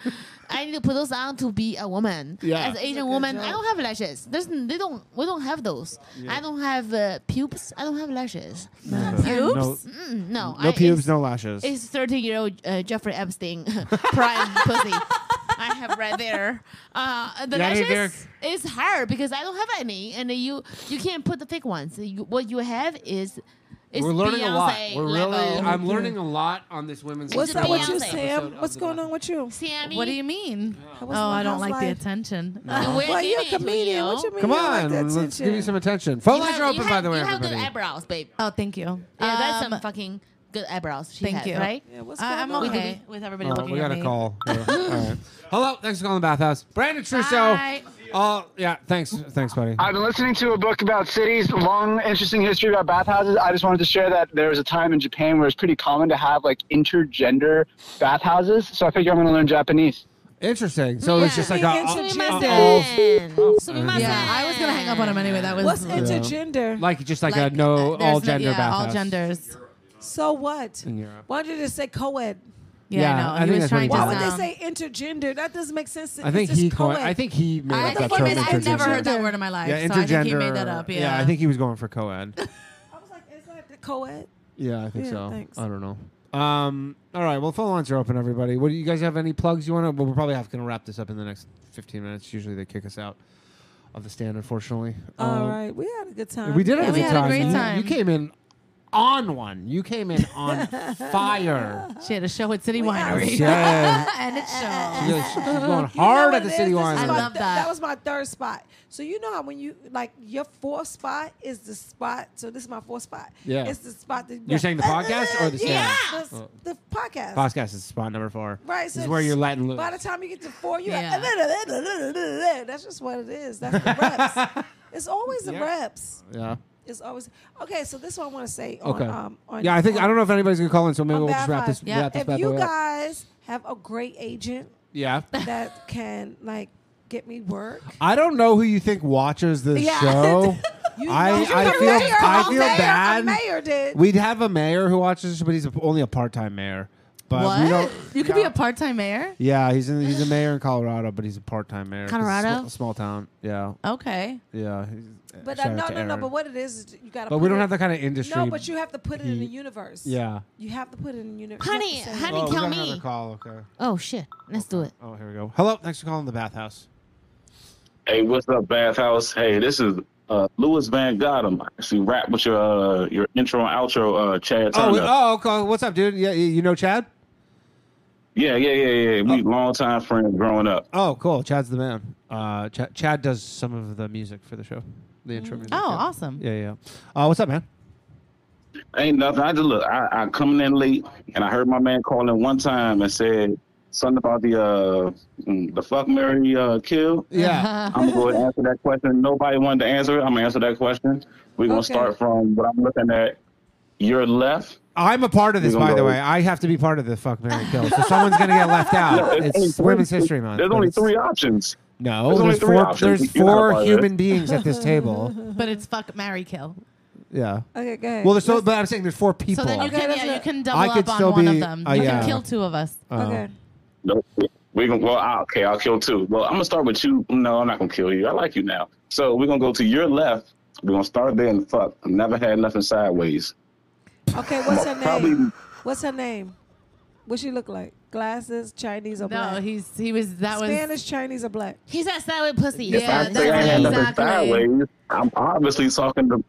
O: I need to put those on to be a woman.
E: Yeah.
O: As an Asian woman, I don't have lashes. There's, n- they don't. We don't have those.
E: Yeah.
O: I don't have uh, pubes. I don't have lashes.
E: No,
O: Mm, no.
E: no
O: I,
E: pubes,
O: it's-
E: no lashes.
O: It's 13 year old uh, Jeffrey Epstein prime pussy. I have right there. Uh, the
E: Yeah, hey, Derek.
O: lashes is hard because I don't have any, and you you can't put the fake ones. You, what you have is is
E: We're learning
O: Beyonce
E: a lot. We're really.
O: level.
E: I'm learning a lot on this women's.
N: What's
E: up
N: up with you, Sam? What's
E: Oh,
N: going on with you?
O: Sammy.
P: What do you mean?
N: was
P: Oh,
N: my
P: I don't
N: house
P: like the
N: life?
P: attention. Oh,
E: No. We're
N: Well, you're a
O: giving it to
N: comedian. What
O: you.
N: you mean?
E: Come
N: you don't Like
E: on,
N: that
E: let's give you
N: attention?
E: some attention. Phone
O: You
E: lines
O: have-
E: are open,
O: you
E: by
O: have-
E: the way,
O: you have
E: everybody.
O: good eyebrows, babe.
P: Oh, thank you.
O: Yeah, that's some
P: Um,
O: fucking good eyebrows. She
P: Thank
O: has,
P: you.
O: right?
P: Yeah, what's
O: I-
P: going
O: I'm
P: on?
O: okay with everybody
E: All right,
O: looking
E: Oh, Uh, we
O: at
E: got
O: me.
E: a call. Yeah, all right. Hello, thanks for calling the bathhouse. Brandon
J: Bye.
E: Trousseau. Oh, yeah, thanks, thanks, buddy.
J: I've been listening to a book about cities, long, interesting history about bathhouses. I just wanted to share that there was a time in Japan where it's pretty common to have like intergender bathhouses. So I figure I'm going to learn Japanese.
E: Interesting. So it's just like a,
N: Yeah,
E: a- a-
P: yeah, I was gonna hang up on him anyway. That was
N: What's
E: Yeah.
N: intergender?
E: like just like,
P: Like,
E: a no
P: There's
E: all
P: no-
E: gender
P: yeah,
E: bathhouse.
P: all genders.
N: So what?
E: In Europe.
N: Why don't you just say co-ed?
E: Yeah, Yeah, no, I he think was that's what he trying to
N: Why
E: did.
N: would they
E: sound-
N: say intergender? That doesn't make sense.
E: I think
N: It's
E: he
N: just
E: coined, I think he made
N: I
E: up
N: think
E: that
N: he
E: term.
N: made- I've
P: never
E: intergender.
P: heard that word in my life,
E: Yeah,
P: so
E: intergender.
P: I think he made that up,
E: I
P: yeah.
E: think he was going for co-ed.
N: co-ed.
E: Yeah, I think
N: Yeah,
E: so. Uh,
N: thanks.
E: I don't know. Um, all right. Well, phone lines are open, everybody. What do you guys have? Any plugs you want to? Well, we're probably have going to wrap this up in the next 15 minutes. Usually they kick us out of the stand, unfortunately.
N: All
E: Um,
N: right, we had a good time.
E: We did have
N: Yeah,
E: a
N: we
E: good
N: had
E: time.
N: a great
E: You-
N: time.
E: You, came in on one. You came in on fire.
P: She had a show at City Winery.
E: Yeah.
P: and
N: Uh,
P: it
E: She's really-
P: shows.
E: she's going hard at the city
N: This is
E: wine.
N: my-
P: I love
N: th-
P: that.
N: That was my third spot. So you know how when you like your fourth spot is the spot. So this is my fourth spot.
E: Yeah.
N: it's the spot that
E: You're saying the podcast or the stand?
N: yeah, the,
E: Oh.
N: the podcast.
E: Podcast is spot number four.
N: Right,
E: This
N: so
E: is where you're letting loose.
N: By the time you get to four, you
P: Yeah.
N: that's just what it is. That's the reps. It's always the
E: Yeah.
N: reps.
E: Yeah.
N: It's always okay. So this one I want to say.
E: Okay.
N: On, um, on,
E: yeah, I think
N: on-
E: I don't know if anybody's gonna call in, so maybe
N: on
E: we'll just
N: Bad
E: wrap this
N: Vibes.
E: wrap this
N: If
E: bad
N: you
E: boy up.
N: guys have a great agent
E: Yeah.
N: that can like get me work.
E: I don't know who you think watches this
N: Yeah.
E: show.
N: You
E: I,
N: know-
E: I
N: You
E: feel
N: know mayor,
E: I
N: a
E: feel
N: mayor, a
E: bad.
N: mayor did.
E: We'd have a mayor who watches this, but he's a, only a part time mayor. But we
P: What?
E: don't.
P: You could be a part-time mayor.
E: Yeah, he's in, he's a mayor in Colorado, but he's a part time mayor. It's a
P: Colorado?
E: small, small town. Yeah,
P: Okay.
E: yeah. he's-
N: But
E: shout
N: uh,
E: out
N: no,
E: to
N: no, no.
E: Aaron.
N: But what it is, is you gotta.
E: But
N: put
E: we don't
N: it-
E: have that kind of industry.
N: No, but you have to put it in the
E: heat.
N: universe.
E: Yeah.
N: You have to put it in the universe.
O: Honey, honey,
E: Oh, we
O: tell
E: got another
O: me.
E: call. Okay.
O: Oh shit, let's do it.
E: Oh, here we go. Hello, thanks for calling the bathhouse.
T: Hey, what's up, Bathhouse? Hey, this is uh, Louis Van Goddam. I actually rap with your uh, your intro and outro, uh, Chad
E: Oh,
T: Turner.
E: oh, okay. what's up, dude? Yeah, you- you know Chad?
T: Yeah, yeah, yeah, yeah. We long time friends growing up.
E: Oh, cool. Chad's the man. Uh, Chad, Chad does some of the music for the show, the intro music.
P: Oh,
E: yeah.
P: awesome.
E: Yeah, yeah. Uh, what's up, man?
T: Ain't nothing. I just look. I, I coming in late, and I heard my man calling one time and said something about the uh mm, the fuck Mary uh, kill.
E: Yeah.
T: I'm gonna go ahead and answer that question. Nobody wanted to answer it. I'm gonna answer that question. We're gonna
E: Okay.
T: start from what I'm looking at. Your left.
E: I'm a part of this,
T: You're gonna
E: by the
T: go-
E: way. I have to be part of the fuck Mary Kill, so someone's gonna get left
T: No,
E: out.
T: there's only
E: it's
T: three-
E: Women's History Month.
T: There's
E: but
T: only
E: it's-
T: three options.
E: No,
T: there's only
E: there's
T: three
E: four.
T: options.
E: There's
T: You're not a
E: four
T: part of it.
E: human beings at this table.
P: But it's fuck, marry, kill.
E: Yeah.
P: Okay, go ahead.
E: Well, there's so, but I'm saying there's four people.
P: So then you can, yeah, you can double
E: I could
P: up on
E: still
P: one
E: be-
P: of them.
E: uh,
P: you
E: yeah. Oh.
P: can kill two of us.
E: Okay.
T: No, we gonna well, I, okay, I'll kill two. Well, I'm gonna start with you. No, I'm not gonna kill you. I like you now. So we're gonna go to your left. We're gonna start there and fuck. I've never had nothing sideways.
Q: Okay, what's her
T: Probably-
Q: name? What's her name? What she look like? Glasses, Chinese or black?
P: No, he's he was that was
Q: Spanish, Chinese or black?
P: He's that sideways pussy.
T: If I say I had nothing sideways, I'm obviously talking to.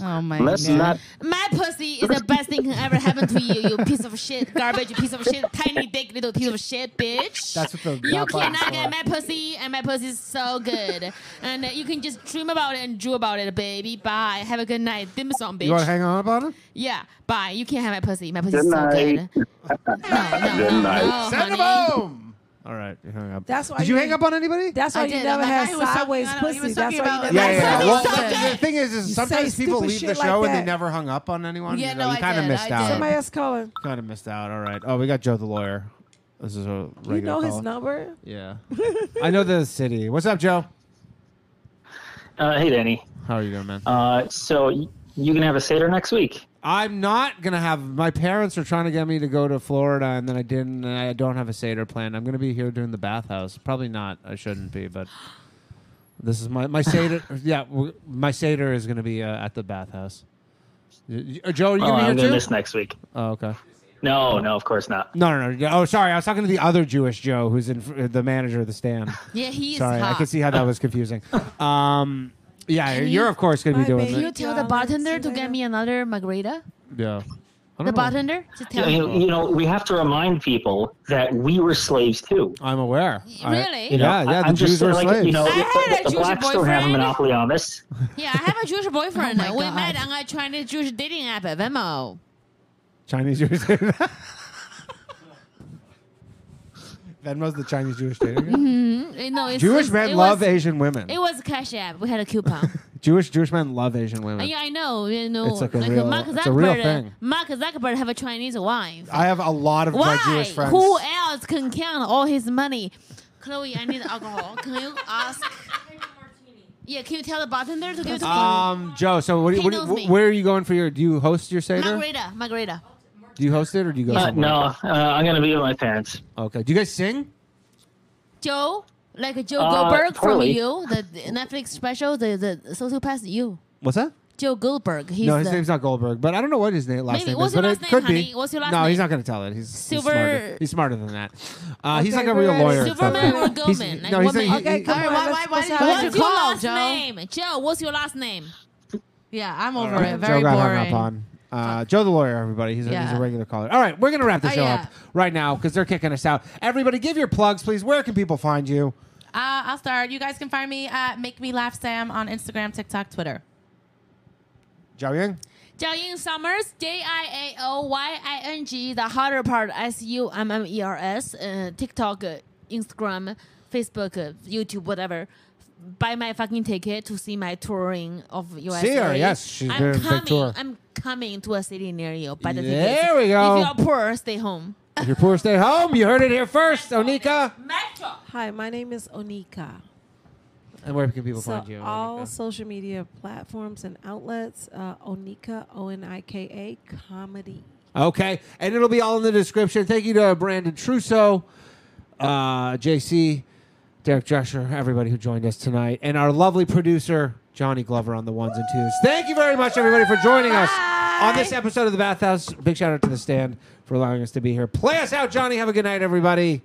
P: Oh my
T: Let's
P: God.
T: not.
O: My pussy is the best thing can ever happen to you, you piece of shit, garbage, you piece of shit, tiny dick, little piece of shit, bitch.
E: That's what the
O: You
E: that button's
O: cannot
E: for.
O: get my pussy, and my pussy is so good. and uh, you can just dream about it and drew about it, baby. Bye. Have a good night. Dim sum, bitch.
E: You want to hang on about it?
O: Yeah. Bye. You can't have my pussy. My pussy
E: Good
O: is so good.
E: night.
O: no,
E: Good
O: night.
E: Send him
O: honey.
E: home. All right, you hung up.
Q: That's why.
E: Did you hang up on anybody?
Q: That's why
O: I
Q: you
O: did.
Q: never
O: My
Q: had
O: guy was talking-
Q: sideways
O: I know, he
Q: pussy.
O: was
Q: That's
O: talking
Q: why you
O: about-
Q: never.
E: Yeah, yeah.
Q: had
E: Well,
Q: sideways pussy.
E: the, the thing is,
Q: You
E: is
Q: say
E: sometimes people
Q: stupid
E: leave the
Q: shit like
E: show and they
Q: that.
E: never hung up on anyone.
Q: Yeah,
E: you
Q: no,
E: you
Q: I
E: kind of
Q: did, I
E: missed
Q: did.
E: out.
Q: Somebody else calling.
E: Kind of missed out. All right. Oh, we got Joe the lawyer. This is a regular.
Q: You know his
E: caller.
Q: number.
E: Yeah. I know the city. What's up, Joe?
U: Uh, hey, Danny.
E: How are you doing, man?
U: Uh, so y- you gonna have a seder next week?
E: I'm not gonna have. My parents are trying to get me to go to Florida, and then I didn't. And I don't have a seder plan. I'm gonna be here doing the bathhouse. Probably not. I shouldn't be, but this is my my seder. yeah, w- my seder is gonna be uh, at the bathhouse. Y- y- uh, Joe, are you
U: oh,
E: gonna be
U: I'm
E: here
U: gonna
E: too?
U: miss next week.
E: Oh, okay.
U: No, no, of course not.
E: No, no, no. yeah, Oh, sorry. I was talking to the other Jewish Joe, who's in fr- uh, the manager of the stand.
O: Yeah, he is
E: Sorry, I
O: hot.
E: could see how that was confusing. Um, yeah,
O: Can
E: you're
O: you-
E: of course gonna be doing
O: Can you
E: it.
O: tell the bartender to get me another margarita?
E: Yeah. I
O: The
E: don't know.
O: bartender? Just
U: You
O: tell
U: know,
O: me.
U: you know, we have to remind people that we were slaves too.
E: I'm aware.
O: Really?
U: You know,
E: Yeah, yeah,
U: I-
E: the
U: I'm just
E: Jews were
U: saying, like, You know,
E: slaves. I
O: had a
U: the
O: Jewish
U: blacks don't have a
O: boyfriend.
U: monopoly on this.
O: Yeah, I have a Jewish boyfriend.
P: Oh my
O: we
P: God.
O: met on a Chinese Jewish dating app, Venmo.
E: Chinese Jewish. Venmo's the Chinese Jewish dating. app?
O: Mm-hmm. No, it's,
E: Jewish
O: it's-
E: men
O: it
E: love
O: was-
E: Asian women.
O: It was Cash App. We had a coupon.
E: Jewish Jewish men love Asian
O: Uh,
E: women.
O: yeah, I know. You know,
E: It's like a real- it's a real
O: uh,
E: thing.
O: Mark Zuckerberg have a Chinese wife.
E: I have a lot of
O: Why?
E: my Jewish friends.
O: Who else can count all his money? Chloe, I need alcohol. Can you ask? Yeah, can you tell the bartender to give it to me?
E: Um, Joe. So, what, do you-
O: He
E: what do you-
O: knows me.
E: where are you going for your? Do you host your seder?
O: Margarita, Margarita.
E: Do you host it or do you go?
U: Uh,
E: somewhere?
U: no, uh, I'm gonna be with my parents.
E: Okay. Do you guys sing?
O: Joe, like Joe
U: Uh,
O: Goldberg
U: totally.
O: from You, the the Netflix special, the the social pass You.
E: What's that?
O: Joe Goldberg. He's
E: no, his
O: the
E: name's not Goldberg, but I don't know what his name last
O: Maybe-
E: name
O: what's
E: is.
O: your
E: but
O: last
E: it
O: name,
E: could
O: honey?
E: be.
O: What's your last
E: no, he's
O: name?
E: not going to tell it. He's
O: Silver-
E: He's smarter, he's smarter than that. Uh, he's
O: Okay,
E: like a real
O: we're at
E: lawyer. and stuff.
O: Silverman or
E: He's-
O: Goldman? Like
E: No, he's
O: woman.
E: like,
O: Okay,
E: he-
O: come
P: All right, why, why, why,
O: What's
P: why did
O: your
P: you call,
O: last
P: Joe?
O: name? Joe, what's your last name?
P: Yeah, I'm
E: All
P: over
E: right,
P: it. Very
E: Joe got hung
P: boring.
E: up on. Uh, Joe the lawyer, everybody. He's a, he's
P: Yeah.
E: a regular caller. All right, we're going to wrap the
P: Oh,
E: show
P: yeah.
E: up right now because they're kicking us out. Everybody, give your plugs, please. Where can people find you?
P: Uh, I'll start. You guys can find me at Make Me Laugh Sam on Instagram, TikTok, Twitter.
E: Zhao Ying?
O: Jiaoying Summers, J I A O Y I N G, the harder part, S U M M E R S, uh, TikTok, uh, Instagram, Facebook, uh, YouTube, whatever. Buy my fucking ticket to see my touring of USA.
E: her, yes, she's
O: I'm
E: doing a big
O: coming,
E: tour.
O: I'm coming to a city near you. Buy the
E: There
O: tickets.
E: we go.
O: If you're poor, stay home.
E: If you're poor, stay home. You heard it here first, Onika.
Q: Hi, my name is Onika.
E: And where can people
Q: so
E: find you?
Q: all social media platforms and outlets, uh, Onika, O N I K A, comedy.
E: Okay, and it'll be all in the description. Thank you to Brandon Trusso, uh, JC, Derek Drescher, everybody who joined us tonight, and our lovely producer Johnny Glover on the ones and twos. Thank you very much, everybody, for joining us on this episode of the Bathhouse. Big shout out to the stand for allowing us to be here. Play us out, Johnny. Have a good night, everybody.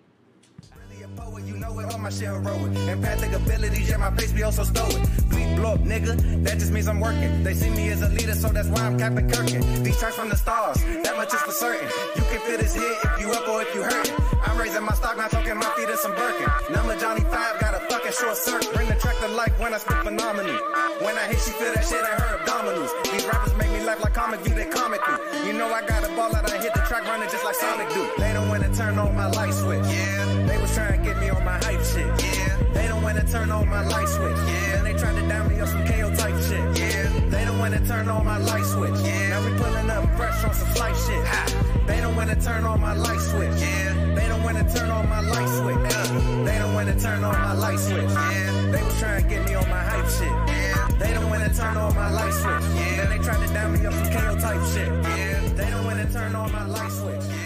D: You know it, I'm my shit heroic. Empathic abilities, yeah, my face be also stoic. Bleep, blow up, nigga. That just means I'm working. They see me as a leader, so that's why I'm Captain Kirkin. These tracks from the stars, that much is for certain. You can feel this hit if you up or if you hurting. I'm raising my stock, not talking my feet to some Birkin. Number Johnny Five got a fucking short circuit. Bring the track to life when I spit phenomenon. When I hit, she feel that shit in her abdominals. These rappers make me laugh like comic view, they comic do. You know I got a ball out, I hit the track running just like Sonic do. They don't wanna turn on my light switch. Yeah. They was trying to get me on my hype shit. Yeah. They don't wanna turn on my light switch. Yeah. And they tried to down me up some KO type shit. Yeah. They don't wanna turn on my light switch. Yeah. Now we pulling up fresh on some flight shit. Ha. They don't wanna turn on my light switch. Yeah. They don't wanna turn on my light switch. Uh, They don't wanna turn on my light switch. Yeah. They was trying to get me on my hype shit. Yeah. They don't wanna turn on my light switch. Yeah. Then they tried to down me up some KO type shit. Yeah. They don't wanna turn on my light switch. Yeah.